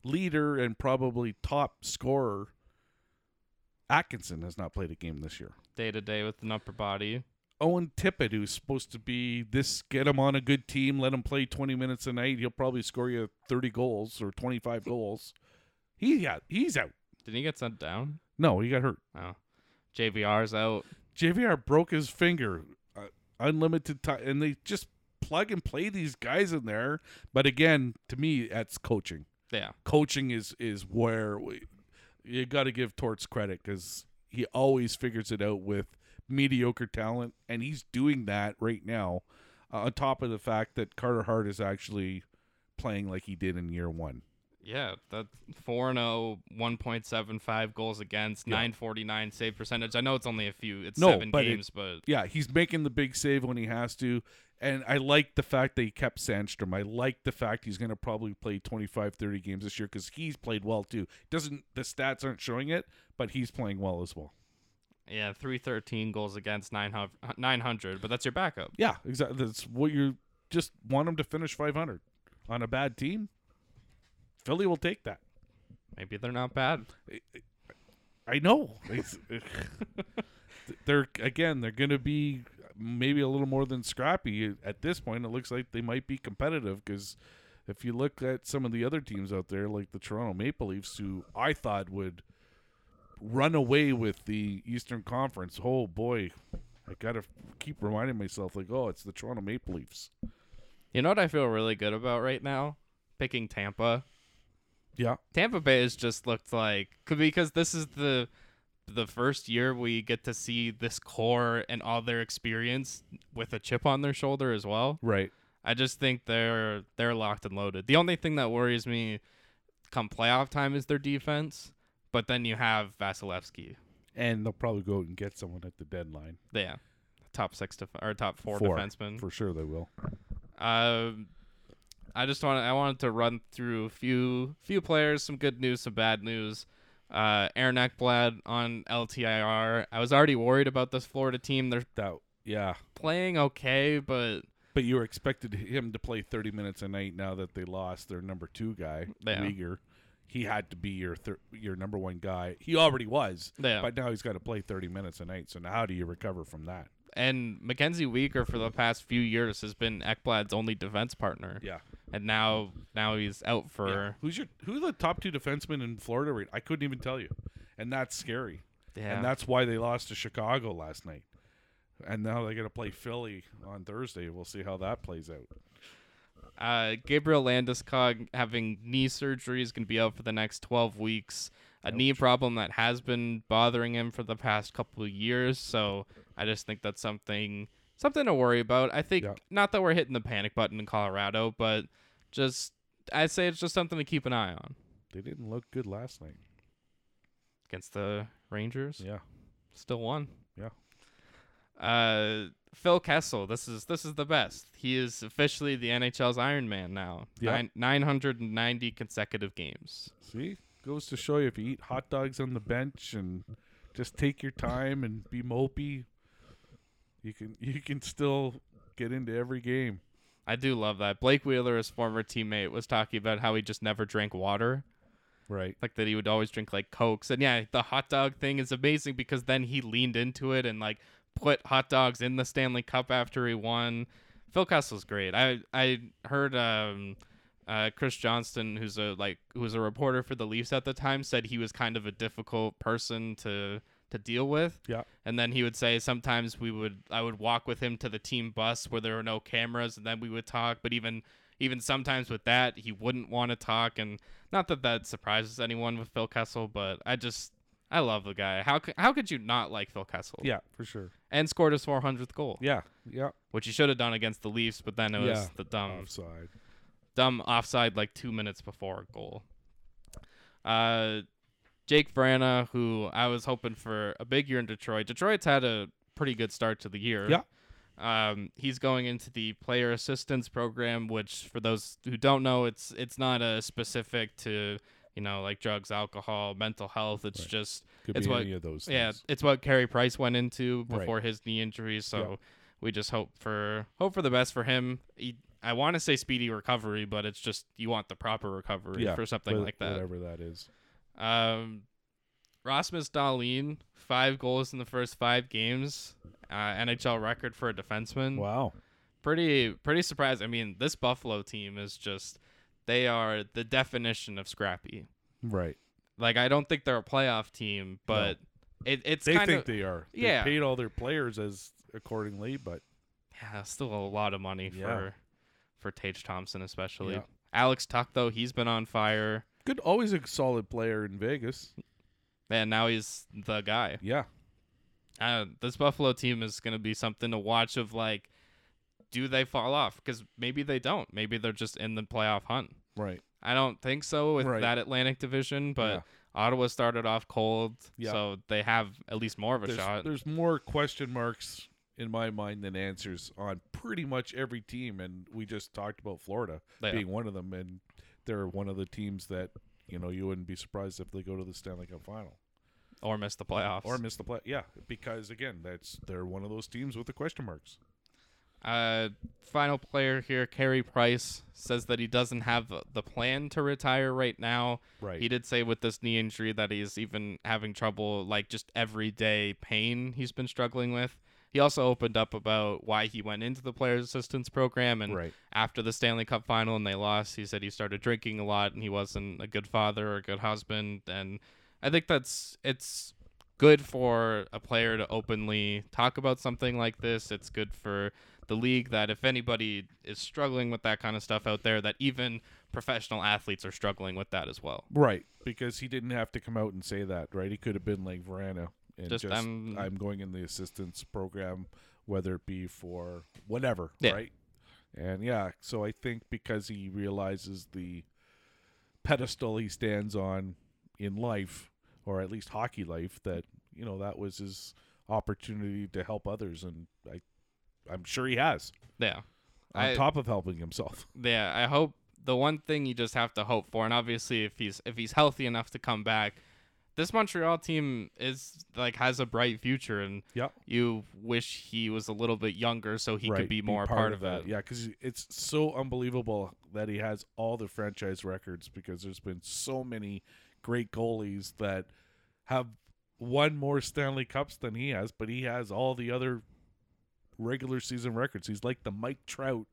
Speaker 2: leader and probably top scorer, Atkinson, has not played a game this year.
Speaker 1: Day to day with an upper body.
Speaker 2: Owen Tippett, who's supposed to be this, get him on a good team, let him play 20 minutes a night. He'll probably score you 30 goals or 25 goals. He got, he's out.
Speaker 1: Didn't he get sent down?
Speaker 2: No, he got hurt.
Speaker 1: Oh. JVR's out.
Speaker 2: JVR broke his finger. Uh, unlimited time. And they just plug and play these guys in there. But again, to me, that's coaching.
Speaker 1: Yeah.
Speaker 2: Coaching is, is where we, you got to give Torts credit because he always figures it out with mediocre talent, and he's doing that right now. Uh, on top of the fact that Carter Hart is actually playing like he did in year one.
Speaker 1: Yeah, that's 4 and oh, 0, 1.75 goals against,
Speaker 2: Yeah.
Speaker 1: 949 save percentage. I know it's only a few, it's
Speaker 2: No,
Speaker 1: seven
Speaker 2: but it-
Speaker 1: games, but
Speaker 2: Yeah, he's making the big save when he has to. And I like the fact that he kept Sandstrom. I like the fact he's going to probably play 25, 30 games this year because he's played well too. Doesn't the stats aren't showing it, but he's playing well as well.
Speaker 1: yeah, 313 goals against, 900, 900 but that's your backup.
Speaker 2: Yeah, exactly. That's what you just want him to finish 500 on a bad team. Philly will take that.
Speaker 1: Maybe they're not bad.
Speaker 2: I know. It's- they're again. They're going to be maybe a little more than scrappy at this point. It looks like they might be competitive because if you look at some of the other teams out there, like the Toronto Maple Leafs, who I thought would run away with the Eastern Conference. Oh boy, I gotta keep reminding myself like, oh, it's the Toronto Maple Leafs.
Speaker 1: You know what I feel really good about right now? Picking Tampa.
Speaker 2: Yeah,
Speaker 1: Tampa Bay has just looked like c- because this is the the first year we get to see this core and all their experience with a chip on their shoulder as well.
Speaker 2: right.
Speaker 1: I just think they're they're locked and loaded. The only thing that worries me come playoff time is their defense, but then you have Vasilevsky.
Speaker 2: And they'll probably go out and get someone at the deadline
Speaker 1: Yeah. Top 6 def- or top 4,
Speaker 2: Four.
Speaker 1: defenseman.
Speaker 2: for sure. They will.
Speaker 1: Um I just want I wanted to run through a few few players, some good news, some bad news. Uh Aaron Eckblad on LTIR. I was already worried about this Florida team. They're
Speaker 2: That yeah.
Speaker 1: playing okay, but
Speaker 2: But you were expected him to play 30 minutes a night now that they lost their number two guy,
Speaker 1: Yeah.
Speaker 2: Uyghur. He had to be your thir- your number one guy. He already was,
Speaker 1: yeah.
Speaker 2: but now he's got to play 30 minutes a night. So now how do you recover from that?
Speaker 1: and Mackenzie Weaker for the past few years has been Ekblad's only defense partner.
Speaker 2: Yeah.
Speaker 1: And now now he's out for
Speaker 2: Who's your who are the top two defensemen in Florida right? I couldn't even tell you. And that's scary.
Speaker 1: yeah.
Speaker 2: And that's why they lost to Chicago last night. And now they got to play Philly on Thursday. We'll see how that plays out.
Speaker 1: uh, Gabriel Landeskog having knee surgery is going to be out for the next 12 weeks. A knee problem that has been bothering him for the past couple of years, so I just think that's something something to worry about. I think
Speaker 2: Yeah.
Speaker 1: not that we're hitting the panic button in Colorado, but just I say it's just something to keep an eye on
Speaker 2: They didn't look good last night.
Speaker 1: against the Rangers.
Speaker 2: Yeah.
Speaker 1: Still won.
Speaker 2: Yeah.
Speaker 1: Uh, Phil Kessel, this is this is the best. He is officially the NHL's Iron Man now.
Speaker 2: Yeah.
Speaker 1: Nine, 990 consecutive games.
Speaker 2: See? goes to show you if you eat hot dogs on the bench and just take your time and be mopey, you can you can still get into every game.
Speaker 1: I do love that. Blake Wheeler, his former teammate, was talking about how he just never drank water.
Speaker 2: Right.
Speaker 1: Like that he would always drink like Cokes. And yeah, the hot dog thing is amazing because then he leaned into it and like put hot dogs in the Stanley Cup after he won. Phil Kessel's great. I I heard um uh, Chris Johnston, who's a like who was a reporter for the Leafs at the time, said he was kind of a difficult person to to deal with.
Speaker 2: Yeah.
Speaker 1: And then he would say sometimes we would I would walk with him to the team bus where there were no cameras, and then we would talk. But even even sometimes with that, he wouldn't want to talk, and not that that surprises anyone with Phil Kessel, but I just I love the guy. How c- how could you not like Phil Kessel?
Speaker 2: Yeah, for sure.
Speaker 1: And scored his 400th goal,
Speaker 2: Yeah. Yeah.
Speaker 1: which he should have done against the Leafs, but then it was
Speaker 2: Yeah.
Speaker 1: the dumb
Speaker 2: Offside.
Speaker 1: dumb offside like two minutes before a goal. Uh, Jake Verana, who I was hoping for a big year in Detroit. Detroit's had a pretty good start to the year.
Speaker 2: Yeah.
Speaker 1: Um, he's going into the player assistance program, which for those who don't know, it's it's not a specific to you know like drugs, alcohol, mental health. It's
Speaker 2: Right.
Speaker 1: just
Speaker 2: Could
Speaker 1: It's
Speaker 2: be
Speaker 1: what-
Speaker 2: any of those.
Speaker 1: yeah,
Speaker 2: things.
Speaker 1: it's what Carey Price went into
Speaker 2: Right.
Speaker 1: before his knee injury. So we just hope for hope for the best for him. He, I want to say speedy recovery, but it's just you want the proper recovery
Speaker 2: Yeah,
Speaker 1: for something
Speaker 2: Wha-
Speaker 1: like that.
Speaker 2: Whatever that is.
Speaker 1: Um, Rasmus Dahlin, five goals in the first five games, uh, NHL record for a defenseman.
Speaker 2: Wow.
Speaker 1: Pretty pretty surprised. I mean, this Buffalo team is just they are the definition of scrappy.
Speaker 2: Right.
Speaker 1: Like I don't think they're a playoff team, but it, it's
Speaker 2: they
Speaker 1: kind
Speaker 2: think
Speaker 1: of
Speaker 2: they are. They
Speaker 1: yeah.
Speaker 2: paid all their players as accordingly, but
Speaker 1: Yeah, still a lot of money
Speaker 2: Yeah.
Speaker 1: for for Tage Thompson especially.
Speaker 2: Yeah.
Speaker 1: Alex Tuck though, he's been on fire.
Speaker 2: good always a solid player in Vegas.
Speaker 1: And now he's the guy.
Speaker 2: Yeah.
Speaker 1: Uh, this Buffalo team is going to be something to watch of like do they fall off cuz maybe they don't. Maybe they're just in the playoff hunt.
Speaker 2: Right.
Speaker 1: I don't think so with
Speaker 2: Right.
Speaker 1: that Atlantic division, but
Speaker 2: Yeah.
Speaker 1: Ottawa started off cold,
Speaker 2: Yeah.
Speaker 1: so they have at least more of a
Speaker 2: there's,
Speaker 1: shot.
Speaker 2: there's more question marks in my mind than answers on pretty much every team, and we just talked about Florida
Speaker 1: Yeah.
Speaker 2: being one of them, and they're one of the teams that you know you wouldn't be surprised if they go to the Stanley Cup final
Speaker 1: Or miss the playoffs.
Speaker 2: or miss the play. Yeah, because again, that's they're one of those teams with the question marks.
Speaker 1: Uh, final player here, Carey Price says that he doesn't have the plan to retire right now.
Speaker 2: Right.
Speaker 1: He did say with this knee injury that he's even having trouble, like just everyday pain he's been struggling with. He also opened up about why he went into the players assistance program and
Speaker 2: Right.
Speaker 1: after the Stanley Cup final and they lost, he said he started drinking a lot and he wasn't a good father or a good husband and I think that's it's good for a player to openly talk about something like this. It's good for the league that if anybody is struggling with that kind of stuff out there that even professional athletes are struggling with that as well.
Speaker 2: Right. Because he didn't have to come out and say that, right? He could have been like Verana and
Speaker 1: Just, um,
Speaker 2: just,
Speaker 1: "I'm-
Speaker 2: I'm, going in the assistance program, whether it be for whatever,
Speaker 1: Yeah.
Speaker 2: right? And yeah, so I think because he realizes the pedestal he stands on in life, or at least hockey life, that you know that was his opportunity to help others, and I, I'm sure he has
Speaker 1: Yeah.
Speaker 2: on
Speaker 1: I-
Speaker 2: top of helping himself.
Speaker 1: Yeah, I hope the one thing you just have to hope for, and obviously if he's if he's healthy enough to come back, this Montreal team is like has a bright future, and
Speaker 2: Yeah,
Speaker 1: you wish he was a little bit younger so he could be more a part, of, it.
Speaker 2: Yeah, because it's so unbelievable that he has all the franchise records because there's been so many great goalies that have won more Stanley Cups than he has, but he has all the other regular season records. He's like the Mike Trout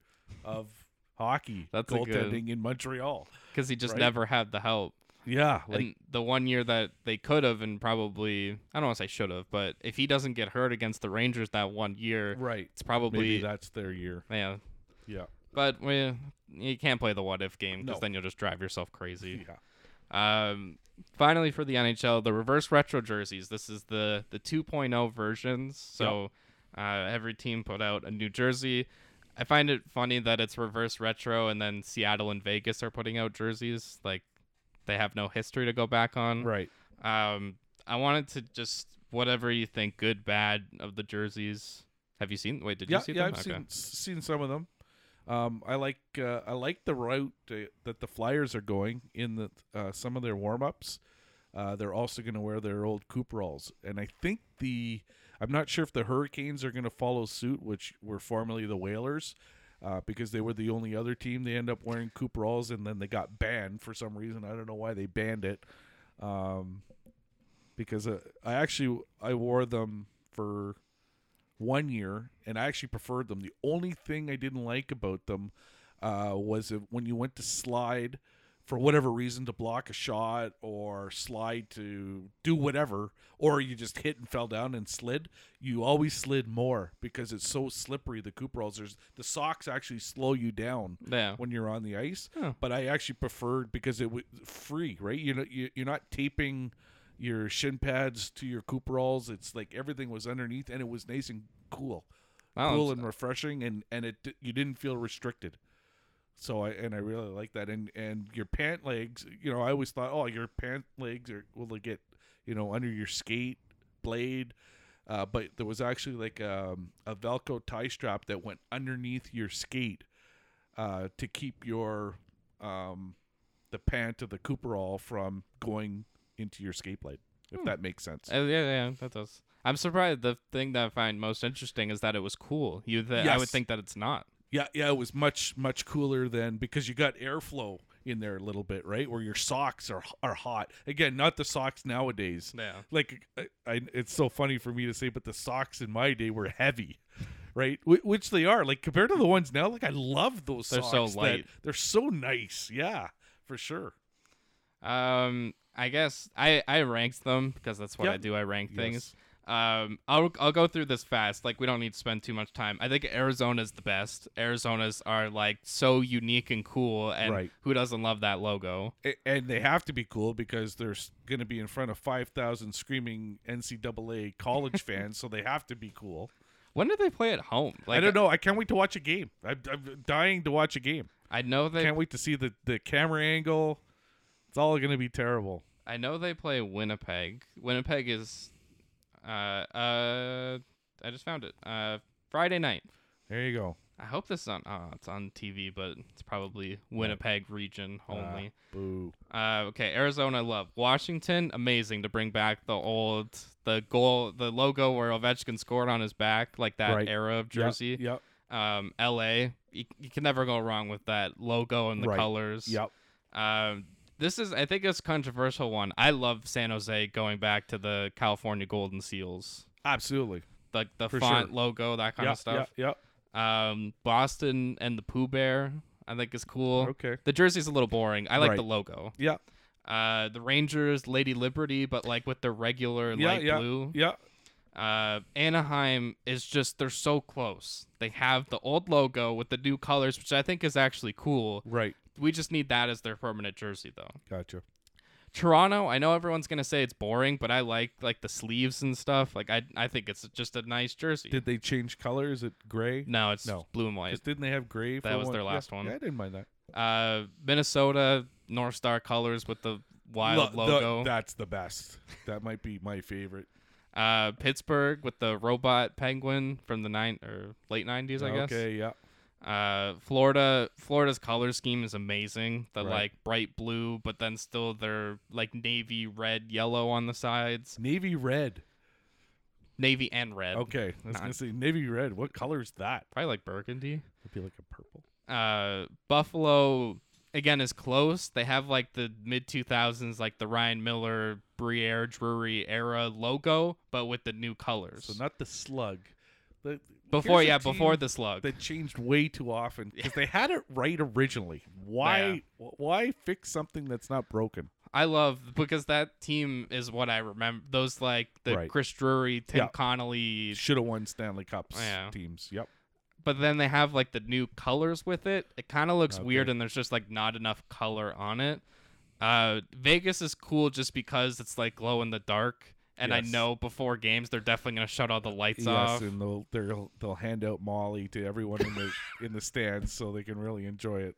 Speaker 2: of hockey
Speaker 1: That's a good-
Speaker 2: goaltending in Montreal.
Speaker 1: because he just
Speaker 2: Right.
Speaker 1: never had the help.
Speaker 2: Yeah, like
Speaker 1: and the one year that they could have, and probably I don't want to say should have, but if he doesn't get hurt against the Rangers that one year,
Speaker 2: right.
Speaker 1: it's probably
Speaker 2: Maybe that's their year.
Speaker 1: yeah.
Speaker 2: Yeah,
Speaker 1: But we, you can't play the what if game because
Speaker 2: No.
Speaker 1: then you'll just drive yourself crazy.
Speaker 2: yeah.
Speaker 1: Um, finally, for the NHL, the reverse retro jerseys. This is the the 2.0 versions. So uh, every team put out a new jersey. I find it funny that it's reverse retro, and then Seattle and Vegas are putting out jerseys like they have no history to go back on.
Speaker 2: Right.
Speaker 1: Um, I wanted to just whatever you think, good, bad of the jerseys. Have you seen? Wait, did
Speaker 2: yeah,
Speaker 1: you see
Speaker 2: yeah,
Speaker 1: them?
Speaker 2: I've seen seen some of them. Um, I like uh, I like the route uh, that the Flyers are going in the uh, some of their warm ups. Uh, they're also going to wear their old Cooperalls, and I think the I'm not sure if the Hurricanes are going to follow suit, which were formerly the Whalers, uh, because they were the only other team. They end up wearing Cooperalls, and then they got banned for some reason. I don't know why they banned it. Um, because uh, I actually I wore them for one year, and I actually preferred them. The only thing I didn't like about them uh, was if, when you went to slide for whatever reason to block a shot or slide to do whatever, or you just hit and fell down and slid. You always slid more because it's so slippery. The Cooperalls, there's the socks actually slow you down
Speaker 1: Yeah.
Speaker 2: when you're on the ice.
Speaker 1: Huh.
Speaker 2: But I actually preferred because it was free, right? You know, you, you're not taping your shin pads to your Cooperalls. It's like everything was underneath, and it was nice and cool,
Speaker 1: Wow,
Speaker 2: cool
Speaker 1: it's-
Speaker 2: and refreshing, and and it di- you didn't feel restricted. So I and I really like that, and and your pant legs. You know, I always thought, oh, your pant legs are will they get you know under your skate blade. Uh, but there was actually like um, a Velcro tie strap that went underneath your skate uh, to keep your um, the pant of the Cooperall from going into your skate blade, if
Speaker 1: Hmm.
Speaker 2: that makes sense.
Speaker 1: Oh, yeah, yeah, that does. I'm surprised. The thing that I find most interesting is that it was cool. You, th- I would
Speaker 2: Yes.
Speaker 1: think that it's not.
Speaker 2: Yeah, yeah, it was much much cooler than because you got airflow in there a little bit, right? Where your socks are are hot. Again, not the socks nowadays.
Speaker 1: Yeah.
Speaker 2: Like I, I, it's so funny for me to say, but the socks in my day were heavy. Right, Wh- which they are like compared to the ones now. Like I love those.
Speaker 1: They're
Speaker 2: socks
Speaker 1: so
Speaker 2: that-
Speaker 1: light.
Speaker 2: they're so nice. Yeah, for sure.
Speaker 1: Um, I guess I I ranked them because that's what I
Speaker 2: Yep.
Speaker 1: do. I rank
Speaker 2: Yes.
Speaker 1: things. Um, I'll I'll go through this fast. Like we don't need to spend too much time. I think Arizona's the best. Arizonas are like so unique and cool, and
Speaker 2: Right.
Speaker 1: who doesn't love that logo?
Speaker 2: A- and they have to be cool because they're going to be in front of 5,000 screaming NCAA college fans, so they have to be cool.
Speaker 1: When did they play at home? Like
Speaker 2: I don't know. I can't wait to watch a game. I'm, I'm dying to watch a game.
Speaker 1: I know they
Speaker 2: Can't wait to see the, the camera angle. It's all going to be terrible.
Speaker 1: I know they play Winnipeg. Winnipeg is, uh, uh, I just found it. Uh, Friday night.
Speaker 2: There you go.
Speaker 1: I hope this is on. Oh, it's on TV, but it's probably Winnipeg region
Speaker 2: Uh.
Speaker 1: only.
Speaker 2: Boo.
Speaker 1: Uh, okay, Arizona, love Washington. Amazing to bring back the old the goal, the logo where Ovechkin scored on his back, like that
Speaker 2: Right.
Speaker 1: era of jersey.
Speaker 2: Yep. Yep.
Speaker 1: Um, L.A. You, you can never go wrong with that logo and the
Speaker 2: Right.
Speaker 1: colors.
Speaker 2: yep.
Speaker 1: Um, this is, I think, it's a controversial one. I love San Jose going back to the California Golden Seals,
Speaker 2: Absolutely.
Speaker 1: like the
Speaker 2: For
Speaker 1: font,
Speaker 2: sure.
Speaker 1: logo, that kind
Speaker 2: yep.
Speaker 1: of stuff.
Speaker 2: Yep.
Speaker 1: Um, Boston and the Pooh Bear, I think, is cool.
Speaker 2: yep. Okay.
Speaker 1: The jersey's a little boring. I like
Speaker 2: Right.
Speaker 1: the logo.
Speaker 2: Yeah.
Speaker 1: Uh, the Rangers, Lady Liberty, but like with the regular
Speaker 2: Yeah.
Speaker 1: light
Speaker 2: yeah.
Speaker 1: blue.
Speaker 2: Yeah.
Speaker 1: Uh, Anaheim is just they're so close. They have the old logo with the new colors, which I think is actually cool.
Speaker 2: Right.
Speaker 1: We just need that as their permanent jersey, though.
Speaker 2: Gotcha.
Speaker 1: Toronto, I know everyone's gonna say it's boring, but I like like the sleeves and stuff. Like I I think it's just a nice jersey.
Speaker 2: Did they change color? Is it gray?
Speaker 1: no, it's
Speaker 2: No.
Speaker 1: blue and white.
Speaker 2: 'Cause didn't they have gray? For
Speaker 1: That was
Speaker 2: one?
Speaker 1: their
Speaker 2: Yeah.
Speaker 1: last one.
Speaker 2: Yeah, I didn't mind that.
Speaker 1: Uh, Minnesota North Star colors with the wild
Speaker 2: Lo- the-
Speaker 1: logo.
Speaker 2: that's the best. That might be my favorite.
Speaker 1: uh, Pittsburgh with the robot penguin from the nine or late nineties, I guess.
Speaker 2: Okay, yeah.
Speaker 1: Uh, Florida Florida's color scheme is amazing. The
Speaker 2: Right.
Speaker 1: like bright blue, but then still their like navy red yellow on the sides,
Speaker 2: Navy red.
Speaker 1: navy and red.
Speaker 2: Okay, I was
Speaker 1: Not-
Speaker 2: gonna say navy red. What color is that?
Speaker 1: Probably like burgundy.
Speaker 2: It'd be like a purple.
Speaker 1: uh Buffalo again is close. They have like the mid 2000s like the Ryan Miller Briere Drury era logo but with the new colors.
Speaker 2: So not the slug. The,
Speaker 1: before
Speaker 2: here's a
Speaker 1: yeah,
Speaker 2: team
Speaker 1: before the slug.
Speaker 2: that changed way too often because they had it right originally. Why? wh- Why fix something that's not broken?
Speaker 1: I love because that team is what I remember those like the
Speaker 2: Right.
Speaker 1: Chris Drury, Tim
Speaker 2: Yeah.
Speaker 1: Connolly,
Speaker 2: Should have won Stanley Cups
Speaker 1: Yeah.
Speaker 2: teams. Yep.
Speaker 1: but then they have like the new colors with it. It kind of looks
Speaker 2: Okay.
Speaker 1: weird, and there's just like not enough color on it. Uh, Vegas is cool just because it's like glow in the dark, and I
Speaker 2: Yes.
Speaker 1: know before games they're definitely gonna shut all the lights
Speaker 2: yes,
Speaker 1: off.
Speaker 2: and they'll they'll they'll hand out Molly to everyone in the in the stands so they can really enjoy it.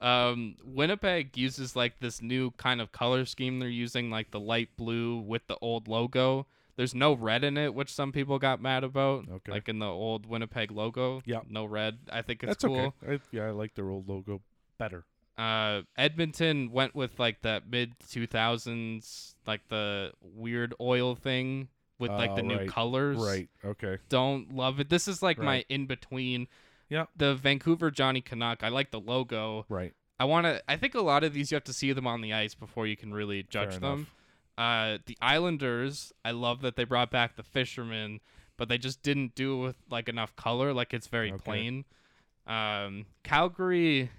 Speaker 1: Um, Winnipeg uses like this new kind of color scheme they're using, like the light blue with the old logo. There's no red in it, which some people got mad about.
Speaker 2: Okay.
Speaker 1: Like in the old Winnipeg logo.
Speaker 2: Yep.
Speaker 1: No red. I think it's
Speaker 2: That's
Speaker 1: cool.
Speaker 2: okay. I, yeah, I like their old logo better.
Speaker 1: uh Edmonton went with like that mid 2000s like the weird oil thing with like the
Speaker 2: Oh,
Speaker 1: new
Speaker 2: right.
Speaker 1: colors.
Speaker 2: Right. Okay.
Speaker 1: Don't love it. This is like my
Speaker 2: Right.
Speaker 1: in between.
Speaker 2: Yep.
Speaker 1: The Vancouver Johnny Canuck. I like the logo.
Speaker 2: Right.
Speaker 1: I want to I think a lot of these you have to see them on the ice before you can really judge
Speaker 2: Fair
Speaker 1: them.
Speaker 2: enough.
Speaker 1: Uh the Islanders, I love that they brought back the fishermen, but they just didn't do it with like enough color, like it's very
Speaker 2: Okay.
Speaker 1: plain. Um Calgary,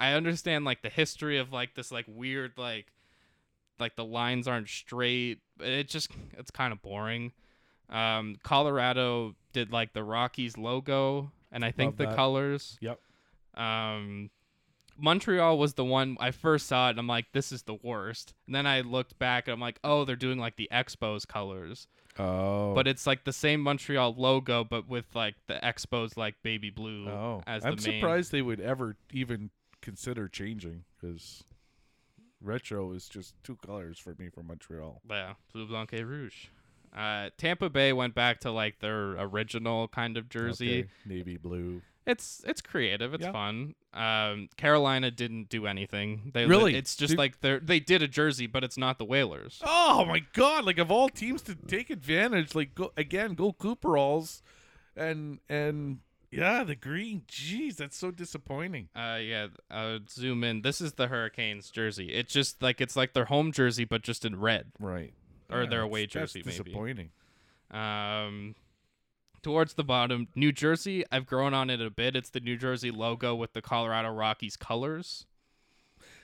Speaker 1: I understand like the history of like this like weird like like the lines aren't straight. but It just it's kind of boring. Um Colorado did like the Rockies logo and I think
Speaker 2: Love
Speaker 1: the
Speaker 2: that.
Speaker 1: colors.
Speaker 2: Yep.
Speaker 1: Um, Montreal was the one I first saw it, and I'm like, this is the worst. And then I looked back, and I'm like, oh, they're doing like the Expos colors,
Speaker 2: Oh.
Speaker 1: but it's like the same Montreal logo, but with like the Expos like baby blue
Speaker 2: oh.
Speaker 1: as
Speaker 2: I'm
Speaker 1: the main.
Speaker 2: surprised they would ever even consider changing because retro is just two colors for me for Montreal.
Speaker 1: Yeah, blue blanc et rouge. Uh, Tampa Bay went back to like their original kind of jersey.
Speaker 2: Okay, navy blue.
Speaker 1: It's it's creative. It's
Speaker 2: Yeah.
Speaker 1: fun. Um, Carolina didn't do anything. They
Speaker 2: Really?
Speaker 1: It's just
Speaker 2: Did-
Speaker 1: like they they did a jersey, but it's not the Whalers.
Speaker 2: Oh my god! Like of all teams to take advantage, like go again, go Cooperalls, and and yeah, the green. Jeez, that's so disappointing.
Speaker 1: Uh yeah, uh zoom in. This is the Hurricanes jersey. It's just like it's like their home jersey but just in red.
Speaker 2: Right.
Speaker 1: Or their
Speaker 2: that's-
Speaker 1: away
Speaker 2: that's
Speaker 1: jersey, maybe.
Speaker 2: Disappointing.
Speaker 1: Um towards the bottom, New Jersey. I've grown on it a bit. It's the New Jersey logo with the Colorado Rockies colors.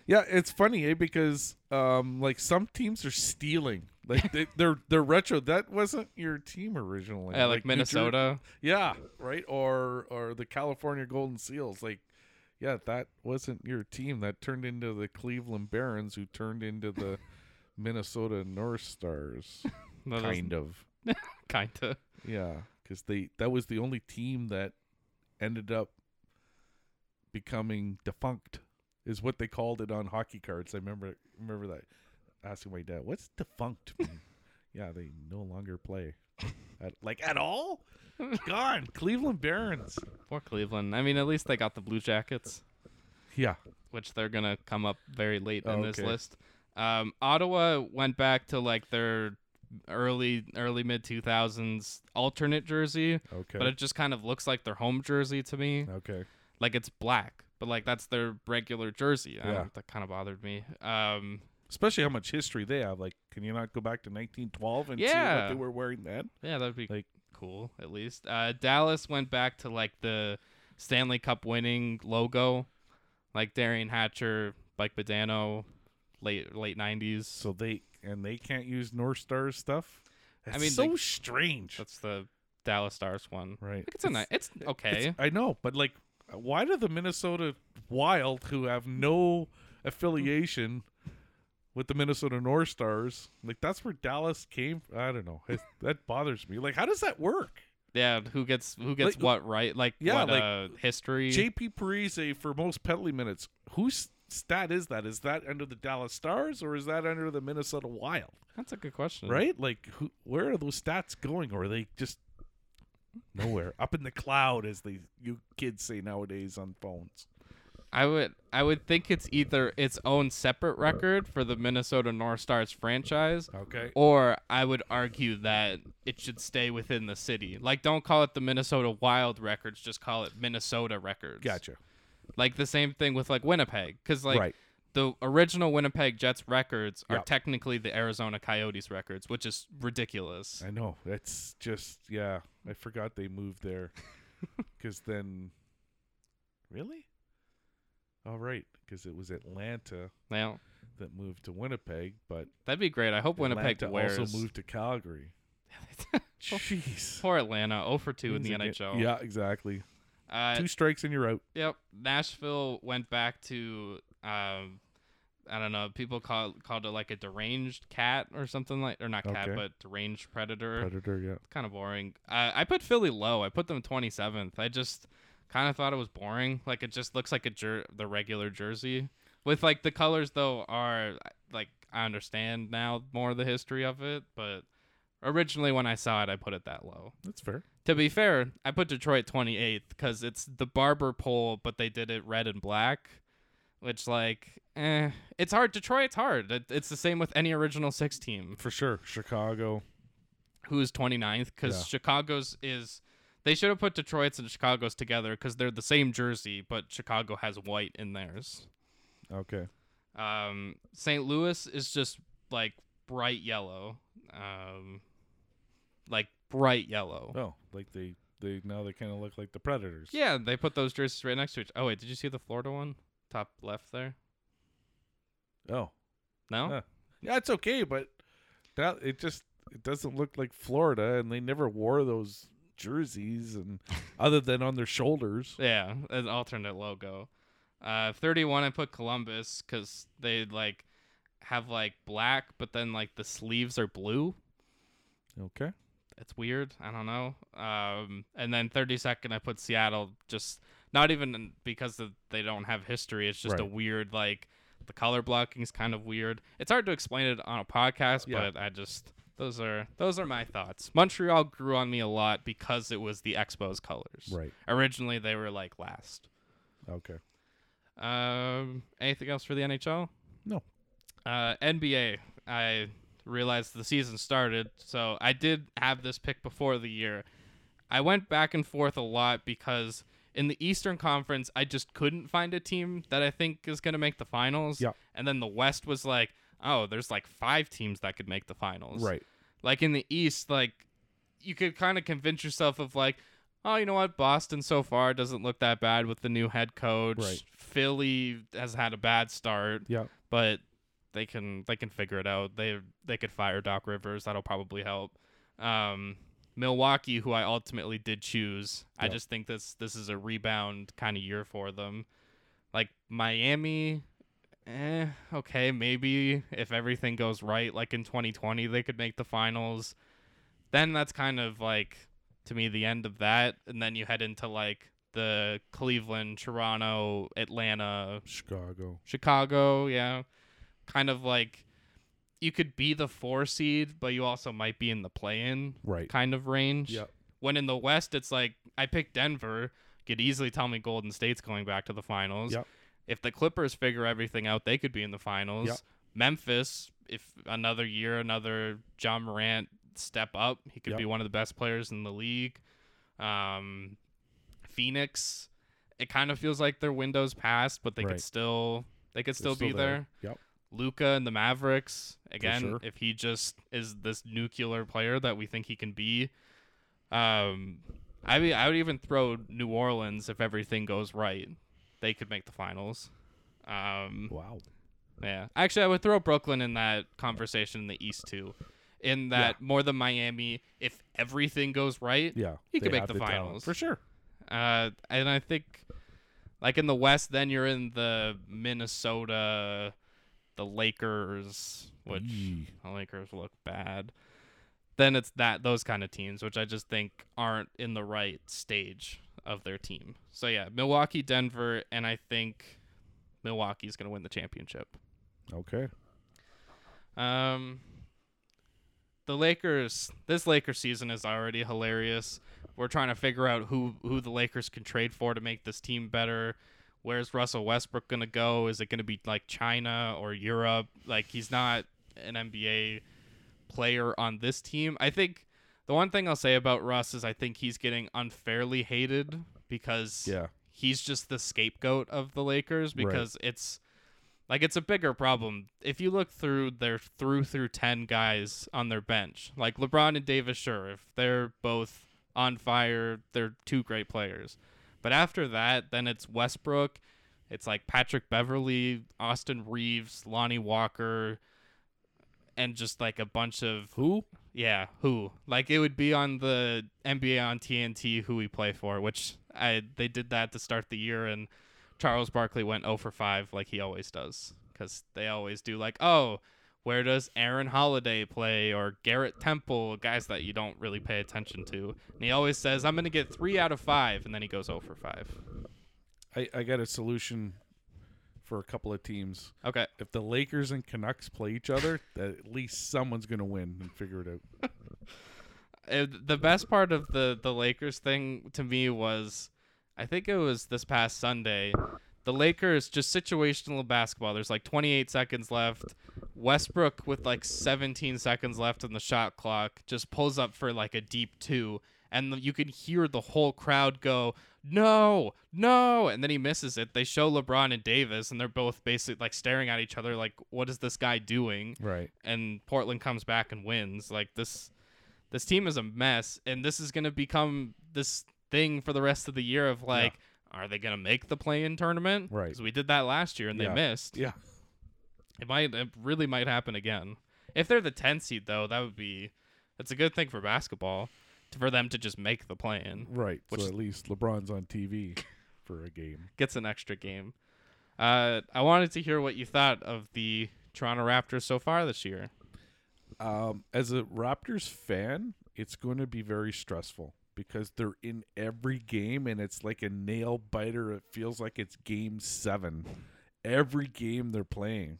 Speaker 2: Yeah, it's funny eh, because um, like some teams are stealing. Like they, they're they're retro. That wasn't your team originally.
Speaker 1: Yeah, Uh, like,
Speaker 2: New Jer-
Speaker 1: Minnesota.
Speaker 2: yeah, right. Or or the California Golden Seals. Like, yeah, that wasn't your team. That turned into the Cleveland Barons, who turned into the Minnesota North Stars.
Speaker 1: No, those-
Speaker 2: kind of.
Speaker 1: Kinda.
Speaker 2: Yeah, because they that was the only team that ended up becoming defunct, is what they called it on hockey cards. I remember remember that asking my dad, "What's defunct?" mean?" yeah, they no longer play, at, like at all. Gone, Cleveland Barons.
Speaker 1: Or Cleveland. I mean, at least they got the Blue Jackets,
Speaker 2: Yeah,
Speaker 1: which they're gonna come up very late in
Speaker 2: Oh,
Speaker 1: this
Speaker 2: okay.
Speaker 1: list. Um, Ottawa went back to like their early early mid two thousands alternate jersey.
Speaker 2: okay,
Speaker 1: but it just kind of looks like their home jersey to me.
Speaker 2: okay.
Speaker 1: Like it's black, but like that's their regular jersey. I
Speaker 2: Yeah.
Speaker 1: don't- that kind of bothered me. Um,
Speaker 2: Especially how much history they have. Like, can you not go back to 1912 and see
Speaker 1: Yeah.
Speaker 2: what they were wearing then?
Speaker 1: yeah, that'd be
Speaker 2: Like-
Speaker 1: cool at least. Uh, Dallas went back to like the Stanley Cup winning logo, like Darian Hatcher, Mike Badano, late late nineties.
Speaker 2: So they and they can't use North Stars stuff. That's
Speaker 1: mean,
Speaker 2: so
Speaker 1: they-
Speaker 2: strange.
Speaker 1: that's the Dallas Stars one.
Speaker 2: Right.
Speaker 1: Like it's a nice. It's okay.
Speaker 2: I know, but like, why do the Minnesota Wild, who have no affiliation with the Minnesota North Stars, like that's where Dallas came? I don't know. It, that bothers me. Like, how does that work?
Speaker 1: yeah. Who gets who gets
Speaker 2: Like-
Speaker 1: what right? Like
Speaker 2: Yeah,
Speaker 1: what
Speaker 2: like,
Speaker 1: uh, history?
Speaker 2: JP Parise eh, for most penalty minutes. Whose stat is that? Is that under the Dallas Stars or is that under the Minnesota Wild?
Speaker 1: that's a good question.
Speaker 2: Right? Like, who, where are those stats going? Or are they just nowhere up in the cloud, as they you kids say nowadays on phones?
Speaker 1: I would I would think it's either its own separate record for the Minnesota North Stars franchise
Speaker 2: Okay.
Speaker 1: or I would argue that it should stay within the city. Like don't call it the Minnesota Wild Records, just call it Minnesota Records.
Speaker 2: Gotcha.
Speaker 1: Like the same thing with like Winnipeg cuz like
Speaker 2: Right.
Speaker 1: the original Winnipeg Jets records are
Speaker 2: Yeah.
Speaker 1: technically the Arizona Coyotes records, which is ridiculous.
Speaker 2: I know. That's just yeah. I forgot they moved there. Cuz then Really? All right, cuz it was Atlanta
Speaker 1: Now,
Speaker 2: that moved to Winnipeg, but
Speaker 1: that'd be great. I hope Winnipeg
Speaker 2: Atlanta
Speaker 1: wears
Speaker 2: also moved to Calgary. Jeez.
Speaker 1: Poor Atlanta, 0 for 2 in the
Speaker 2: Things again-
Speaker 1: NHL.
Speaker 2: Yeah, exactly.
Speaker 1: Uh,
Speaker 2: Two strikes and you're out.
Speaker 1: Yep, Nashville went back to um, I don't know. People call called it like a deranged cat or something like, or not cat,
Speaker 2: Okay.
Speaker 1: but deranged predator.
Speaker 2: Predator, yeah.
Speaker 1: It's kind of boring. Uh, I put Philly low. I put them twenty seventh. I just kind of thought it was boring. Like it just looks like a jer- the regular jersey with like the colors though are like I understand now more the history of it, but Originally, when I saw it, I put it that low.
Speaker 2: That's fair.
Speaker 1: To be fair, I put Detroit 28th because it's the barber pole, but they did it red and black, which like, eh, it's hard. Detroit's hard. It, it's the same with any original six team
Speaker 2: For sure. Chicago.
Speaker 1: who is 29th because
Speaker 2: Yeah.
Speaker 1: Chicago's is they should have put Detroit's and Chicago's together because they're the same jersey, but Chicago has white in theirs.
Speaker 2: Okay.
Speaker 1: Um, St. Louis is just like bright yellow, um, like bright yellow.
Speaker 2: Oh, like they they now they kind of look like the Predators.
Speaker 1: Yeah, they put those jerseys right next to each. Oh wait, did you see the Florida one top left there?
Speaker 2: Oh.
Speaker 1: No,
Speaker 2: Huh. Yeah, it's okay, but that it just it doesn't look like Florida, and they never wore those jerseys, and other than on their shoulders.
Speaker 1: yeah, an alternate logo. Uh, 31, I put Columbus because they like have like black, but then like the sleeves are blue.
Speaker 2: Okay.
Speaker 1: it's weird. I don't know. Um, and then 32nd, I put Seattle. Just not even because of, they don't have history. It's just a
Speaker 2: Right.
Speaker 1: weird like the color blocking's kind of weird. It's hard to explain it on a podcast,
Speaker 2: Yeah.
Speaker 1: but I just those are those are my thoughts. Montreal grew on me a lot because it was the Expos colors.
Speaker 2: Right.
Speaker 1: Originally, they were like last.
Speaker 2: Okay.
Speaker 1: Um, anything else for the NHL?
Speaker 2: No.
Speaker 1: Uh, NBA. I realized the season started, so I did have this pick before the year. I went back and forth a lot because in the Eastern Conference, I just couldn't find a team that I think is going to make the finals.
Speaker 2: Yeah.
Speaker 1: And then the West was like, oh, there's like five teams that could make the finals
Speaker 2: Right.
Speaker 1: like in the east like you could kind of convince yourself of like oh you know what boston so far doesn't look that bad with the new head coach
Speaker 2: Right.
Speaker 1: philly has had a bad start
Speaker 2: Yeah.
Speaker 1: but they can they can figure it out they they could fire doc rivers that'll probably help um milwaukee who i ultimately did choose i
Speaker 2: Yeah.
Speaker 1: just think this this is a rebound kind of year for them like miami eh, okay, maybe if everything goes right, like in 2020, they could make the finals. Then that's kind of like to me the end of that, and then you head into like the Cleveland, Toronto, Atlanta,
Speaker 2: Chicago.
Speaker 1: Chicago, yeah, kind of like you could be the four seed, but you also might be in the play-in
Speaker 2: Right.
Speaker 1: kind of range.
Speaker 2: Yep.
Speaker 1: When in the West, it's like I picked Denver. Could easily tell me Golden State's going back to the finals.
Speaker 2: Yep.
Speaker 1: If the Clippers figure everything out, they could be in the finals.
Speaker 2: Yep.
Speaker 1: Memphis, if another year, another John Morant step up, he could
Speaker 2: Yep.
Speaker 1: be one of the best players in the league. Um, Phoenix, it kind of feels like their window's passed, but they
Speaker 2: Right.
Speaker 1: could still they could still,
Speaker 2: They're
Speaker 1: be there.
Speaker 2: Yep.
Speaker 1: Luca and the Mavericks again.
Speaker 2: sure.
Speaker 1: If he just is this nuclear player that we think he can be, um, I mean, I would even throw New Orleans if everything goes right. They could make the finals. Um,
Speaker 2: Wow.
Speaker 1: yeah, actually, I would throw Brooklyn in that conversation in the East too. In that more than Miami, if everything goes right,
Speaker 2: Yeah.
Speaker 1: He could
Speaker 2: they
Speaker 1: make
Speaker 2: have
Speaker 1: the
Speaker 2: talent,
Speaker 1: finals.
Speaker 2: for sure.
Speaker 1: uh, and I think, like in the West, then you're in the Minnesota, the Lakers, which
Speaker 2: Yee.
Speaker 1: the Lakers look bad. Then it's that those kind of teams, which I just think aren't in the right stage of their team. So yeah, Milwaukee, Denver, and I think Milwaukee's gonna win the championship.
Speaker 2: Okay.
Speaker 1: Um, the Lakers. This Lakers season is already hilarious. We're trying to figure out who who the Lakers can trade for to make this team better. Where's Russell Westbrook gonna go? Is it gonna be like China or Europe? Like he's not an NBA player on this team. I think the one thing I'll say about Russ is I think he's getting unfairly hated because
Speaker 2: Yeah.
Speaker 1: he's just the scapegoat of the Lakers
Speaker 2: Right.
Speaker 1: because it's like it's a bigger problem. If you look through their through through ten guys on their bench, like LeBron and Davis, sure, if they're both on fire, they're two great players. But after that, then it's Westbrook, it's like Patrick Beverly, Austin Reeves, Lonnie Walker, and just like a bunch of
Speaker 2: Who?
Speaker 1: yeah, who? Like it would be on the NBA on TNT who we play for, which I they did that to start the year and Charles Barkley went 0 for 5 like he always does cuz they always do like, "Oh, where does Aaron Holiday play or Garrett Temple, guys that you don't really pay attention to?" And he always says, "I'm going to get 3 out of 5," and then he goes 0 for 5.
Speaker 2: I I got a solution for a couple of teams.
Speaker 1: Okay.
Speaker 2: If the Lakers and Canucks play each other, at least someone's going to win and figure it out.
Speaker 1: Uh, the best part of the the Lakers thing to me was, I think it was this past Sunday. The Lakers just situational basketball. There's like 28 seconds left. Westbrook with like 17 seconds left on the shot clock just pulls up for like a deep two, and you can hear the whole crowd go no no and then he misses it they show lebron and davis and they're both basically like staring at each other like what is this guy doing
Speaker 2: Right.
Speaker 1: and portland comes back and wins like this this team is a mess and this is going to become this thing for the rest of the year of like are they going to make the play-in tournament
Speaker 2: Right.
Speaker 1: 'Cause we did that last year and
Speaker 2: Yeah.
Speaker 1: they missed
Speaker 2: Yeah.
Speaker 1: it might it really might happen again if they're the 10 seed though that would be it's a good thing for basketball for them to just make the play-in
Speaker 2: Right.
Speaker 1: Which-
Speaker 2: so at least LeBron's on TV for a game.
Speaker 1: gets an extra game. Uh, I wanted to hear what you thought of the Toronto Raptors so far this year.
Speaker 2: Um, as a Raptors fan, it's going to be very stressful because they're in every game and it's like a nail biter. It feels like it's game seven. Every game they're playing.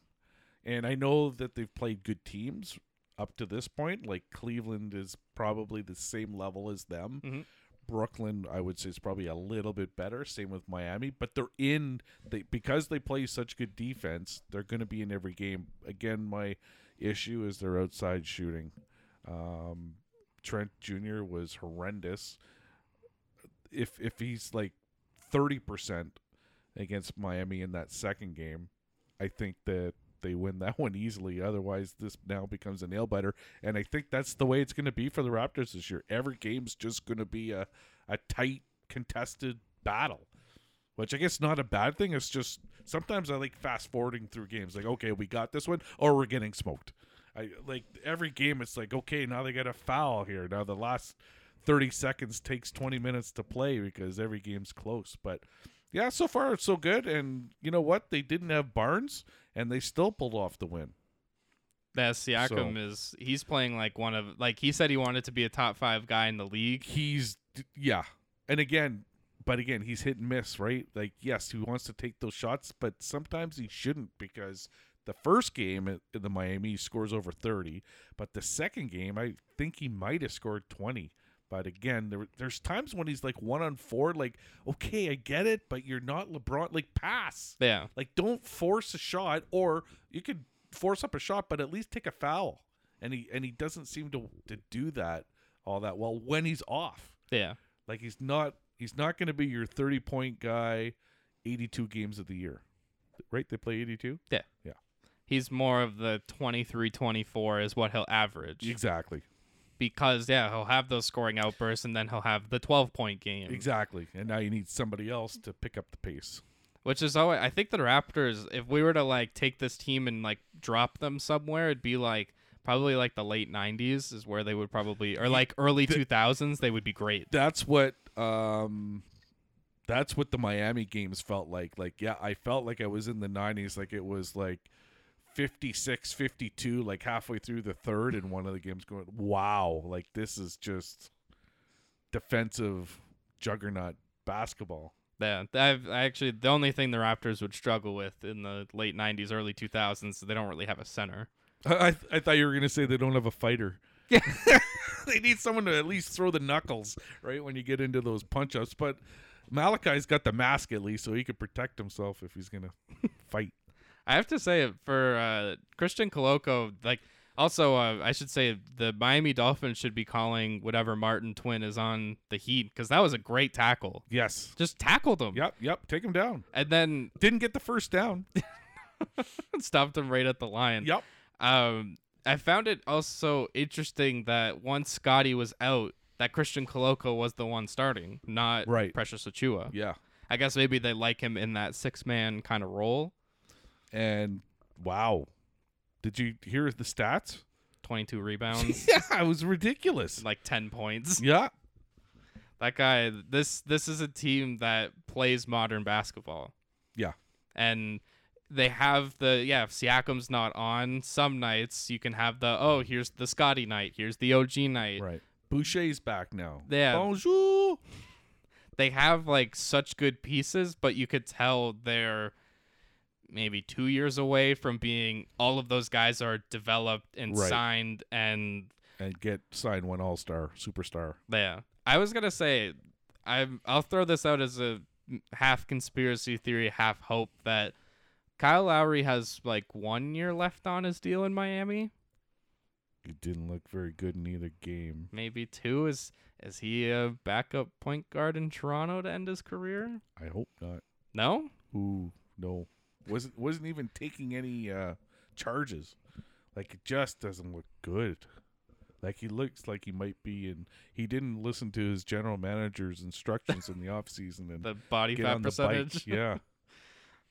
Speaker 2: And I know that they've played good teams up to this point. Like Cleveland is probably the same level as them.
Speaker 1: Mhm.
Speaker 2: Brooklyn, I would say, is probably a little bit better. Same with Miami, but they're in they because they play such good defense. They're going to be in every game. Again, my issue is their outside shooting. Um, Trent Jr. was horrendous. If if he's like thirty percent against Miami in that second game, I think that they win that one easily. Otherwise, this now becomes a nail biter, and I think that's the way it's going to be for the Raptors this year. Every game's just going to be a a tight, contested battle, which I guess is not a bad thing. It's just sometimes I like fast forwarding through games. Like, okay, we got this one, or we're getting smoked. I like every game. It's like, okay, now they got a foul here. Now the last thirty seconds takes twenty minutes to play because every game's close, but. Yeah, so far it's so good, and you know what? They didn't have Barnes, and they still pulled off the win.
Speaker 1: That Siakam is he's playing like one of like he said he wanted to be a top five guy in the league.
Speaker 2: He's yeah, and again, but again, he's hit and miss, right? Like yes, he wants to take those shots, but sometimes he shouldn't because the first game at- in the Miami he scores over thirty, but the second game I think he might have scored twenty. But again, there, there's times when he's like one on four, like okay, I get it, but you're not LeBron. Like pass,
Speaker 1: Yeah.
Speaker 2: Like, don't force a shot, or you could force up a shot, but at least take a foul. And he and he doesn't seem to to do that all that well when he's off.
Speaker 1: Yeah.
Speaker 2: Like he's not he's not going to be your thirty point guy, eighty two games of the year, right? They play eighty two.
Speaker 1: He's more of the 23 24 is what he'll average.
Speaker 2: Exactly,
Speaker 1: Because, yeah, he'll have those scoring outbursts and then he'll have the 12 point game.
Speaker 2: exactly. And now you need somebody else to pick up the pace.
Speaker 1: Which is always, I think the Raptors, if we were to like take this team and like drop them somewhere, it'd be like probably like the late 90s is where they would probably, or like early 2000s, they would be great.
Speaker 2: That's what um, that's what the Miami games felt like. Like yeah, I felt like I was in the nineties. Like it was like 56 52 like halfway through the third and one of the games going wow like this is just defensive juggernaut basketball
Speaker 1: Yeah. I've I actually, the only thing the Raptors would struggle with in the late 90s, early 2000s, is they don't really have a center.
Speaker 2: I, I, th- I thought you were gonna say they don't have a fighter. they need someone to at least throw the knuckles right when you get into those punch ups. But Malachi's got the mask at least, so he could protect himself if he's gonna fight.
Speaker 1: I have to say for uh, Christian Coloco, like also uh, I should say the Miami Dolphins should be calling whatever Martin Twin is on the Heat because that was a great tackle.
Speaker 2: Yes.
Speaker 1: Just tackled him.
Speaker 2: Yep. Yep. Take him down.
Speaker 1: And then
Speaker 2: Didn't get the first down.
Speaker 1: stopped him right at the line.
Speaker 2: Yep.
Speaker 1: Um, I found it also interesting that once Scotty was out, that Christian Koloko was the one starting, not
Speaker 2: Right.
Speaker 1: Precious Achua.
Speaker 2: Yeah.
Speaker 1: I guess maybe they like him in that six man kind of role.
Speaker 2: And wow, did you hear the stats?
Speaker 1: Twenty two
Speaker 2: Um,
Speaker 1: rebounds,
Speaker 2: yeah, it was ridiculous.
Speaker 1: like ten points.
Speaker 2: Yeah.
Speaker 1: That guy. This this is a team that plays modern basketball.
Speaker 2: Yeah.
Speaker 1: and they have the yeah. If Siakam's not on, some nights you can have the oh here's the Scotty night, here's the OG night.
Speaker 2: Right. Boucher's back now.
Speaker 1: Yeah.
Speaker 2: Bonjour.
Speaker 1: they have like such good pieces, but you could tell they're maybe two years away from being all of those guys are developed and
Speaker 2: Right.
Speaker 1: signed and
Speaker 2: and get signed one All Star superstar.
Speaker 1: Yeah. I was gonna say, I'm. I'll throw this out as a half conspiracy theory, half hope that Kyle Lowry has like one year left on his deal in Miami.
Speaker 2: He didn't look very good in either game.
Speaker 1: Maybe two. Is is he a backup point guard in Toronto to end his career?
Speaker 2: I hope not.
Speaker 1: No.
Speaker 2: Ooh, no. Wasn't wasn't even taking any uh charges. Like it just doesn't look good. Like he looks like he might be and he didn't listen to his general manager's instructions in the off season and
Speaker 1: The body
Speaker 2: get
Speaker 1: fat
Speaker 2: on the
Speaker 1: percentage.
Speaker 2: bike. Yeah.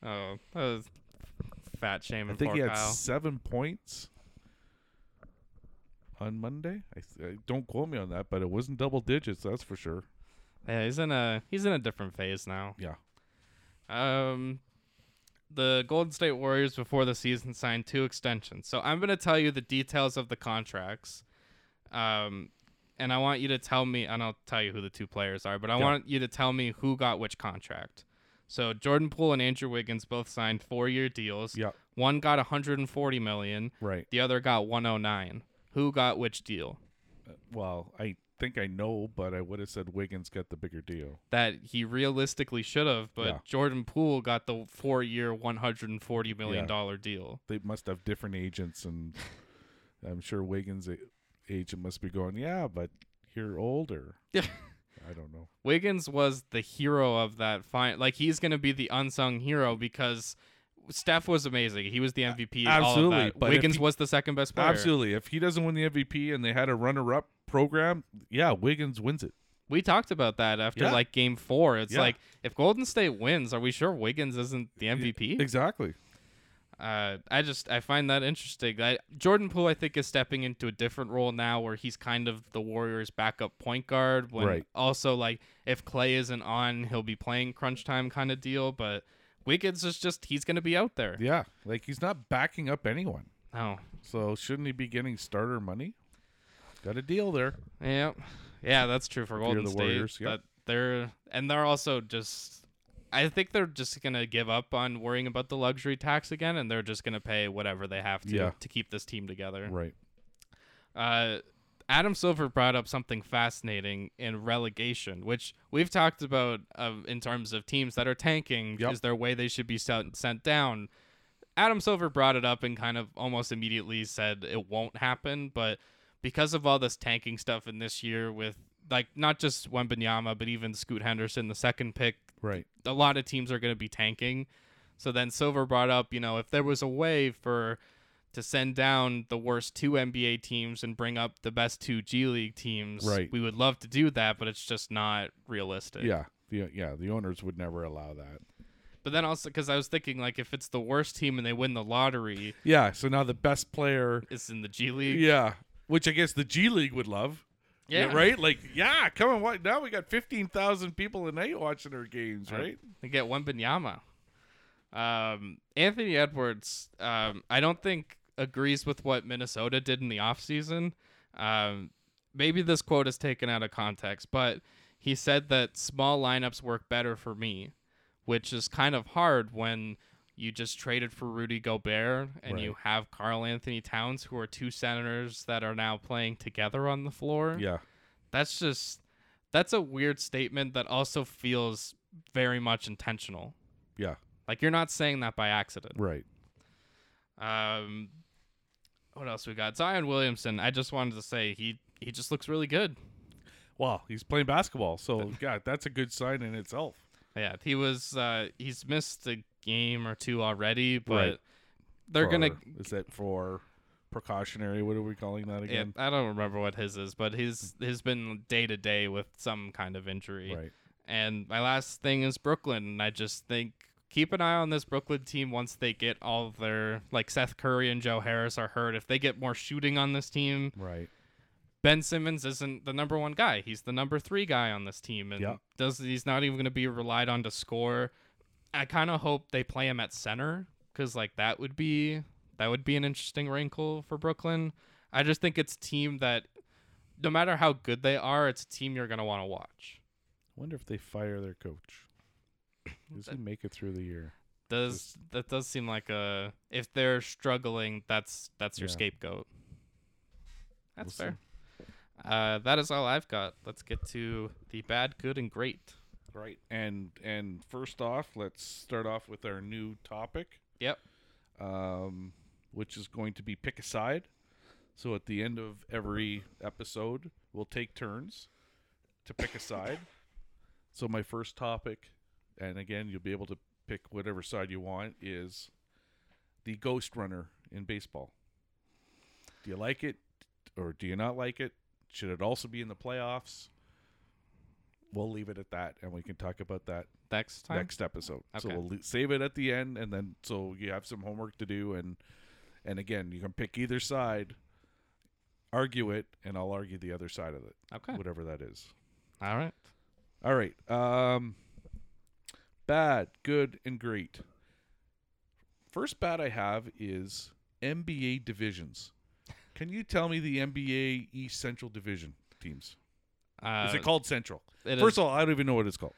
Speaker 1: Oh, that was fat
Speaker 2: I
Speaker 1: shaming
Speaker 2: think
Speaker 1: poor
Speaker 2: he had
Speaker 1: Kyle.
Speaker 2: seven points on Monday. I, th- I don't quote me on that, but it wasn't double digits, that's for sure.
Speaker 1: Yeah, he's in a he's in a different phase now.
Speaker 2: Yeah.
Speaker 1: Um, the Golden State Warriors before the season signed two extensions. So I'm gonna tell you the details of the contracts, um, and I want you to tell me. And I'll tell you who the two players are, but I
Speaker 2: Yeah.
Speaker 1: want you to tell me who got which contract. So Jordan Poole and Andrew Wiggins both signed four-year deals.
Speaker 2: Yeah.
Speaker 1: One got 140 million.
Speaker 2: Right.
Speaker 1: The other got 109. Who got which deal?
Speaker 2: Well, I think I know, but I would have said Wiggins got the bigger deal.
Speaker 1: that he realistically should have, but
Speaker 2: Yeah.
Speaker 1: Jordan Poole got the four year, $140 million deal.
Speaker 2: They must have different agents, and I'm sure Wiggins' a- agent must be going, "Yeah, but you're older."
Speaker 1: Yeah.
Speaker 2: I don't know.
Speaker 1: Wiggins was the hero of that fine. Like, he's going to be the unsung hero because Steph was amazing. He was the MVP. all
Speaker 2: absolutely,
Speaker 1: of that.
Speaker 2: but if
Speaker 1: Wiggins
Speaker 2: he-
Speaker 1: was the second best player.
Speaker 2: Absolutely. If he doesn't win the MVP and they had a runner-up program, yeah, Wiggins wins it.
Speaker 1: We talked about that after
Speaker 2: Yeah.
Speaker 1: like game four. It's
Speaker 2: Yeah.
Speaker 1: like, if Golden State wins, are we sure Wiggins isn't the MVP?
Speaker 2: Exactly.
Speaker 1: uh, I just I find that interesting. I, Jordan Poole, I think, is stepping into a different role now, where he's kind of the Warriors' backup point guard. When
Speaker 2: Right.
Speaker 1: also like if Clay isn't on, he'll be playing crunch time kind of deal. But Wiggins is just he's going to be out there.
Speaker 2: Yeah, like he's not backing up anyone,
Speaker 1: Oh,
Speaker 2: so shouldn't he be getting starter money? Got a deal there.
Speaker 1: yeah, yeah, that's true for
Speaker 2: you're
Speaker 1: Golden
Speaker 2: the
Speaker 1: State.
Speaker 2: Warriors, yep.
Speaker 1: That they're and they're also just. I think they're just gonna give up on worrying about the luxury tax again, and they're just gonna pay whatever they have to
Speaker 2: Yeah.
Speaker 1: to keep this team together.
Speaker 2: Right.
Speaker 1: uh, Adam Silver brought up something fascinating in relegation, which we've talked about um, in terms of teams that are tanking.
Speaker 2: Yep.
Speaker 1: Is there a way they should be sent, sent down? Adam Silver brought it up and kind of almost immediately said it won't happen, but because of all this tanking stuff in this year with like not just Wembanyama, but even Scoot Henderson, the second pick,
Speaker 2: Right.
Speaker 1: a lot of teams are going to be tanking. So then Silver brought up, you know, if there was a way for to send down the worst two NBA teams and bring up the best two G League teams,
Speaker 2: Right.
Speaker 1: we would love to do that, but it's just not realistic.
Speaker 2: Yeah. The, yeah. The owners would never allow that.
Speaker 1: But then also cuz I was thinking like if it's the worst team and they win the lottery,
Speaker 2: Yeah. So now the best player
Speaker 1: it's in the G League.
Speaker 2: Yeah, which I guess the G League would love.
Speaker 1: Yeah.
Speaker 2: right. Like, yeah, come and watch. Now we got fifteen thousand people a night watching our games, right?
Speaker 1: They get Wembanyama. Um, Anthony Edwards, um, I don't think agrees with what Minnesota did in the offseason. Um, maybe this quote is taken out of context, but he said that small lineups work better for me, which is kind of hard when you just traded for Rudy Gobert and you have Carl Anthony Towns, who are two senators that are now playing together on the floor
Speaker 2: Yeah,
Speaker 1: that's just that's a weird statement that also feels very much intentional
Speaker 2: yeah,
Speaker 1: like you're not saying that by accident
Speaker 2: right.
Speaker 1: um what else we got zion williamson i just wanted to say he he just looks really good
Speaker 2: Well, he's playing basketball, so God, that's a good sign in itself.
Speaker 1: yeah he was uh he's missed a game or two already but
Speaker 2: Right.
Speaker 1: they're
Speaker 2: For-
Speaker 1: gonna
Speaker 2: is that for precautionary? What are we calling that
Speaker 1: yeah,
Speaker 2: again?
Speaker 1: i don't remember what his is but his has been day to day with some kind of injury
Speaker 2: Right.
Speaker 1: And my last thing is Brooklyn. And I just think keep an eye on this Brooklyn team once they get all of their like Seth Curry and Joe Harris are hurt. If they get more shooting on this team,
Speaker 2: Right.
Speaker 1: Ben Simmons isn't the number one guy. He's the number three guy on this team, and
Speaker 2: Yeah.
Speaker 1: does he's not even going to be relied on to score. I kind of hope they play him at center because like that would be that would be an interesting wrinkle for Brooklyn. I just think it's a team that no matter how good they are, it's a team you're going to want to watch.
Speaker 2: Wonder if they fire their coach. Does he make it through the year?
Speaker 1: does that does seem like a if they're struggling that's that's your
Speaker 2: Yeah.
Speaker 1: scapegoat that's
Speaker 2: We'll
Speaker 1: fair
Speaker 2: see.
Speaker 1: Uh, that is all I've got. Let's get to the bad, good, and great.
Speaker 2: Right. And and first off, let's start off with our new topic.
Speaker 1: Yep.
Speaker 2: Um, which is going to be pick a side. So at the end of every episode, we'll take turns to pick a side. So my first topic, and again, you'll be able to pick whatever side you want, is the ghost runner in baseball. Do you like it or do you not like it? Should it also be in the playoffs? We'll leave it at that, and we can talk about that
Speaker 1: Next time.
Speaker 2: next episode. So
Speaker 1: Okay.
Speaker 2: we'll le- save it at the end, and then so you have some homework to do, and and again, you can pick either side, argue it, and I'll argue the other side of it,
Speaker 1: Okay.
Speaker 2: whatever that is.
Speaker 1: All right.
Speaker 2: All right. Um, bad, good, and great. First bad I have is NBA divisions. Can you tell me the NBA East Central Division teams?
Speaker 1: Uh,
Speaker 2: Is it called Central?
Speaker 1: it
Speaker 2: First
Speaker 1: is-
Speaker 2: of all, I don't even know what it's called.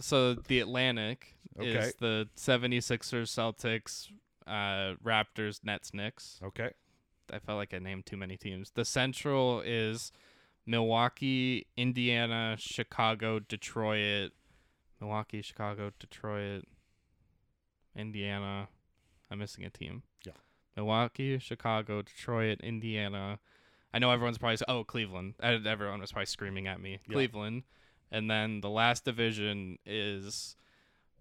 Speaker 1: so the Atlantic
Speaker 2: Okay.
Speaker 1: is the 76ers, Celtics, uh, Raptors, Nets, Knicks.
Speaker 2: Okay.
Speaker 1: I felt like I named too many teams. The Central is Milwaukee, Indiana, Chicago, Detroit, Milwaukee, Chicago, Detroit, Indiana. I'm missing a team.
Speaker 2: Yeah.
Speaker 1: Milwaukee, Chicago, Detroit, Indiana. I know everyone's probably s- oh Cleveland. Uh, Everyone was probably screaming at me
Speaker 2: Yeah.
Speaker 1: Cleveland, and then the last division is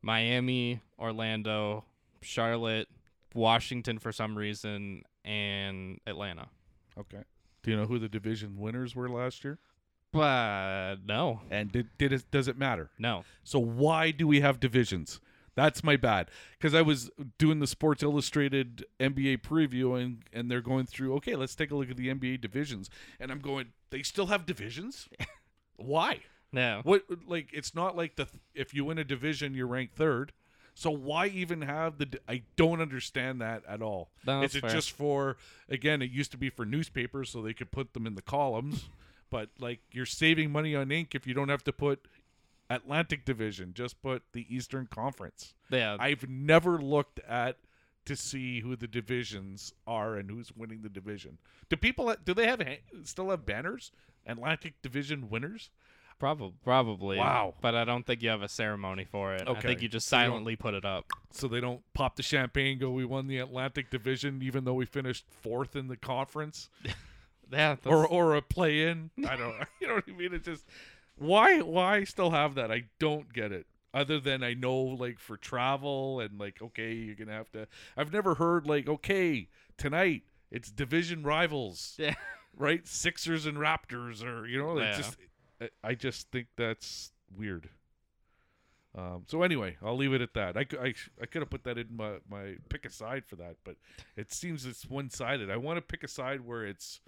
Speaker 1: Miami, Orlando, Charlotte, Washington for some reason, and Atlanta.
Speaker 2: Okay. Do you know who the division winners were last year?
Speaker 1: But no,
Speaker 2: And did, did it, does it matter?
Speaker 1: no.
Speaker 2: So why do we have divisions? That's my bad. Because I was doing the Sports Illustrated NBA preview and, and they're going through, okay, let's take a look at the NBA divisions. And I'm going, they still have divisions? why?
Speaker 1: No.
Speaker 2: What like it's not like the if you win a division you're ranked third. So why even have the di- I don't understand that at all.
Speaker 1: No,
Speaker 2: Is
Speaker 1: that's
Speaker 2: it
Speaker 1: fair.
Speaker 2: just for again it used to be for newspapers so they could put them in the columns, but like you're saving money on ink if you don't have to put Atlantic Division, just put the Eastern Conference.
Speaker 1: Yeah.
Speaker 2: I've never looked at to see who the divisions are and who's winning the division. Do people do they have ha- still have banners? Atlantic Division winners?
Speaker 1: Probably, probably.
Speaker 2: Wow.
Speaker 1: But I don't think you have a ceremony for it. I think
Speaker 2: Okay,
Speaker 1: you just
Speaker 2: so you don't-
Speaker 1: silently put it up.
Speaker 2: so they don't pop the champagne go we won the atlantic division even though we finished fourth in the conference
Speaker 1: Yeah.
Speaker 2: or
Speaker 1: that's-
Speaker 2: or a play in i don't you know what i mean it's just why why still have that i don't get it other than i know like for travel and like okay you're gonna have to i've never heard like okay tonight it's division rivals
Speaker 1: Yeah.
Speaker 2: right sixers and raptors or you know
Speaker 1: Yeah.
Speaker 2: it's just I- i just think that's weird um, so anyway, I'll leave it at that. I, cou- I, I could have put that in my, my pick a side for that, but it seems it's one sided. I want to pick a side where it's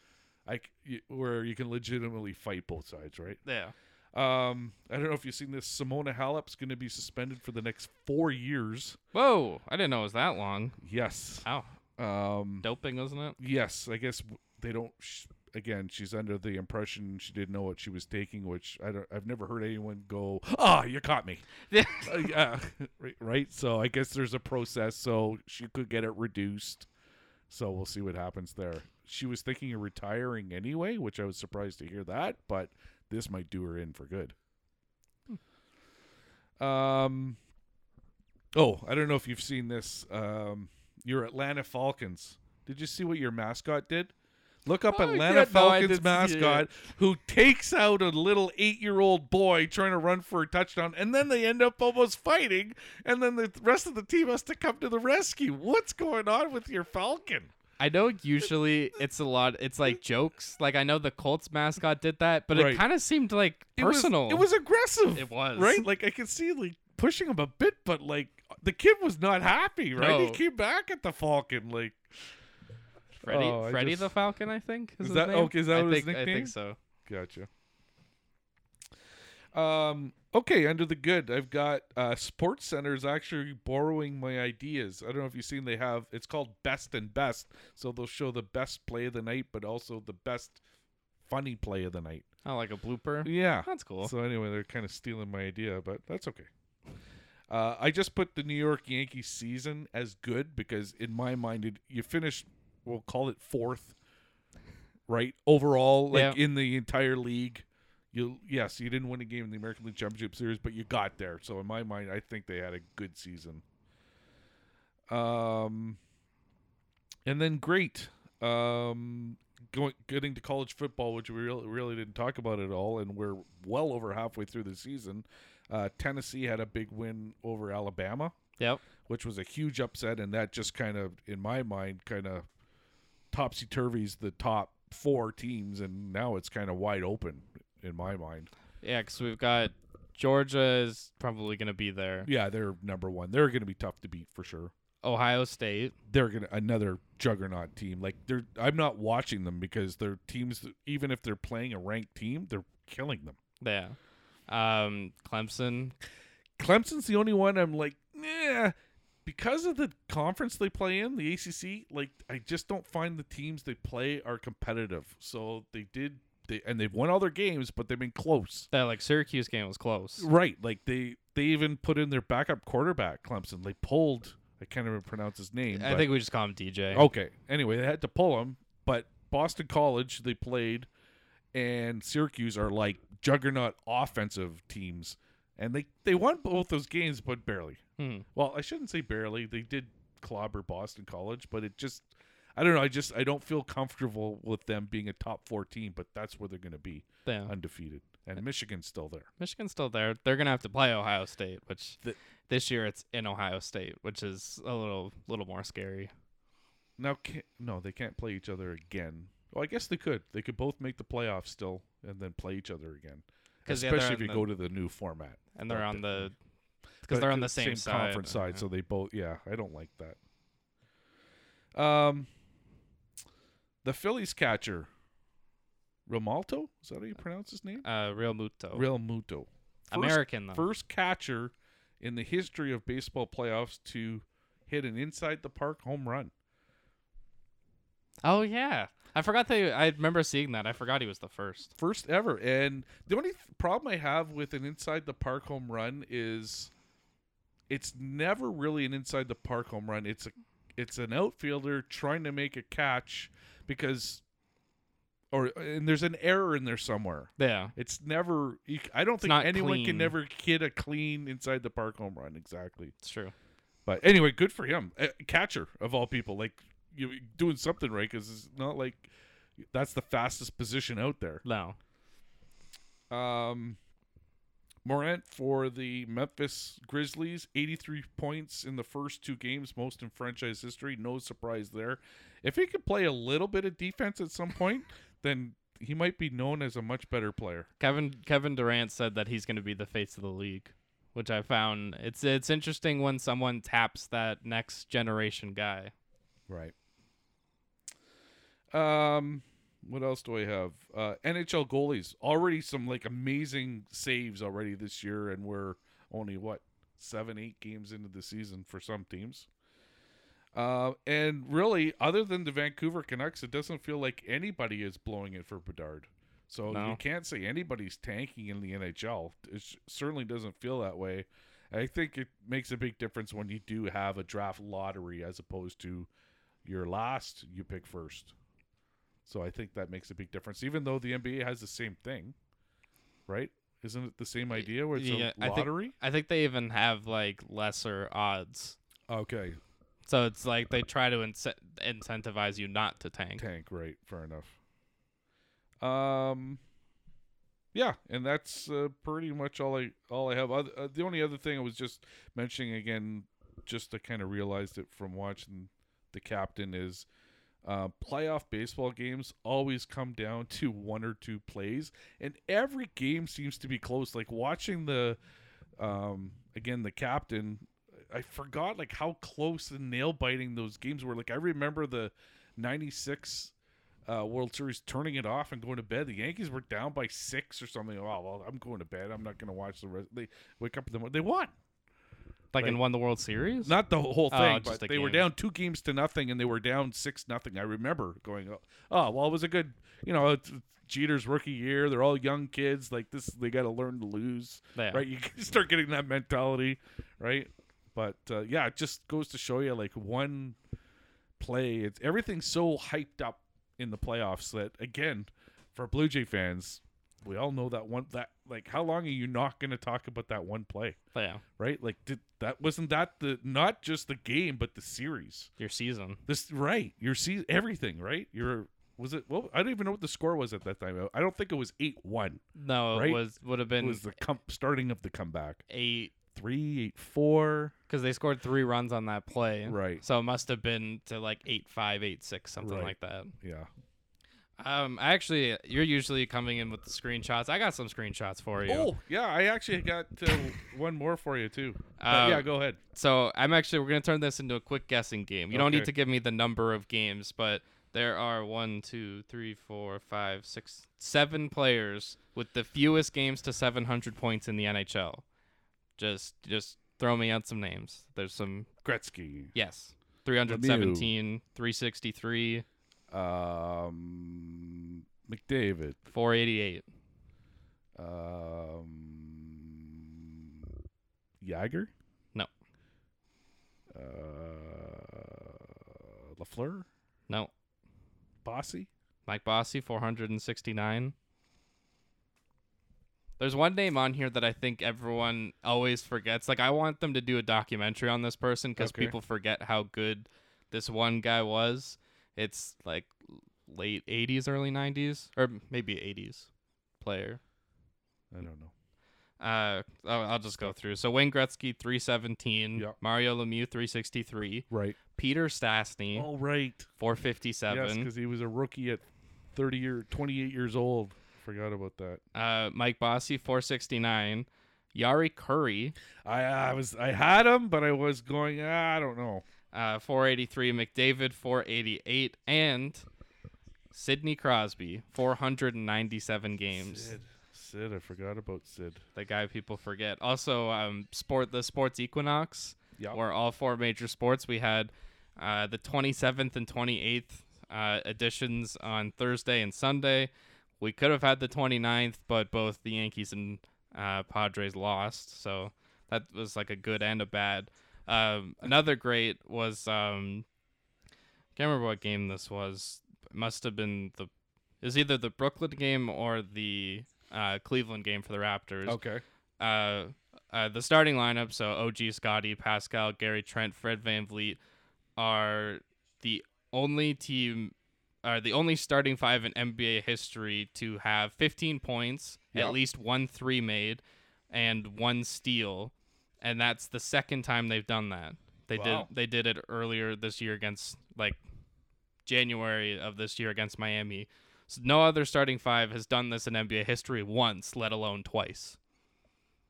Speaker 2: I c- y- where you can legitimately fight both sides, right?
Speaker 1: yeah.
Speaker 2: Um, I don't know if you've seen this. Simona Halep's going to be suspended for the next four years.
Speaker 1: Whoa! I didn't know it was that long.
Speaker 2: Yes.
Speaker 1: Ow.
Speaker 2: Um,
Speaker 1: Doping, wasn't it?
Speaker 2: yes. I guess w- they don't. Sh- again, she's under the impression she didn't know what she was taking, which I don't. I've never heard anyone go, "Ah, you caught me."
Speaker 1: Yeah.
Speaker 2: uh, yeah, right, right. So I guess there's a process. So she could get it reduced. So we'll see what happens there. She was thinking of retiring anyway, which I was surprised to hear that, but this might do her in for good.
Speaker 1: Hmm.
Speaker 2: Um. Oh, I don't know if you've seen this. Um, your Atlanta Falcons. Did you see what your mascot did? Look up
Speaker 1: Oh,
Speaker 2: Atlanta
Speaker 1: yeah, no, I
Speaker 2: Falcons
Speaker 1: did see it.
Speaker 2: mascot who takes out a little eight-year-old boy trying to run for a touchdown, and then they end up almost fighting, and then the rest of the team has to come to the rescue. What's going on with your Falcon?
Speaker 1: I know usually it's a lot. It's like jokes. Like I know the Colts mascot did that, but
Speaker 2: Right.
Speaker 1: it kind of seemed like
Speaker 2: It was-
Speaker 1: personal.
Speaker 2: It was, aggressive.
Speaker 1: It was.
Speaker 2: right. Like I could see like pushing him a bit, but like the kid was not happy. Right. He
Speaker 1: No.
Speaker 2: came back at the Falcon. Like
Speaker 1: Freddy,
Speaker 2: Oh, I
Speaker 1: Freddy
Speaker 2: just-
Speaker 1: the Falcon, I think.
Speaker 2: Is
Speaker 1: Is, his
Speaker 2: that-
Speaker 1: name?
Speaker 2: okay, is that
Speaker 1: I
Speaker 2: what his
Speaker 1: think, I
Speaker 2: nickname?
Speaker 1: think so.
Speaker 2: Gotcha. Um. Okay. Under the good, I've got uh, Sports Center is actually borrowing my ideas. I don't know if you've seen they have. It's called Best and Best, so they'll show the best play of the night, but also the best funny play of the night.
Speaker 1: Oh, like a blooper.
Speaker 2: Yeah.
Speaker 1: That's cool.
Speaker 2: So anyway, they're kind of stealing my idea, but that's okay. Uh, I just put the New York Yankees season as good because in my mind, it, you finished, we'll call it fourth right? Overall, like
Speaker 1: Yeah.
Speaker 2: in the entire league, you yes, you didn't win a game in the American League Championship Series, but you got there. So in my mind, I think they had a good season. Um, and then great, um, going getting to college football, which we really really didn't talk about at all, and we're well over halfway through the season. Uh, Tennessee had a big win over Alabama
Speaker 1: Yep.
Speaker 2: which was a huge upset, and that just kind of, in my mind, kind of topsy turvies the top four teams, and now it's kind of wide open in my mind.
Speaker 1: Yeah, because we've got Georgia is probably going to be there.
Speaker 2: Yeah, they're number one. They're going to be tough to beat for sure.
Speaker 1: Ohio State.
Speaker 2: They're gonna another juggernaut team. Like they're, I'm not watching them because they're teams. That, even if they're playing a ranked team, they're killing them.
Speaker 1: Yeah. Um, Clemson.
Speaker 2: Clemson's the only one I'm like, nah, because of the conference they play in, the ACC. Like, I just don't find the teams they play are competitive. So they did, they and they've won all their games, but they've been close.
Speaker 1: That like Syracuse game was close.
Speaker 2: Right, like they they even put in their backup quarterback, Clemson. They pulled. I can't even pronounce his name.
Speaker 1: I
Speaker 2: but- Oh.
Speaker 1: think we just call him DJ.
Speaker 2: Okay. Anyway, they had to pull him, but Boston College they played, and Syracuse are like juggernaut offensive teams, and they they won both those games, but barely.
Speaker 1: Hmm.
Speaker 2: Well, I shouldn't say barely. They did clobber Boston College, but it just I don't know. I just I don't feel comfortable with them being a top four team, but that's where they're going to be
Speaker 1: Yeah. Uh,
Speaker 2: undefeated, and Michigan's still there.
Speaker 1: Michigan's still there. They're gonna have to play Ohio State, which
Speaker 2: The-
Speaker 1: this year it's in Ohio State, which is a little little more scary.
Speaker 2: Now, can no, they can't play each other again. Well, I guess they could. They could both make the playoffs still, and then play each other again.
Speaker 1: 'Cause, yeah,
Speaker 2: Especially
Speaker 1: they're
Speaker 2: if
Speaker 1: on
Speaker 2: you
Speaker 1: the-
Speaker 2: go to the new format.
Speaker 1: And they're
Speaker 2: But
Speaker 1: on
Speaker 2: the-
Speaker 1: the because
Speaker 2: But
Speaker 1: they're on
Speaker 2: they're
Speaker 1: the same, side.
Speaker 2: conference side,
Speaker 1: Yeah.
Speaker 2: so they both. Yeah, I don't like that. Um, the Phillies catcher, Romalto. Is that how you pronounce his name?
Speaker 1: uh, Real Muto,
Speaker 2: Real Muto. First-
Speaker 1: American though.
Speaker 2: First catcher in the history of baseball playoffs to hit an inside the park home run.
Speaker 1: Oh yeah, I forgot they. I remember seeing that. I forgot he was the first.
Speaker 2: first ever. And the only th- problem I have with an inside the park home run is it's never really an inside the park home run. It's a it's an outfielder trying to make a catch because or and there's an error in there somewhere.
Speaker 1: Yeah,
Speaker 2: It's never you c- I don't think
Speaker 1: not
Speaker 2: anyone can
Speaker 1: clean.
Speaker 2: never hit a clean inside the park home run exactly.
Speaker 1: it's true.
Speaker 2: But anyway, good for him. Uh, catcher of all people, like you doing something right cuz it's not like that's the fastest position out there.
Speaker 1: No,
Speaker 2: Um, Morant for the Memphis Grizzlies, 83 points in the first two games, most in franchise history. No surprise there. If he could play a little bit of defense at some point, then he might be known as a much better player.
Speaker 1: Kevin Kevin Durant said that he's going to be the face of the league, which I found it's it's interesting when someone taps that next generation guy.
Speaker 2: Right. Um, what else do I have? Uh, NHL goalies already some like amazing saves already this year, and we're only what seven, eight games into the season for some teams. Uh, and really, other than the Vancouver Canucks, it doesn't feel like anybody is blowing it for Bedard. So you
Speaker 1: No.
Speaker 2: can't say anybody's tanking in the NHL. It s- certainly doesn't feel that way. I think it makes a big difference when you do have a draft lottery as opposed to your last you pick first. So I think that makes a big difference. Even though the NBA has the same thing, right? Isn't it the same idea where it's
Speaker 1: yeah,
Speaker 2: a
Speaker 1: I think-
Speaker 2: lottery?
Speaker 1: I think they even have like lesser odds.
Speaker 2: Okay,
Speaker 1: So it's like they try to ince- incentivize you not to tank.
Speaker 2: tank, right? Fair enough. Um, yeah, and that's uh, pretty much all I all I have. Oth- uh, the only other thing I was just mentioning again, just I kind of realized it from watching the captain is uh, playoff baseball games always come down to one or two plays, and every game seems to be close. Like watching the um, again the captain. I forgot like how close and nail biting those games were. Like I remember the '96 uh, World Series turning it off and going to bed. The Yankees were down by six or something. Oh well, I'm going to bed. I'm not going to watch the rest. They wake up in the morning. They won.
Speaker 1: Like, and
Speaker 2: Like-
Speaker 1: won the World Series?
Speaker 2: Not the whole
Speaker 1: Oh,
Speaker 2: thing, but
Speaker 1: just
Speaker 2: they
Speaker 1: the
Speaker 2: were
Speaker 1: game.
Speaker 2: down two games to nothing, and they were down six nothing. I remember going, oh, oh, well, it was a good, you know, it's it's Jeter's rookie year. They're all young kids. Like this, they got to learn to lose,
Speaker 1: Yeah.
Speaker 2: right? You start getting that mentality, right? But uh, yeah, it just goes to show you, like one play, it's everything's so hyped up in the playoffs that again for Blue Jay fans, we all know that one that like how long are you not going to talk about that one play,
Speaker 1: But yeah,
Speaker 2: right? Like did that wasn't that the not just the game but the series.
Speaker 1: your season.
Speaker 2: This right, your see everything, right? Your was it well, I don't even know what the score was at that time. I don't think it was 8-1.
Speaker 1: No,
Speaker 2: Right?
Speaker 1: it was would have
Speaker 2: It
Speaker 1: been
Speaker 2: was the com- starting of the comeback.
Speaker 1: eight
Speaker 2: 3-8-4.
Speaker 1: because they scored three runs on that play.
Speaker 2: Right.
Speaker 1: So it must have been to like eight five, eight six, something
Speaker 2: Right.
Speaker 1: like that.
Speaker 2: Yeah.
Speaker 1: Um, actually, you're usually coming in with the screenshots. I got some screenshots for you.
Speaker 2: Oh, yeah, I actually got uh, one more for you too. But
Speaker 1: Uh,
Speaker 2: yeah, go ahead.
Speaker 1: So I'm actually we're gonna turn this into a quick guessing game. You don't need
Speaker 2: Okay.
Speaker 1: to give me the number of games, but there are one, two, three, four, five, six, seven players with the fewest games to 700 points in the NHL. Just just throw me out some names. There's some
Speaker 2: Gretzky.
Speaker 1: yes, 317, 363,
Speaker 2: Um McDavid.
Speaker 1: 488.
Speaker 2: Um, Jagger?
Speaker 1: No.
Speaker 2: Uh, Lafleur,
Speaker 1: No,
Speaker 2: Bossy,
Speaker 1: Mike Bossy 469. There's one name on here that I think everyone always forgets. Like I want them to do a documentary on this person because
Speaker 2: Okay.
Speaker 1: people forget how good this one guy was. It's like late 80s, early 90s, or maybe 80s player.
Speaker 2: I don't know.
Speaker 1: Uh, I'll, I'll just go through. So Wayne Gretzky 317,
Speaker 2: Yep.
Speaker 1: Mario Lemieux 363,
Speaker 2: Right.
Speaker 1: Peter Stastny
Speaker 2: All right. Oh. Yes,
Speaker 1: 457,
Speaker 2: because he was a rookie at thirty year, twenty eight years old. Forgot about that.
Speaker 1: uh, Mike Bossy 469, Yari Curry
Speaker 2: I I was I had him, but I was going. ah, I don't know.
Speaker 1: uh, 483, McDavid 488, and Sidney Crosby 497 games.
Speaker 2: Sid, Sid, I forgot about Sid.
Speaker 1: The guy people forget. Also, um, sport the sports equinox
Speaker 2: Yeah.
Speaker 1: where all four major sports we had uh, the 27th and 28th uh, editions on Thursday and Sunday. We could have had the 29th, but both the Yankees and uh, Padres lost, so that was like a good and a bad. Um, another great was um, can't remember what game this was. It must have been the it was either the Brooklyn game or the uh, Cleveland game for the Raptors
Speaker 2: Okay.
Speaker 1: uh, uh, the starting lineup, so OG, Scotty, Pascal, Gary Trent, Fred Van Vliet are the only team are the only starting five in NBA history to have 15 points,
Speaker 2: Yep.
Speaker 1: at least one three made, and one steal, and that's the second time they've done that. They
Speaker 2: Wow.
Speaker 1: did they did it earlier this year against like January of this year against Miami. So no other starting five has done this in NBA history once, let alone twice.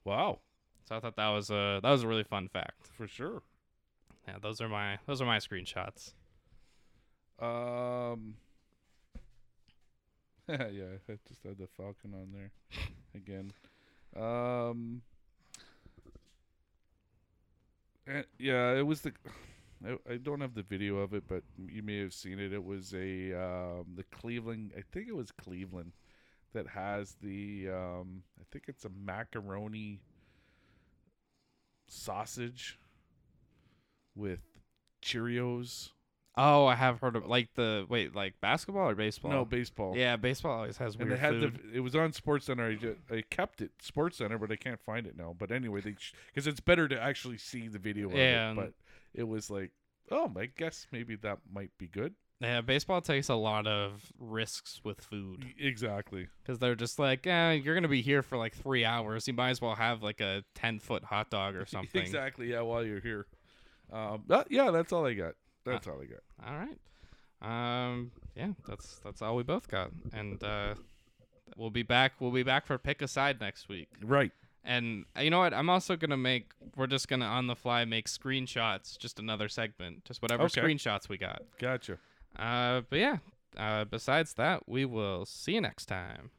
Speaker 2: Wow.
Speaker 1: So I thought that was a that was a really fun fact.
Speaker 2: For sure.
Speaker 1: Yeah, those are my those are my screenshots.
Speaker 2: Um. yeah, I just had the Falcon on there again. Um. eh, yeah, it was the. I, I don't have the video of it, but you may have seen it. It was a um, the Cleveland. I think it was Cleveland that has the. Um, I think it's a macaroni sausage with Cheerios.
Speaker 1: Oh, I have heard of like the wait, like basketball or baseball?
Speaker 2: No baseball.
Speaker 1: yeah, baseball always has
Speaker 2: and
Speaker 1: weird
Speaker 2: they had
Speaker 1: food.
Speaker 2: the. It was on Sports Center. I, ju- I kept it Sports Center, but I can't find it now. But anyway, they because it's better to actually see the video. Of
Speaker 1: Yeah,
Speaker 2: it,
Speaker 1: and-
Speaker 2: but it was like, oh, I guess maybe that might be good.
Speaker 1: yeah, baseball takes a lot of risks with food
Speaker 2: Exactly.
Speaker 1: because they're just like, yeah, you're gonna be here for like three hours. You might as well have like a ten foot hot dog or something.
Speaker 2: Exactly. Yeah. While you're here. Um. that- yeah. That's all I got. That's
Speaker 1: Uh,
Speaker 2: all I got.
Speaker 1: All right. Um. Yeah. That's that's all we both got, and uh, we'll be back. We'll be back for pick a side next week.
Speaker 2: Right.
Speaker 1: And uh, you know what? I'm also gonna make. We're just gonna on the fly make screenshots. Just another segment. Just whatever
Speaker 2: Okay.
Speaker 1: screenshots we got.
Speaker 2: Gotcha.
Speaker 1: Uh, but yeah. Uh, besides that, we will see you next time.